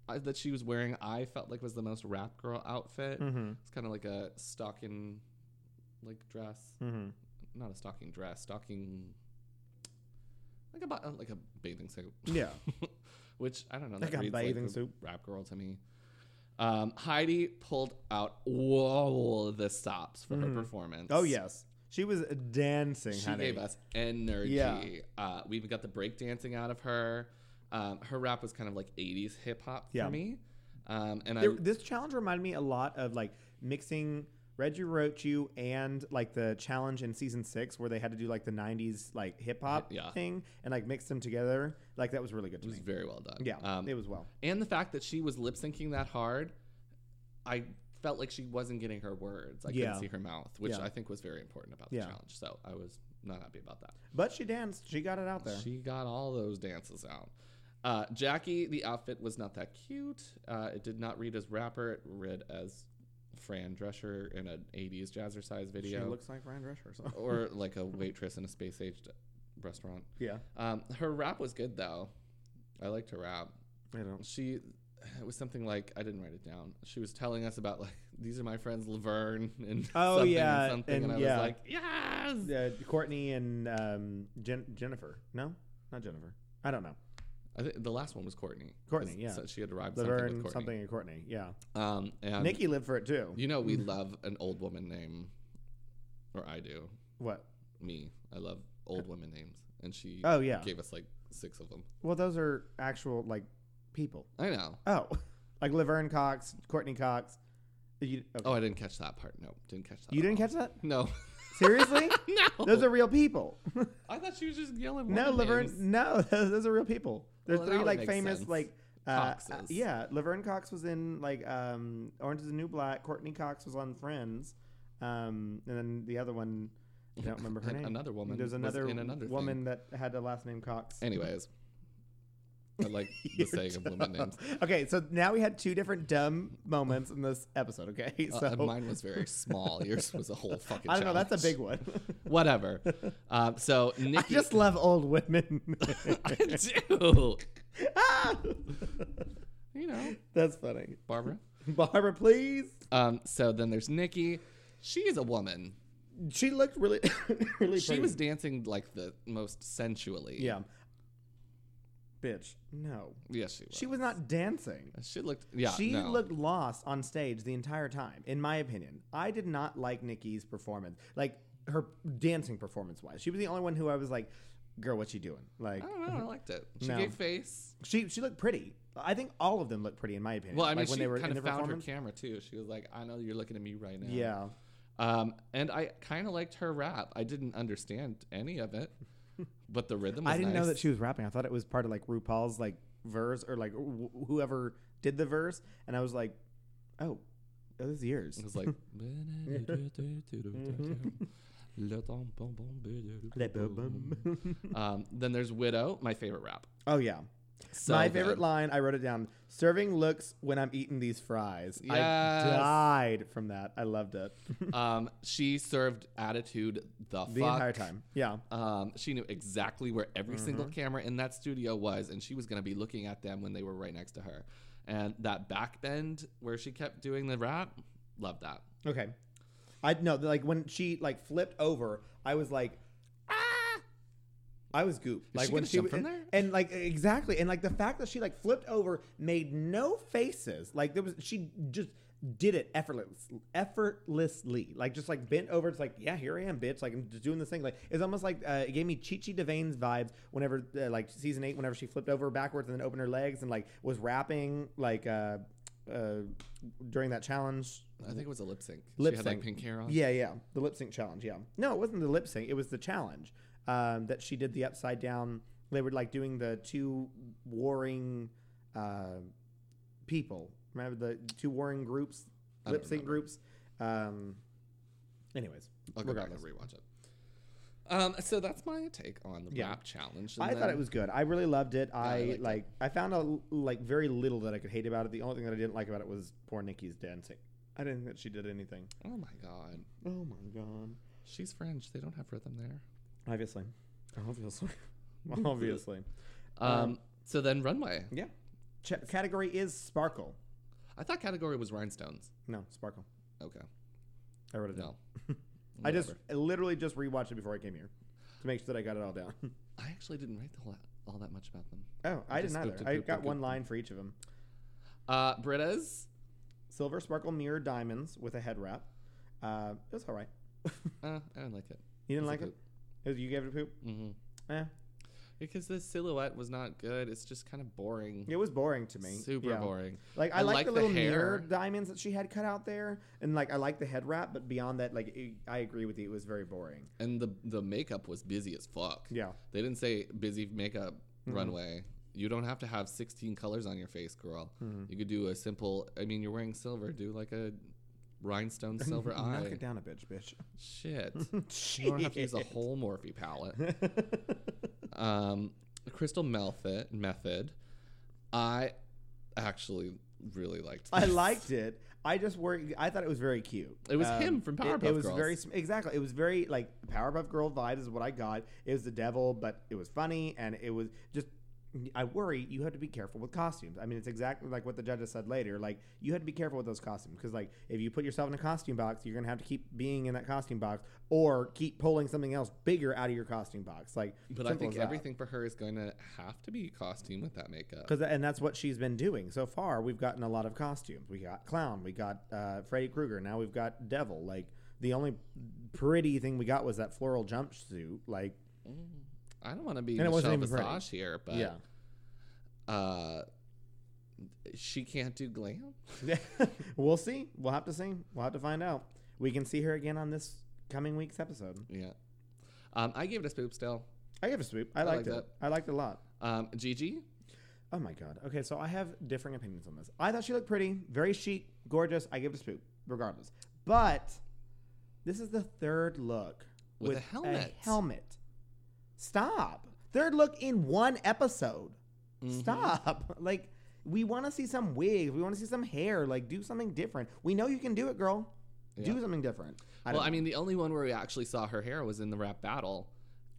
Speaker 2: uh, that she was wearing, I felt like was the most rap girl outfit.
Speaker 1: Mm-hmm.
Speaker 2: It's kind of like a stocking, like dress,
Speaker 1: Mm-hmm.
Speaker 2: not a stocking dress, stocking, like a ba- uh, like a bathing suit.
Speaker 1: Yeah.
Speaker 2: Which I don't know.
Speaker 1: Like
Speaker 2: that
Speaker 1: a
Speaker 2: reads
Speaker 1: bathing
Speaker 2: the
Speaker 1: suit.
Speaker 2: Rap girl to me. Um, Heidi pulled out all the stops for her performance.
Speaker 1: Oh yes, she was dancing.
Speaker 2: She
Speaker 1: honey.
Speaker 2: gave us energy.
Speaker 1: Yeah.
Speaker 2: Uh, we even got the break dancing out of her. Um, her rap was kind of like 80s hip hop for
Speaker 1: Yeah.
Speaker 2: me. Um, and
Speaker 1: There-
Speaker 2: I,
Speaker 1: this challenge reminded me a lot of like mixing Reggie Roach You and like the challenge in season six where they had to do like the '90s like hip hop
Speaker 2: Yeah.
Speaker 1: thing and like mix them together. Like that was really good to
Speaker 2: it was
Speaker 1: me.
Speaker 2: very well done.
Speaker 1: Yeah,
Speaker 2: Um,
Speaker 1: it was well.
Speaker 2: and the fact that she was lip syncing that hard, I felt like she wasn't getting her words. I
Speaker 1: Yeah.
Speaker 2: couldn't see her mouth, which
Speaker 1: Yeah.
Speaker 2: I think was very important about the
Speaker 1: Yeah.
Speaker 2: challenge. So I was not happy about that.
Speaker 1: But she danced. She got it out there.
Speaker 2: She got all those dances out. Uh, Jackie, the outfit was not that cute. Uh, it did not read as rapper. It read as Fran Drescher in an 80s jazzercise
Speaker 1: She
Speaker 2: video.
Speaker 1: looks like Ryan Drescher. So.
Speaker 2: or like a waitress in a space aged restaurant.
Speaker 1: Yeah,
Speaker 2: Um, her rap was good, though. I liked her rap.
Speaker 1: I don't.
Speaker 2: She, it was something like, I didn't write it down. She was telling us about, like, these are my friends, Laverne and
Speaker 1: Oh,
Speaker 2: something
Speaker 1: yeah,
Speaker 2: and something. And,
Speaker 1: and
Speaker 2: I
Speaker 1: yeah.
Speaker 2: was like, yes!
Speaker 1: Uh, Courtney and um, Jen- Jennifer. No, not Jennifer. I don't know.
Speaker 2: I think the last one was Courtney.
Speaker 1: Courtney,
Speaker 2: 'cause
Speaker 1: yeah.
Speaker 2: so- she had arrived something
Speaker 1: Laverne,
Speaker 2: with
Speaker 1: something,
Speaker 2: Courtney.
Speaker 1: and Courtney. Yeah,
Speaker 2: Um, and
Speaker 1: Nikki lived for it too.
Speaker 2: You know, we love an old woman name, or I do.
Speaker 1: What?
Speaker 2: Me, I love old women names, and she
Speaker 1: Oh yeah.
Speaker 2: gave us like six of them.
Speaker 1: Well, those are actual like people.
Speaker 2: I know.
Speaker 1: Oh, like Laverne Cox, Courtney Cox. You, okay.
Speaker 2: Oh, I didn't catch that part. No, didn't catch that.
Speaker 1: you
Speaker 2: at
Speaker 1: didn't
Speaker 2: all.
Speaker 1: catch that?
Speaker 2: No,
Speaker 1: Seriously?
Speaker 2: no.
Speaker 1: those are real people.
Speaker 2: I thought she was just yelling.
Speaker 1: no,
Speaker 2: woman
Speaker 1: Laverne.
Speaker 2: names.
Speaker 1: No, those, those are real people. There's
Speaker 2: Well, that
Speaker 1: three
Speaker 2: would
Speaker 1: like
Speaker 2: make
Speaker 1: famous
Speaker 2: sense.
Speaker 1: like. Uh, uh,
Speaker 2: Coxes.
Speaker 1: yeah, Laverne Cox was in like um, Orange Is the New Black. Courtney Cox was on Friends, um, and then the other one, I don't remember her
Speaker 2: And
Speaker 1: name.
Speaker 2: another woman
Speaker 1: There's
Speaker 2: was
Speaker 1: another,
Speaker 2: in another thing.
Speaker 1: woman that had the last name Cox.
Speaker 2: Anyways, I like the
Speaker 1: You're
Speaker 2: saying of
Speaker 1: dumb.
Speaker 2: women names.
Speaker 1: Okay, so now we had two different dumb moments in this episode. Okay,
Speaker 2: Uh,
Speaker 1: so
Speaker 2: and mine was very small. Yours was a whole fucking.
Speaker 1: I don't know. That's a
Speaker 2: challenge.
Speaker 1: big one.
Speaker 2: Whatever. Um, so Nikki,
Speaker 1: I just love old women.
Speaker 2: I do.
Speaker 1: Ah!
Speaker 2: You know,
Speaker 1: that's funny.
Speaker 2: Barbara.
Speaker 1: Barbara, please.
Speaker 2: Um, so then there's Nikki. She is a woman.
Speaker 1: She looked really, really.
Speaker 2: She
Speaker 1: pretty.
Speaker 2: was dancing like the most sensually.
Speaker 1: yeah. Bitch, no.
Speaker 2: Yes, she was.
Speaker 1: She was not dancing.
Speaker 2: She looked. Yeah.
Speaker 1: she
Speaker 2: no.
Speaker 1: looked lost on stage the entire time, in my opinion. I did not like Nikki's performance, like her dancing performance wise. She was the only one who I was like, "Girl, what you doing?" Like
Speaker 2: I don't know. I liked it. She
Speaker 1: No.
Speaker 2: gave face.
Speaker 1: she she looked pretty. I think all of them looked pretty, in my opinion.
Speaker 2: Well, I mean,
Speaker 1: like
Speaker 2: she kind
Speaker 1: their
Speaker 2: of found her camera too. She was like, "I know you're looking at me right now."
Speaker 1: Yeah,
Speaker 2: Um, and I kind of liked her rap. I didn't understand any of it, but the rhythm. Was
Speaker 1: I didn't
Speaker 2: nice.
Speaker 1: know that she was rapping. I thought it was part of like RuPaul's like verse or like wh- whoever did the verse, and I was like, oh, oh this is yours.
Speaker 2: It was like. um, then there's Widow, my favorite rap.
Speaker 1: Oh yeah.
Speaker 2: So
Speaker 1: My
Speaker 2: good.
Speaker 1: favorite line, I wrote it down. Serving looks when I'm eating these fries. I
Speaker 2: Yes.
Speaker 1: died from that. I loved it.
Speaker 2: um, she served attitude the,
Speaker 1: the
Speaker 2: fuck.
Speaker 1: entire time. Mm-hmm. Yeah.
Speaker 2: Um, she knew exactly where every single camera in that studio was, and she was going to be looking at them when they were right next to her. And that back bend where she kept doing the rap, love that.
Speaker 1: Okay. I no, like when she like flipped over, I was like, ah. I was goop. Like
Speaker 2: she
Speaker 1: when
Speaker 2: gonna
Speaker 1: she
Speaker 2: jump
Speaker 1: w-
Speaker 2: from
Speaker 1: and,
Speaker 2: there?
Speaker 1: and like exactly, and like the fact that she like flipped over made no faces. Like there was, she just did it effortless, effortlessly. Like just like bent over. It's like, yeah, here I am, bitch. Like I'm just doing this thing. Like it's almost like uh, it gave me Chichi Devane's vibes whenever uh, like season eight, whenever she flipped over backwards and then opened her legs and like was rapping like uh, uh, during that challenge.
Speaker 2: I think it was a lip sync.
Speaker 1: Mm-hmm. Lip
Speaker 2: she had like
Speaker 1: sync.
Speaker 2: pink hair on.
Speaker 1: Yeah, yeah, the lip sync challenge. Yeah, no, it wasn't the lip sync. It was the challenge um, that she did the upside down. They were like doing the two warring uh, people. Remember the two warring groups,
Speaker 2: I don't
Speaker 1: lip sync groups. Um, anyways,
Speaker 2: I'll go back and rewatch it. Um, so that's my take on the
Speaker 1: Yeah.
Speaker 2: rap challenge. and
Speaker 1: I thought
Speaker 2: then-
Speaker 1: it was good. I really loved it.
Speaker 2: I
Speaker 1: I
Speaker 2: liked
Speaker 1: like.
Speaker 2: it.
Speaker 1: I found out like very little that I could hate about it. The only thing that I didn't like about it was poor Nikki's dancing. I didn't think that she did anything.
Speaker 2: Oh my god,
Speaker 1: Oh my god.
Speaker 2: she's French. They don't have rhythm there.
Speaker 1: Obviously. Obviously. Obviously.
Speaker 2: Um,
Speaker 1: Um,
Speaker 2: so then runway.
Speaker 1: Yeah. Ch- category is sparkle.
Speaker 2: I thought category was rhinestones.
Speaker 1: No, sparkle.
Speaker 2: Okay,
Speaker 1: I wrote it down.
Speaker 2: no.
Speaker 1: I just
Speaker 2: Whatever.
Speaker 1: I literally just rewatched it before I came here to make sure that I got it all down.
Speaker 2: I actually didn't write the whole, all that much about them.
Speaker 1: oh, I
Speaker 2: Just
Speaker 1: didn't either.
Speaker 2: gooped it,
Speaker 1: I
Speaker 2: gooped it,
Speaker 1: got one
Speaker 2: gooped it.
Speaker 1: line for each of them.
Speaker 2: Uh, Britta's.
Speaker 1: Silver sparkle mirror diamonds with a head wrap. Uh, it was all right.
Speaker 2: Uh, I don't like it.
Speaker 1: You didn't
Speaker 2: It's a
Speaker 1: like it?
Speaker 2: poop.
Speaker 1: it? was- You gave it a poop?
Speaker 2: Mm-hmm.
Speaker 1: Eh.
Speaker 2: Because the silhouette was not good. It's just kind of boring.
Speaker 1: It was boring to me.
Speaker 2: Super
Speaker 1: Yeah.
Speaker 2: boring.
Speaker 1: Like I,
Speaker 2: I
Speaker 1: like,
Speaker 2: like
Speaker 1: the,
Speaker 2: the
Speaker 1: little
Speaker 2: hair.
Speaker 1: mirror diamonds that she had cut out there, and like I like the head wrap, but beyond that, like it, I agree with you, it was very boring.
Speaker 2: And the the makeup was busy as fuck.
Speaker 1: Yeah,
Speaker 2: They didn't say busy makeup
Speaker 1: Mm-hmm.
Speaker 2: runway. You don't have to have 16 colors on your face, girl.
Speaker 1: Mm-hmm.
Speaker 2: You could do a simple, I mean, you're wearing silver. Do like a rhinestone silver
Speaker 1: knock
Speaker 2: eye.
Speaker 1: it down a bitch, bitch.
Speaker 2: Shit. you don't have to use a whole Morphe palette. um, Crystal Method. method. I actually really liked
Speaker 1: I
Speaker 2: this.
Speaker 1: liked it. I just worry. I thought it was very cute. Um,
Speaker 2: It was him from
Speaker 1: it- It,
Speaker 2: Powerpuff
Speaker 1: was
Speaker 2: Girls.
Speaker 1: very sm- exactly. It was very like Powerpuff Girl vibes is what I got. It was the devil, but it was funny and it was just. I worry you have to be careful with costumes. I mean, it's exactly like what the judges said later. Like you had to be careful with those costumes because, like, if you put yourself in a costume box, you're gonna have to keep being in that costume box or keep pulling something else bigger out of your costume box. Like,
Speaker 2: But I think everything for her is going to have to be costume with that makeup.
Speaker 1: because and that's what she's been doing so far. We've gotten a lot of costumes. We got clown. We got uh, Freddy Krueger. Now we've got devil. Like the only pretty thing we got was that floral jumpsuit. Like
Speaker 2: I don't want to be
Speaker 1: And it
Speaker 2: Michelle
Speaker 1: wasn't even pretty.
Speaker 2: Visage here, but
Speaker 1: yeah,
Speaker 2: uh, she can't do glam.
Speaker 1: we'll see. We'll have to see. We'll have to find out. We can see her again on this coming week's episode.
Speaker 2: Yeah. Um, I gave it a spoop still.
Speaker 1: I gave a swoop. I liked
Speaker 2: liked
Speaker 1: it. I liked it a lot.
Speaker 2: Um, Gigi,
Speaker 1: Oh my god. Okay, so I have differing opinions on this. I thought she looked pretty, very chic, gorgeous. I give it a spoop, regardless. But this is the third look
Speaker 2: With a helmet.
Speaker 1: helmet. Stop. Third look in one episode.
Speaker 2: Mhm.
Speaker 1: Stop. Like we want to see some wigs. We want to see some hair. Like do something different. We know you can do it, girl.
Speaker 2: Yeah.
Speaker 1: Do something different.
Speaker 2: well,
Speaker 1: don't
Speaker 2: I mean, the only one where we actually saw her hair was in the rap battle,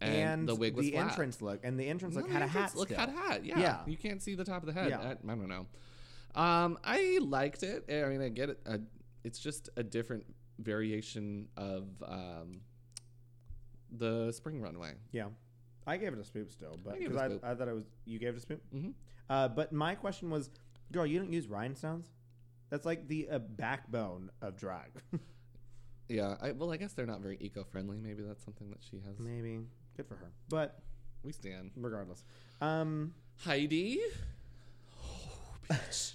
Speaker 1: know.
Speaker 2: and, the wig was
Speaker 1: the
Speaker 2: flat.
Speaker 1: entrance look and the entrance
Speaker 2: No,
Speaker 1: look
Speaker 2: the
Speaker 1: had a
Speaker 2: entrance
Speaker 1: hat.
Speaker 2: Look,
Speaker 1: still.
Speaker 2: had a hat. Yeah.
Speaker 1: Yeah.
Speaker 2: You can't see the top of the head.
Speaker 1: Yeah.
Speaker 2: I, I don't know. Um, I liked it. I mean, I get it. Uh, it's just a different variation of um, the spring runway.
Speaker 1: Yeah. I gave it a spoop still, but
Speaker 2: I gave it
Speaker 1: because
Speaker 2: a
Speaker 1: I,
Speaker 2: spoop.
Speaker 1: I, thought it was you gave it a spoop.
Speaker 2: Mhm.
Speaker 1: Uh, but my question was, girl, you don't use rhinestones. That's like the uh, backbone of drag.
Speaker 2: Yeah. I, well, I guess they're not very eco-friendly. Maybe that's something that she has.
Speaker 1: Maybe good for her, but
Speaker 2: We stand.
Speaker 1: regardless, um,
Speaker 2: Heidi. Oh, bitch.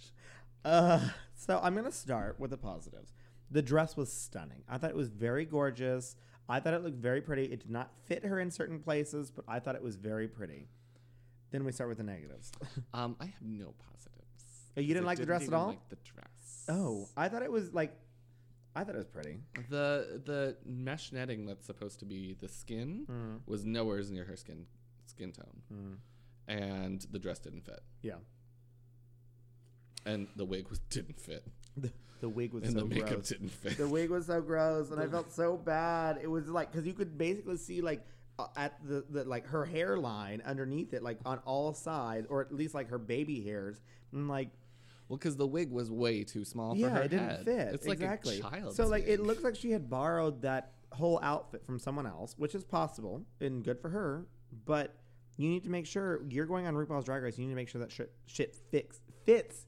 Speaker 1: Uh, so I'm gonna start with the positives. The dress was stunning. I thought it was very gorgeous. I thought it looked very pretty. It did not fit her in certain places, but I thought it was very pretty. Then we start with the negatives.
Speaker 2: um, I have no positives.
Speaker 1: Oh, you
Speaker 2: 'cause
Speaker 1: didn't
Speaker 2: I
Speaker 1: like the dress at
Speaker 2: even
Speaker 1: all?
Speaker 2: Like the dress.
Speaker 1: Oh, I thought it was like, I thought it was pretty.
Speaker 2: The the mesh netting that's supposed to be the skin
Speaker 1: Hmm.
Speaker 2: was nowhere near her skin skin tone,
Speaker 1: Hmm.
Speaker 2: and the dress didn't fit,
Speaker 1: Yeah,
Speaker 2: and the wig was didn't fit,
Speaker 1: the, the wig was
Speaker 2: and
Speaker 1: so
Speaker 2: the makeup
Speaker 1: gross.
Speaker 2: didn't fit.
Speaker 1: The wig was so gross, and I felt so bad. It was like because you could basically see like uh, at the, the like her hairline underneath it, like on all sides, or at least like her baby hairs, and like
Speaker 2: well, because the wig was way too small for
Speaker 1: yeah,
Speaker 2: her
Speaker 1: it didn't
Speaker 2: head.
Speaker 1: fit.
Speaker 2: It's like
Speaker 1: exactly.
Speaker 2: a child's
Speaker 1: So like it
Speaker 2: wig.
Speaker 1: looks like she had borrowed that whole outfit from someone else, which is possible and good for her, but. You need to make sure you're going on RuPaul's Drag Race. You need to make sure that shit, shit fix, fits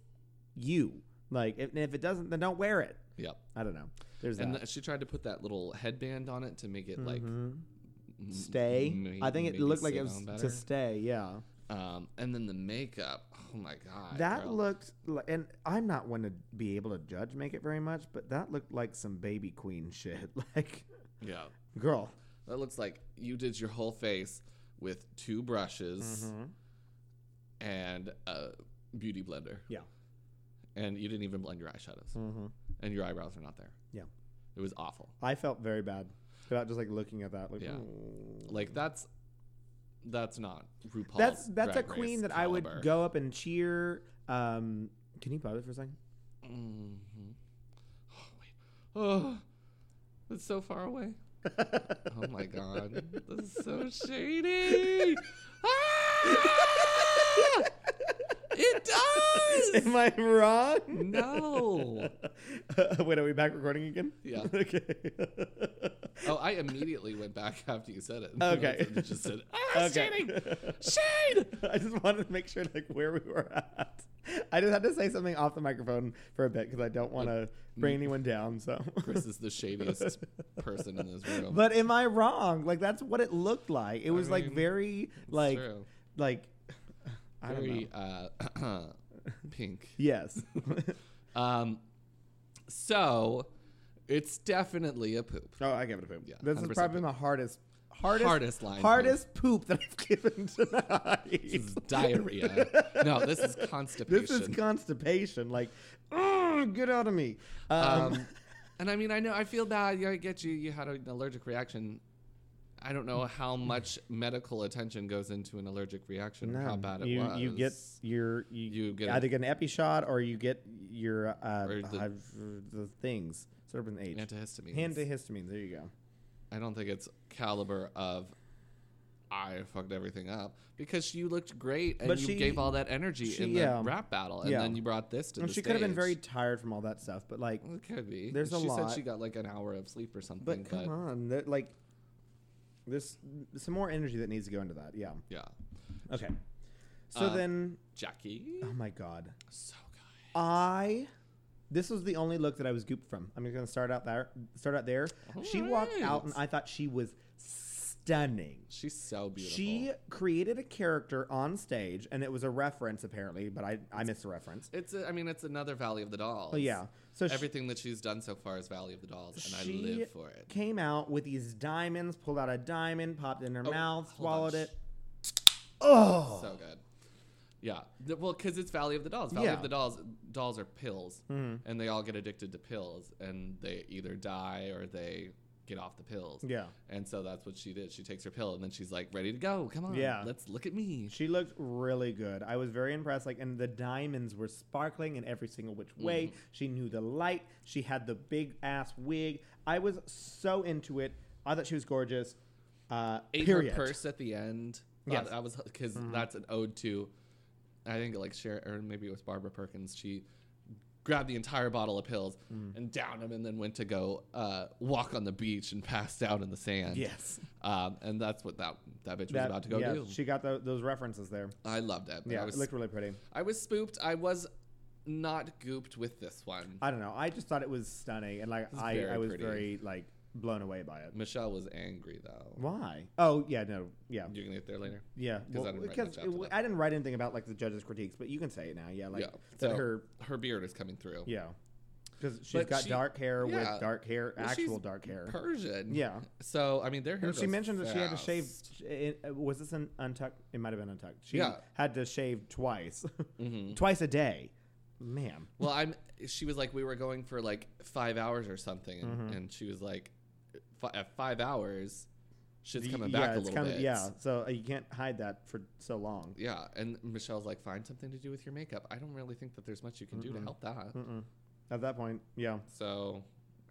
Speaker 1: you, Like, if, if it doesn't, then don't wear it.
Speaker 2: Yep.
Speaker 1: I don't know. There's that.
Speaker 2: And
Speaker 1: Mm-hmm.
Speaker 2: th- she tried to put that little headband on it to make it like m-
Speaker 1: stay.
Speaker 2: may-
Speaker 1: I think it
Speaker 2: maybe
Speaker 1: looked like
Speaker 2: sit
Speaker 1: it was
Speaker 2: on
Speaker 1: to
Speaker 2: better.
Speaker 1: stay. Yeah.
Speaker 2: Um, and then the makeup. Oh my god.
Speaker 1: That
Speaker 2: girl.
Speaker 1: looked, li- and I'm not one to be able to judge make it very much, but that looked like some baby queen shit. Like,
Speaker 2: Yeah.
Speaker 1: girl,
Speaker 2: That looks like you did your whole face with two brushes
Speaker 1: Mm-hmm.
Speaker 2: and a beauty blender.
Speaker 1: yeah, Mm-hmm.
Speaker 2: And you didn't even blend your eyeshadows. And your eyebrows are not there.
Speaker 1: yeah.
Speaker 2: It was awful.
Speaker 1: I felt very bad about just like looking at that. Like,
Speaker 2: Yeah.
Speaker 1: "Ooh."
Speaker 2: Like that's that's not RuPaul's.
Speaker 1: that's that's a
Speaker 2: Drag Race
Speaker 1: queen that I would
Speaker 2: caliber.
Speaker 1: go up and cheer. Um, can you pause it for a second?
Speaker 2: Mhm. Oh, wait. Oh, that's so far away. oh my god, this is so shady. Ah! It does.
Speaker 1: Am I wrong?
Speaker 2: No.
Speaker 1: Wait, are we back recording again?
Speaker 2: Yeah.
Speaker 1: Okay.
Speaker 2: Oh, I immediately went back after you said it.
Speaker 1: Okay.
Speaker 2: It just said, ah,
Speaker 1: Okay.
Speaker 2: shading, shade.
Speaker 1: I just wanted to make sure like where we were at. I just had to say something off the microphone for a bit because I don't want to bring anyone down. So,
Speaker 2: Chris is the shadiest person in this room.
Speaker 1: but am I wrong? Like that's what it looked like. It was like
Speaker 2: mean,
Speaker 1: very like
Speaker 2: true.
Speaker 1: like I don't know.
Speaker 2: Very uh, pink.
Speaker 1: Yes.
Speaker 2: Um, so it's definitely a poop.
Speaker 1: oh, I give it a poop.
Speaker 2: Yeah,
Speaker 1: this is
Speaker 2: 100%
Speaker 1: probably
Speaker 2: poop.
Speaker 1: my hardest. Hardest,
Speaker 2: Hardest line poop.
Speaker 1: hardest poop. that I've given tonight.
Speaker 2: This is diarrhea. No, this is constipation.
Speaker 1: This is constipation. Like, "Ugh, get out of me. Um,
Speaker 2: um, and I mean, I know I feel bad. Yeah, I get you. You had an allergic reaction. I don't know how
Speaker 1: Mm.
Speaker 2: much medical attention goes into an allergic reaction. or how bad it
Speaker 1: you,
Speaker 2: was.
Speaker 1: You get your you,
Speaker 2: You get a-
Speaker 1: either get an epi shot or you get your uh,
Speaker 2: Or the-
Speaker 1: uh, the things sort of an H.
Speaker 2: antihistamines.
Speaker 1: Antihistamine. There you go.
Speaker 2: I don't think it's caliber of. I fucked everything up because you looked great and
Speaker 1: But
Speaker 2: you
Speaker 1: she-
Speaker 2: gave all that energy
Speaker 1: she-
Speaker 2: in the
Speaker 1: yeah.
Speaker 2: rap battle, and
Speaker 1: Yeah.
Speaker 2: then you brought this to
Speaker 1: And
Speaker 2: the
Speaker 1: she could have been
Speaker 2: stage.
Speaker 1: very tired from all that stuff, but like,
Speaker 2: It could be.
Speaker 1: There's a
Speaker 2: she
Speaker 1: lot.
Speaker 2: said she got like an hour of sleep or something.
Speaker 1: but come on, that- like, there's some more energy that needs to go into that. Yeah.
Speaker 2: Yeah.
Speaker 1: Okay. So
Speaker 2: Uh,
Speaker 1: then,
Speaker 2: Jackie.
Speaker 1: oh my god,
Speaker 2: So good.
Speaker 1: I. This was the only look that I was gooped from. I'm just gonna start out there. Start out there. she walked out,
Speaker 2: Alright.
Speaker 1: and I thought she was stunning.
Speaker 2: She's so beautiful.
Speaker 1: She created a character on stage, and it was a reference apparently, but I, I missed the reference.
Speaker 2: It's. A, I mean, it's another Valley of the Dolls.
Speaker 1: But yeah, so she
Speaker 2: Everything that she's done so far is Valley of the Dolls, and
Speaker 1: She-
Speaker 2: I live for it.
Speaker 1: came out with these diamonds, pulled out a diamond, popped it in her
Speaker 2: Oh, hold
Speaker 1: mouth,
Speaker 2: on.
Speaker 1: swallowed it.
Speaker 2: Sh-
Speaker 1: Oh,
Speaker 2: So good. Yeah. Th- Well, because it's Valley of the Dolls. Valley
Speaker 1: Yeah. Mm-hmm.
Speaker 2: of the Dolls. Dolls are pills, and they all get addicted to pills, and they either die or they get off the pills.
Speaker 1: yeah,
Speaker 2: And so that's what she did. She takes her pill, and then she's like, ready to go. Come on.
Speaker 1: Yeah.
Speaker 2: Let's look at me.
Speaker 1: she looked really good. I was very impressed. Like, and the diamonds were sparkling in every single which way.
Speaker 2: Mm-hmm.
Speaker 1: She knew the light. She had the big ass wig. I was so into it. I thought she was gorgeous. Uh,
Speaker 2: ate
Speaker 1: period.
Speaker 2: her purse at the end.
Speaker 1: Yes. Mm-hmm.
Speaker 2: Yes. I was because that's an ode to. I think like Sharon, or maybe it was Barbara Perkins. She grabbed the entire bottle of pills
Speaker 1: Mm.
Speaker 2: and downed them, and then went to go uh, walk on the beach and passed out in the sand.
Speaker 1: Yes.
Speaker 2: um, and that's what that that bitch was
Speaker 1: That-
Speaker 2: about to go
Speaker 1: yeah,
Speaker 2: do.
Speaker 1: She got tho- those references there.
Speaker 2: I loved it. but
Speaker 1: Yeah,
Speaker 2: I was
Speaker 1: it looked really pretty.
Speaker 2: I was spooped. I was not gooped with this one.
Speaker 1: I don't know. I just thought it was stunning, and like I,
Speaker 2: very
Speaker 1: I was
Speaker 2: pretty.
Speaker 1: very like blown away by it.
Speaker 2: Michelle was angry though.
Speaker 1: Why? Oh yeah, no, yeah,
Speaker 2: You're gonna get there later.
Speaker 1: yeah.
Speaker 2: 'Cause I
Speaker 1: Well,
Speaker 2: didn't write
Speaker 1: Because
Speaker 2: much
Speaker 1: it
Speaker 2: after
Speaker 1: w-
Speaker 2: that.
Speaker 1: I didn't write anything about like the judges' critiques, but you can say it now. Yeah, like
Speaker 2: yeah.
Speaker 1: that
Speaker 2: So
Speaker 1: her,
Speaker 2: her her beard is coming through.
Speaker 1: yeah, because she's
Speaker 2: But
Speaker 1: got
Speaker 2: she-
Speaker 1: dark hair
Speaker 2: yeah.
Speaker 1: with dark hair,
Speaker 2: Well, she's
Speaker 1: actual dark hair.
Speaker 2: Persian.
Speaker 1: Yeah.
Speaker 2: So I mean, their hair.
Speaker 1: And she
Speaker 2: goes
Speaker 1: mentioned that she had to shave.
Speaker 2: fast.
Speaker 1: It, uh, was this an untucked? It might have been untucked. She
Speaker 2: Yeah. Mm-hmm.
Speaker 1: had to shave twice, twice a day. Man,
Speaker 2: Well, I'm. She was like, we were going for like five hours or something, and,
Speaker 1: Mm-hmm.
Speaker 2: and she was like, fi- at five hours, shit's coming
Speaker 1: yeah,
Speaker 2: back a
Speaker 1: it's
Speaker 2: little
Speaker 1: coming-
Speaker 2: bit.
Speaker 1: Yeah, so uh, you can't hide that for so long.
Speaker 2: Yeah, and Michelle's like, find something to do with your makeup. I don't really think that there's much you can do to help that.
Speaker 1: Mm. At that point, yeah.
Speaker 2: So,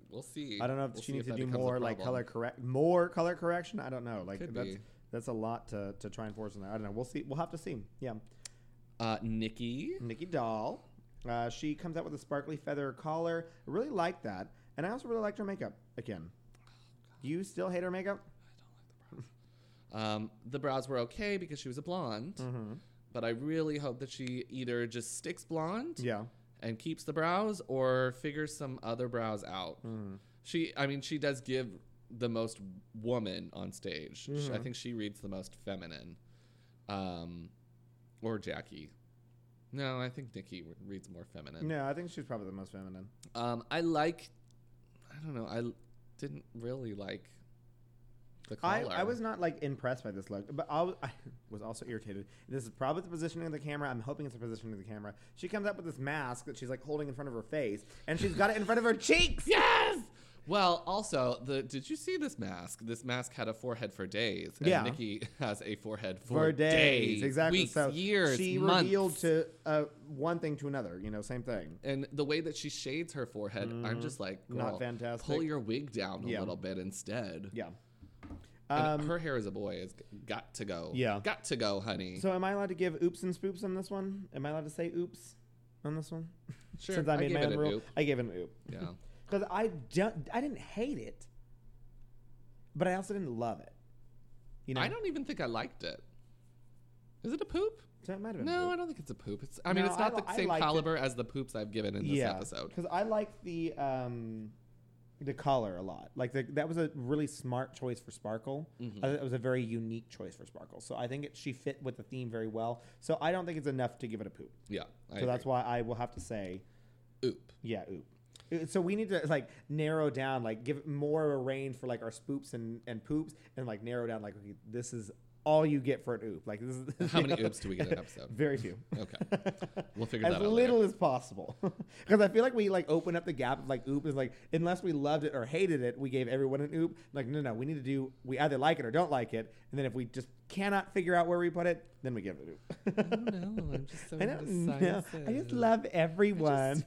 Speaker 2: we'll see.
Speaker 1: I don't know if
Speaker 2: We'll
Speaker 1: she
Speaker 2: see
Speaker 1: needs to
Speaker 2: that
Speaker 1: do
Speaker 2: becomes a
Speaker 1: more like
Speaker 2: problem.
Speaker 1: color correct, more color correction. I don't know. Like
Speaker 2: Could
Speaker 1: that's
Speaker 2: be.
Speaker 1: that's a lot to to try and force in there. I don't know. We'll see. We'll have to see. Yeah,
Speaker 2: Uh, Nikki,
Speaker 1: Nikki Doll. Uh, she comes out with a sparkly feather collar. I really like that, and I also really liked her makeup. Again, you still hate her makeup?
Speaker 2: um, the brows were okay
Speaker 1: Mm-hmm.
Speaker 2: because she was a blonde, but I really hope that she either just sticks blonde
Speaker 1: Yeah,
Speaker 2: and keeps the brows or figures some other brows out.
Speaker 1: Mm-hmm.
Speaker 2: She, I mean, she does give the most woman on stage. Sh
Speaker 1: Mm-hmm.
Speaker 2: I think she reads the most feminine, um, or Jackie. No, I think Nikki re- reads more feminine.
Speaker 1: No, I think she's probably the most feminine.
Speaker 2: Um, I like. I don't know. I l- didn't really like the
Speaker 1: I,
Speaker 2: collar.
Speaker 1: I was not like impressed by this look, but I was, I was also irritated. This is probably the positioning of the camera. I'm hoping it's the positioning of the camera. She comes up with this mask that she's like holding in front of her face, and she's got it in front of her cheeks.
Speaker 2: Yes. Well, also the did you see this mask? This mask had a forehead for days, and
Speaker 1: Yeah.
Speaker 2: Nikki has a forehead for,
Speaker 1: For days,
Speaker 2: days,
Speaker 1: exactly.
Speaker 2: weeks,
Speaker 1: so
Speaker 2: years,
Speaker 1: she
Speaker 2: months.
Speaker 1: revealed to uh, one thing to another. You know, same thing.
Speaker 2: and the way that she shades her forehead, I'm just like,
Speaker 1: Mm-hmm. Not
Speaker 2: girl,
Speaker 1: fantastic.
Speaker 2: Pull your wig down a
Speaker 1: Yeah.
Speaker 2: little bit instead.
Speaker 1: Yeah.
Speaker 2: And
Speaker 1: Um,
Speaker 2: her hair as a boy is got to go.
Speaker 1: Yeah.
Speaker 2: got to go, honey.
Speaker 1: so, am I allowed to give oops and spoops on this one? Am I allowed to say oops on this one?
Speaker 2: Sure,
Speaker 1: Since I
Speaker 2: I
Speaker 1: made
Speaker 2: gave
Speaker 1: my
Speaker 2: it
Speaker 1: own
Speaker 2: an
Speaker 1: rule,
Speaker 2: oop.
Speaker 1: I gave it an oop.
Speaker 2: yeah,
Speaker 1: Because I don't, I didn't hate it, but I also didn't love it. You know,
Speaker 2: I don't even think I liked it. Is it a poop?
Speaker 1: So it might have been.
Speaker 2: No, I don't think it's a poop. It's I mean,
Speaker 1: No,
Speaker 2: it's
Speaker 1: I
Speaker 2: not
Speaker 1: li-
Speaker 2: the
Speaker 1: I
Speaker 2: same
Speaker 1: liked it.
Speaker 2: caliber as the poops I've given in this episode.
Speaker 1: Because I like the um, the color a lot. Like the, that was a really smart choice for Sparkle.
Speaker 2: Mm-hmm.
Speaker 1: I think it was a very unique choice for Sparkle. So I think it, she fit with the theme very well. So I don't think it's enough to give it a poop.
Speaker 2: Yeah, I
Speaker 1: so that's
Speaker 2: agree.
Speaker 1: why I will have to say,
Speaker 2: oop.
Speaker 1: yeah, oop. Uh, So we need to like narrow down, like give it more of a range for like our spoops and, and poops, and like narrow down, like okay, this is all you get for an oop. Like this is
Speaker 2: How
Speaker 1: you
Speaker 2: many
Speaker 1: know?
Speaker 2: oops do we get in an episode?
Speaker 1: Very few.
Speaker 2: Okay, we'll figure
Speaker 1: as
Speaker 2: that out. later.
Speaker 1: little as possible because i feel like we like open up the gap of like oop is like unless we loved it or hated it we gave everyone an oop like no no we need to do we either like it or don't like it and then if we just cannot figure out where we put it then we give it
Speaker 2: I
Speaker 1: an oop
Speaker 2: don't know. I'm just so
Speaker 1: i don't know i just
Speaker 2: indecisive.
Speaker 1: love everyone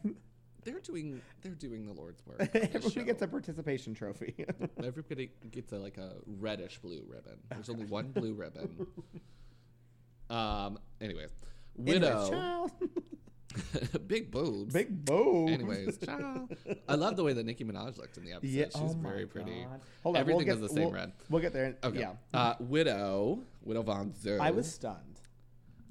Speaker 2: They're doing. They're doing the Lord's work. on this
Speaker 1: everybody gets
Speaker 2: show.
Speaker 1: a participation trophy
Speaker 2: Everybody gets a, like a reddish blue ribbon. There's only one blue ribbon. Um. Anyways,
Speaker 1: Anyways,
Speaker 2: widow.
Speaker 1: child.
Speaker 2: big boobs.
Speaker 1: big boobs
Speaker 2: Anyways, ciao. I love the way that Nicki Minaj looked in the episode.
Speaker 1: yeah,
Speaker 2: She's
Speaker 1: oh my
Speaker 2: very pretty.
Speaker 1: God. Hold on,
Speaker 2: Everything
Speaker 1: we'll get,
Speaker 2: was the same
Speaker 1: we'll,
Speaker 2: red.
Speaker 1: We'll get there.
Speaker 2: Okay.
Speaker 1: Yeah,
Speaker 2: Uh, Widow. Widow Von Zoo.
Speaker 1: I was stunned.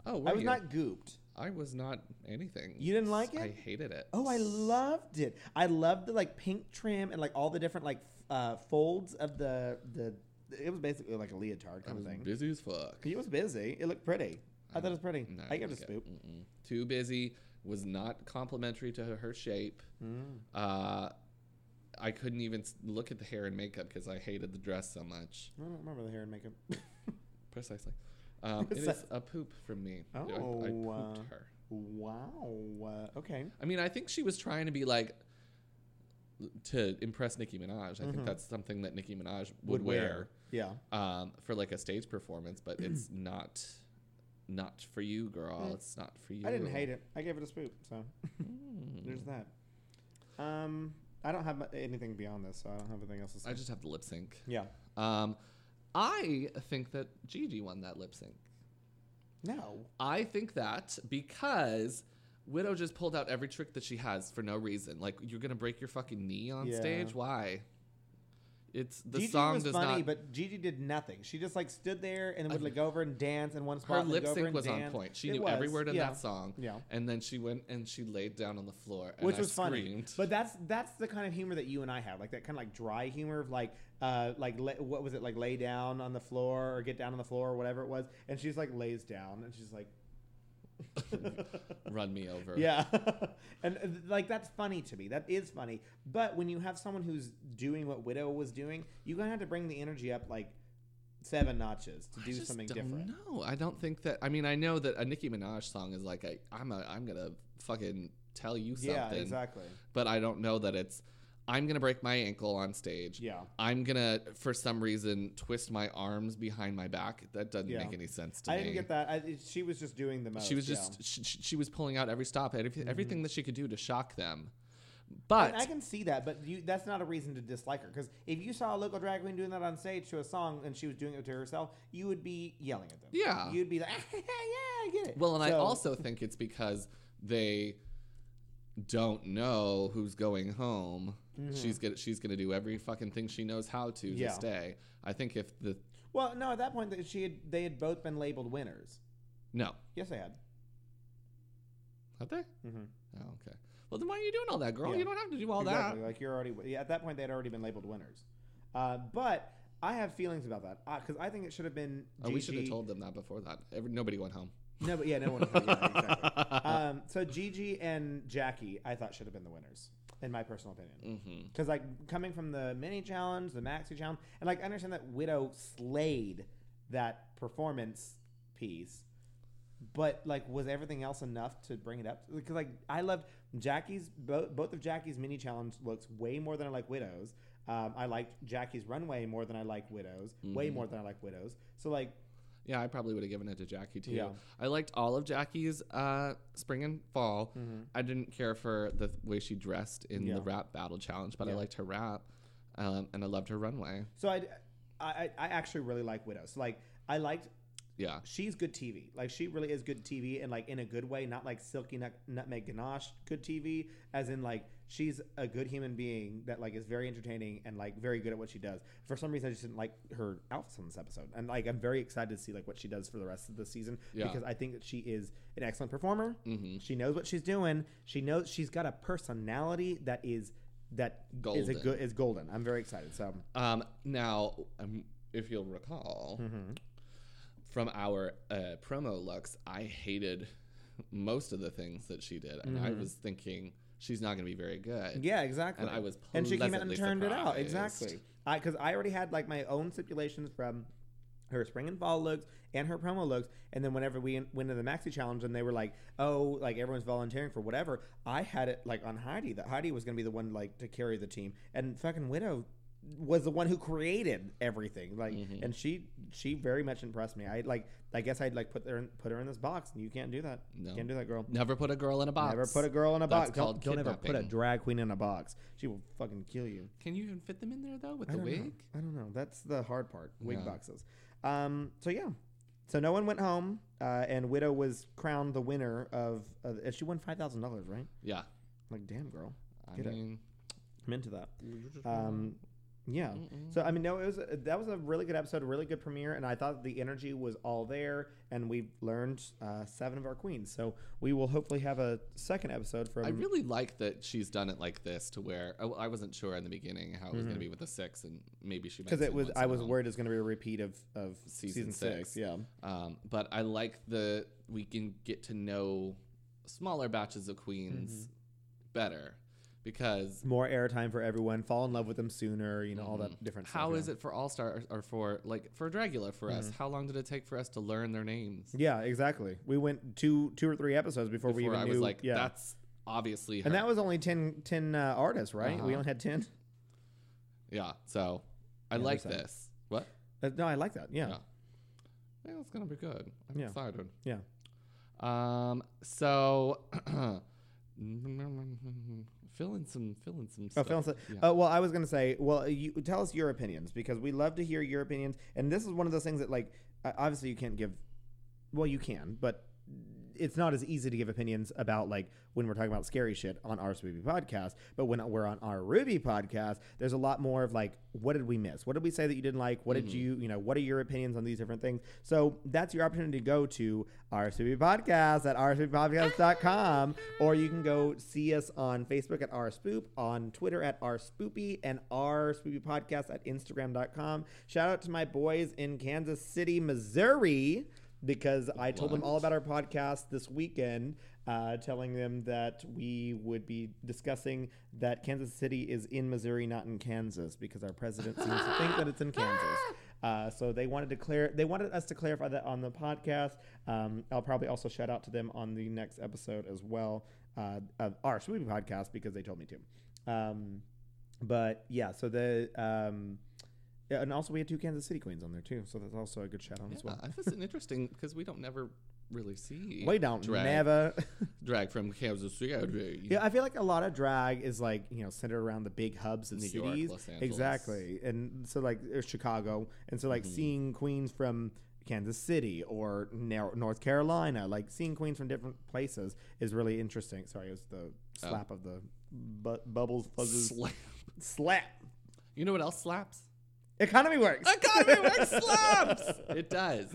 Speaker 2: Oh,
Speaker 1: I
Speaker 2: were
Speaker 1: was
Speaker 2: you?
Speaker 1: not gooped.
Speaker 2: I was not anything.
Speaker 1: You didn't like
Speaker 2: I
Speaker 1: it?
Speaker 2: hated it.
Speaker 1: Oh, I loved it. I loved the like pink trim and like all the different like f- uh, folds of the the. It was basically like a leotard
Speaker 2: I
Speaker 1: kind
Speaker 2: was
Speaker 1: of thing.
Speaker 2: busy as fuck.
Speaker 1: It was busy. It looked pretty. I thought it was pretty.
Speaker 2: No,
Speaker 1: I gave it a
Speaker 2: didn't
Speaker 1: spoop.
Speaker 2: get- mm-mm. Too busy. Was not complimentary to her, her shape.
Speaker 1: Mm.
Speaker 2: Uh, I couldn't even s- look at the hair and makeup because I hated the dress so much.
Speaker 1: I don't remember the hair and makeup.
Speaker 2: Precisely. Um, it is
Speaker 1: Precis-
Speaker 2: a poop from me. I- I,
Speaker 1: Oh,
Speaker 2: pooped
Speaker 1: uh,
Speaker 2: her.
Speaker 1: wow. Uh, okay.
Speaker 2: I mean, I think she was trying to be like to impress Nicki Minaj. I
Speaker 1: Mm-hmm.
Speaker 2: think that's something that Nicki Minaj would, wear.
Speaker 1: Yeah.
Speaker 2: um, for like a stage performance, but it's not not for you, girl. It's not for you.
Speaker 1: Mm. I didn't hate it. I gave it a spoop. So there's that. Um, I don't have mu- anything beyond this, so I don't have anything else to say.
Speaker 2: I just have the lip sync.
Speaker 1: yeah.
Speaker 2: Um, I think that Gigi won that lip sync.
Speaker 1: No.
Speaker 2: I think that because Widow just pulled out every trick that she has for no reason. Like you're gonna break your fucking knee on
Speaker 1: Yeah.
Speaker 2: stage. Why? It's the
Speaker 1: Gigi
Speaker 2: song
Speaker 1: was
Speaker 2: does
Speaker 1: funny,
Speaker 2: not.
Speaker 1: but Gigi did nothing. She just like stood there and would like go over and dance in one spot.
Speaker 2: her
Speaker 1: and then
Speaker 2: lip
Speaker 1: go over
Speaker 2: sync
Speaker 1: and
Speaker 2: was on
Speaker 1: dance.
Speaker 2: point. She
Speaker 1: It
Speaker 2: knew every
Speaker 1: was,
Speaker 2: word in
Speaker 1: yeah.
Speaker 2: that song.
Speaker 1: Yeah.
Speaker 2: And then she went and she laid down on the floor, and
Speaker 1: which
Speaker 2: I
Speaker 1: was funny.
Speaker 2: screamed.
Speaker 1: But that's that's the kind of humor that you and I have, like that kind of like dry humor of like uh like la what was it like lay down on the floor or get down on the floor or whatever it was, and she's like lays down and she's like.
Speaker 2: run me over.
Speaker 1: Yeah, and uh, like that's funny to me. That is funny. But when you have someone who's doing what Widow was doing, you're gonna have to bring the energy up like seven notches to do
Speaker 2: I just
Speaker 1: something
Speaker 2: don't
Speaker 1: different.
Speaker 2: No, I don't think that. I mean, I know that a Nicki Minaj song is like a, I'm a I'm gonna fucking tell you something.
Speaker 1: Yeah, exactly.
Speaker 2: But I don't know that it's I'm gonna break my ankle on stage.
Speaker 1: Yeah.
Speaker 2: I'm gonna for some reason twist my arms behind my back. That doesn't
Speaker 1: Yeah.
Speaker 2: make any sense to
Speaker 1: I
Speaker 2: me.
Speaker 1: didn't get that. I, it- she was just doing the most.
Speaker 2: She was
Speaker 1: yeah.
Speaker 2: just she, she- she was pulling out every stop, every, everything that she could do to shock them.
Speaker 1: Mm-hmm. And I
Speaker 2: But
Speaker 1: can see that, but you, that's not a reason to dislike her. Because if you saw a local drag queen doing that on stage to a song and she was doing it to herself, you would be yelling at them.
Speaker 2: Yeah.
Speaker 1: You'd be like, yeah, I get it.
Speaker 2: Well, and I
Speaker 1: So-
Speaker 2: also think it's because they don't know who's going home. She's gonna she's gonna do every fucking thing she knows how to
Speaker 1: Mm-hmm. Yeah.
Speaker 2: to stay. I think if the
Speaker 1: Well, no, at that point, that she had, they had both been labeled winners.
Speaker 2: no
Speaker 1: Yes, they had.
Speaker 2: have they?
Speaker 1: Mm-hmm.
Speaker 2: Oh, okay. Well, then why are you doing all that, girl?
Speaker 1: Yeah.
Speaker 2: You don't have to do all
Speaker 1: exactly.
Speaker 2: that.
Speaker 1: Like you're already yeah, at that point they'd already been labeled winners. Uh, but I have feelings about that because I think it should have been.
Speaker 2: Oh, we
Speaker 1: GG
Speaker 2: should have told them that before that. Every, nobody went home.
Speaker 1: No, but yeah, no one. yeah, exactly. um, so Gigi and Jackie, I thought should have been the winners, in my personal opinion.
Speaker 2: Mhm.
Speaker 1: Because like coming from the mini challenge, the maxi challenge, and like I understand that Widow slayed that performance piece, but like was everything else enough to bring it up? Because like I loved Jackie's both both of Jackie's mini challenge looks way more than I like Widow's. Um, I liked Jackie's runway more than I like Widow's, way more than I like Widow's. So like
Speaker 2: Yeah, I probably would have given it to Jackie too.
Speaker 1: Yeah.
Speaker 2: I liked all of Jackie's uh, spring and fall. I didn't care for the th- way she dressed in
Speaker 1: Mm-hmm. Yeah.
Speaker 2: the rap battle challenge, but I
Speaker 1: Yeah.
Speaker 2: liked her rap, um, and I loved her runway.
Speaker 1: So I, I, I I actually really like Widows. Like I liked
Speaker 2: Yeah,
Speaker 1: she's good TV. Like she really is good TV and like in a good way, not like silky nut, nutmeg ganache good TV. As in like she's a good human being that like is very entertaining and like very good at what she does. For some reason, I just didn't like her outfits on this episode, and like I'm very excited to see like what she does for the rest of the season
Speaker 2: Yeah. Mm-hmm.
Speaker 1: because I think that she is an excellent performer. She knows what she's doing. She knows she's got a personality that is that is a
Speaker 2: Golden.
Speaker 1: good is golden. I'm very excited. So.
Speaker 2: Um, now, um, if you'll recall
Speaker 1: Mm-hmm.
Speaker 2: from our uh, promo looks, I hated most of the things that she did, and I
Speaker 1: Mm-hmm.
Speaker 2: was thinking she's not going to be very good.
Speaker 1: Yeah, exactly.
Speaker 2: I was
Speaker 1: and she came out and
Speaker 2: pleasantly
Speaker 1: turned it out
Speaker 2: surprised.
Speaker 1: exactly. I because I already had like my own stipulations from her spring and fall looks and her promo looks, and then whenever we went to the maxi challenge and they were like, oh, like everyone's volunteering for whatever, I had it like on Heidi that Heidi was going to be the one like to carry the team, and fucking widow was the one who created everything like
Speaker 2: Mm-hmm.
Speaker 1: and she she very much impressed me i like i guess i'd like put her in, put her in this box and you can't do that
Speaker 2: No.
Speaker 1: can't do that girl
Speaker 2: Never put a girl in a box.
Speaker 1: Never put a girl in a
Speaker 2: That's
Speaker 1: box. Don't,
Speaker 2: called
Speaker 1: don't ever put a
Speaker 2: kidnapping.
Speaker 1: drag queen in a box. She will fucking kill you.
Speaker 2: Can you even fit them in there though with
Speaker 1: I
Speaker 2: the
Speaker 1: don't know.
Speaker 2: wig?
Speaker 1: I don't know. That's the hard part. Wig
Speaker 2: Yeah.
Speaker 1: boxes. Um, so yeah. So no one went home, uh, and Widow was crowned the winner of. Uh, and she won five thousand dollars, right?
Speaker 2: Yeah,
Speaker 1: Like, damn, girl,
Speaker 2: I
Speaker 1: Get it.
Speaker 2: mean,
Speaker 1: I'm into that. Um, yeah. So I mean, no, it was that was a really good episode, a really good premiere, and I thought the energy was all there, and we learned uh, seven of our queens. So we will hopefully have a second episode from.
Speaker 2: I really like that she's done it like this to where oh, I, I wasn't sure in the beginning how it was going to be with the six, and maybe she
Speaker 1: Mm-hmm. because
Speaker 2: might
Speaker 1: it
Speaker 2: see
Speaker 1: was
Speaker 2: once
Speaker 1: I
Speaker 2: in a
Speaker 1: was
Speaker 2: while.
Speaker 1: worried it was going to be a repeat of of season,
Speaker 2: Season
Speaker 1: six.
Speaker 2: six.
Speaker 1: Yeah,
Speaker 2: Um, but I like the we can get to know smaller batches of queens
Speaker 1: Mm-hmm.
Speaker 2: better because
Speaker 1: more airtime for everyone. Fall in love with them sooner. You know all that different. stuff,
Speaker 2: Mm-hmm. how
Speaker 1: yeah. Mm-hmm.
Speaker 2: is it for All Star or for like for Dragula for us? How long did it take for us to learn their names?
Speaker 1: Yeah, exactly. We went two two or three episodes before, we
Speaker 2: Before
Speaker 1: even
Speaker 2: I
Speaker 1: knew.
Speaker 2: was like,
Speaker 1: yeah,
Speaker 2: that's obviously her.
Speaker 1: and that was only 10, 10 uh, artists, right? We
Speaker 2: Uh-huh.
Speaker 1: only had ten.
Speaker 2: yeah. So I
Speaker 1: Yeah,
Speaker 2: like
Speaker 1: there's that.
Speaker 2: this. What?
Speaker 1: Uh, no, I like that. Yeah, yeah.
Speaker 2: Yeah. Yeah, it's gonna be good. I'm
Speaker 1: Yeah.
Speaker 2: excited. Um. So. fill in some fill in some
Speaker 1: Oh,
Speaker 2: stuff.
Speaker 1: Phil said-
Speaker 2: Yeah.
Speaker 1: uh, well, I was going to say, well, you, tell us your opinions because we love to hear your opinions, and this is one of those things that, like, uh, obviously you can't give. Well, you can, but it's not as easy to give opinions about like when we're talking about scary shit on our Ruby podcast. But when we're on our Ruby podcast, there's a lot more of like, what did we miss? What did we say that you didn't like? What did you, you know, what are your opinions on these different things? So that's your opportunity to go to our Ruby podcast at rspoopypodcast.com, or you can go see us on Facebook at rspoop, on Twitter at rspoopy, E, and rspoopy podcast at instagram.com. Shout out to my boys in Kansas City, Missouri because I told them all about our podcast this weekend, uh, telling them that we would be discussing that Kansas City is in Missouri, not in Kansas, because our president seems to think that it's in Kansas. Uh, so they wanted to clear. They wanted us to clarify that on the podcast. Um, I'll probably also shout out to them on the next episode as well uh, of our Swoopy podcast because they told me to. Um, but yeah, so the um, yeah, and also we had two Kansas City queens on there too, so that's also a good shout out as well.
Speaker 2: Yeah, this is interesting because we don't never really see.
Speaker 1: We don't
Speaker 2: drag,
Speaker 1: never.
Speaker 2: drag from Kansas City.
Speaker 1: yeah, I feel like a lot of drag is like you know centered around the big hubs of
Speaker 2: New York,
Speaker 1: cities,
Speaker 2: Los Angeles.
Speaker 1: exactly. And so like or Chicago, and so
Speaker 2: Mm-hmm.
Speaker 1: like seeing queens from Kansas City or Nor- North Carolina, like seeing queens from different places is really interesting. Sorry, it was the
Speaker 2: Oh.
Speaker 1: slap of the bu- bubbles fuzzes
Speaker 2: Slap.
Speaker 1: slap.
Speaker 2: You know what else slaps?
Speaker 1: Economy works.
Speaker 2: Economy works slaps. It does.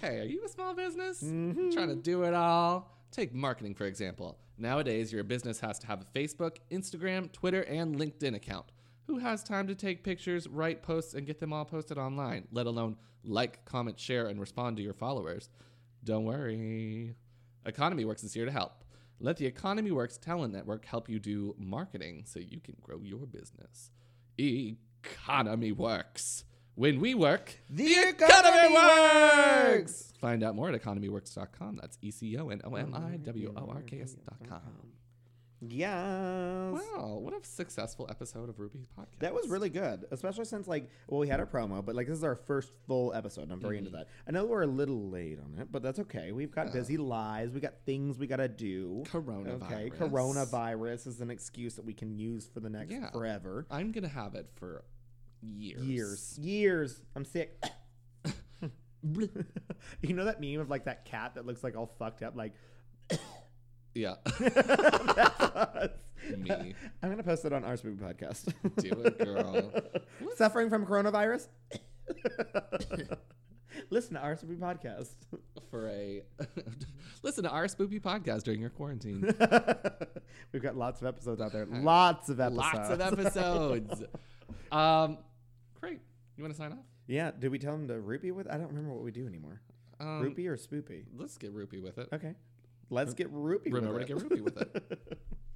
Speaker 2: Hey, are you a small business? Trying to do it all. Take marketing, for example. Nowadays, your business has to have a Facebook, Instagram, Twitter, and LinkedIn account. Who has time to take pictures, write posts, and get them all posted online, let alone like, comment, share, and respond to your followers? Don't worry. Economy Works is here to help. Let the Economy Works Talent Network help you do marketing so you can grow your business. Economy Works. When we work,
Speaker 1: The economy works!
Speaker 2: Find out more at economyworks.com. That's E C O N O M I W O R K S.com.
Speaker 1: Yes.
Speaker 2: Wow, what a successful episode of Ruby's podcast.
Speaker 1: Mm-hmm. That was really good, especially since like well we had our promo, but like this is our first full episode. And I'm very
Speaker 2: Mm-hmm.
Speaker 1: into that. I know we're a little late on it, but that's okay. We've got busy
Speaker 2: Uh.
Speaker 1: lives. We got things we gotta do.
Speaker 2: coronavirus.
Speaker 1: Okay, coronavirus is an excuse that we can use for the next
Speaker 2: Yeah.
Speaker 1: forever.
Speaker 2: I'm gonna have it for years.
Speaker 1: Years, years. I'm sick. you know that meme of like that cat that looks like all fucked up, like.
Speaker 2: Yeah.
Speaker 1: That's us.
Speaker 2: Me.
Speaker 1: I'm gonna post it on our spoopy podcast.
Speaker 2: Do it, girl.
Speaker 1: Suffering from coronavirus? Listen to our spoopy
Speaker 2: for a listen to our spoopy podcast during your quarantine.
Speaker 1: podcast. We've got lots of episodes out there. Lots of episodes.
Speaker 2: Lots of episodes. um, great. You want to sign off?
Speaker 1: Yeah. Did we tell them to rupee with? I don't remember what we do anymore.
Speaker 2: Um,
Speaker 1: Rupee or spoopy?
Speaker 2: Let's get Rupee with it.
Speaker 1: Okay. Let's get rupee.
Speaker 2: Remember
Speaker 1: with
Speaker 2: to
Speaker 1: it.
Speaker 2: get Rupee with
Speaker 1: it.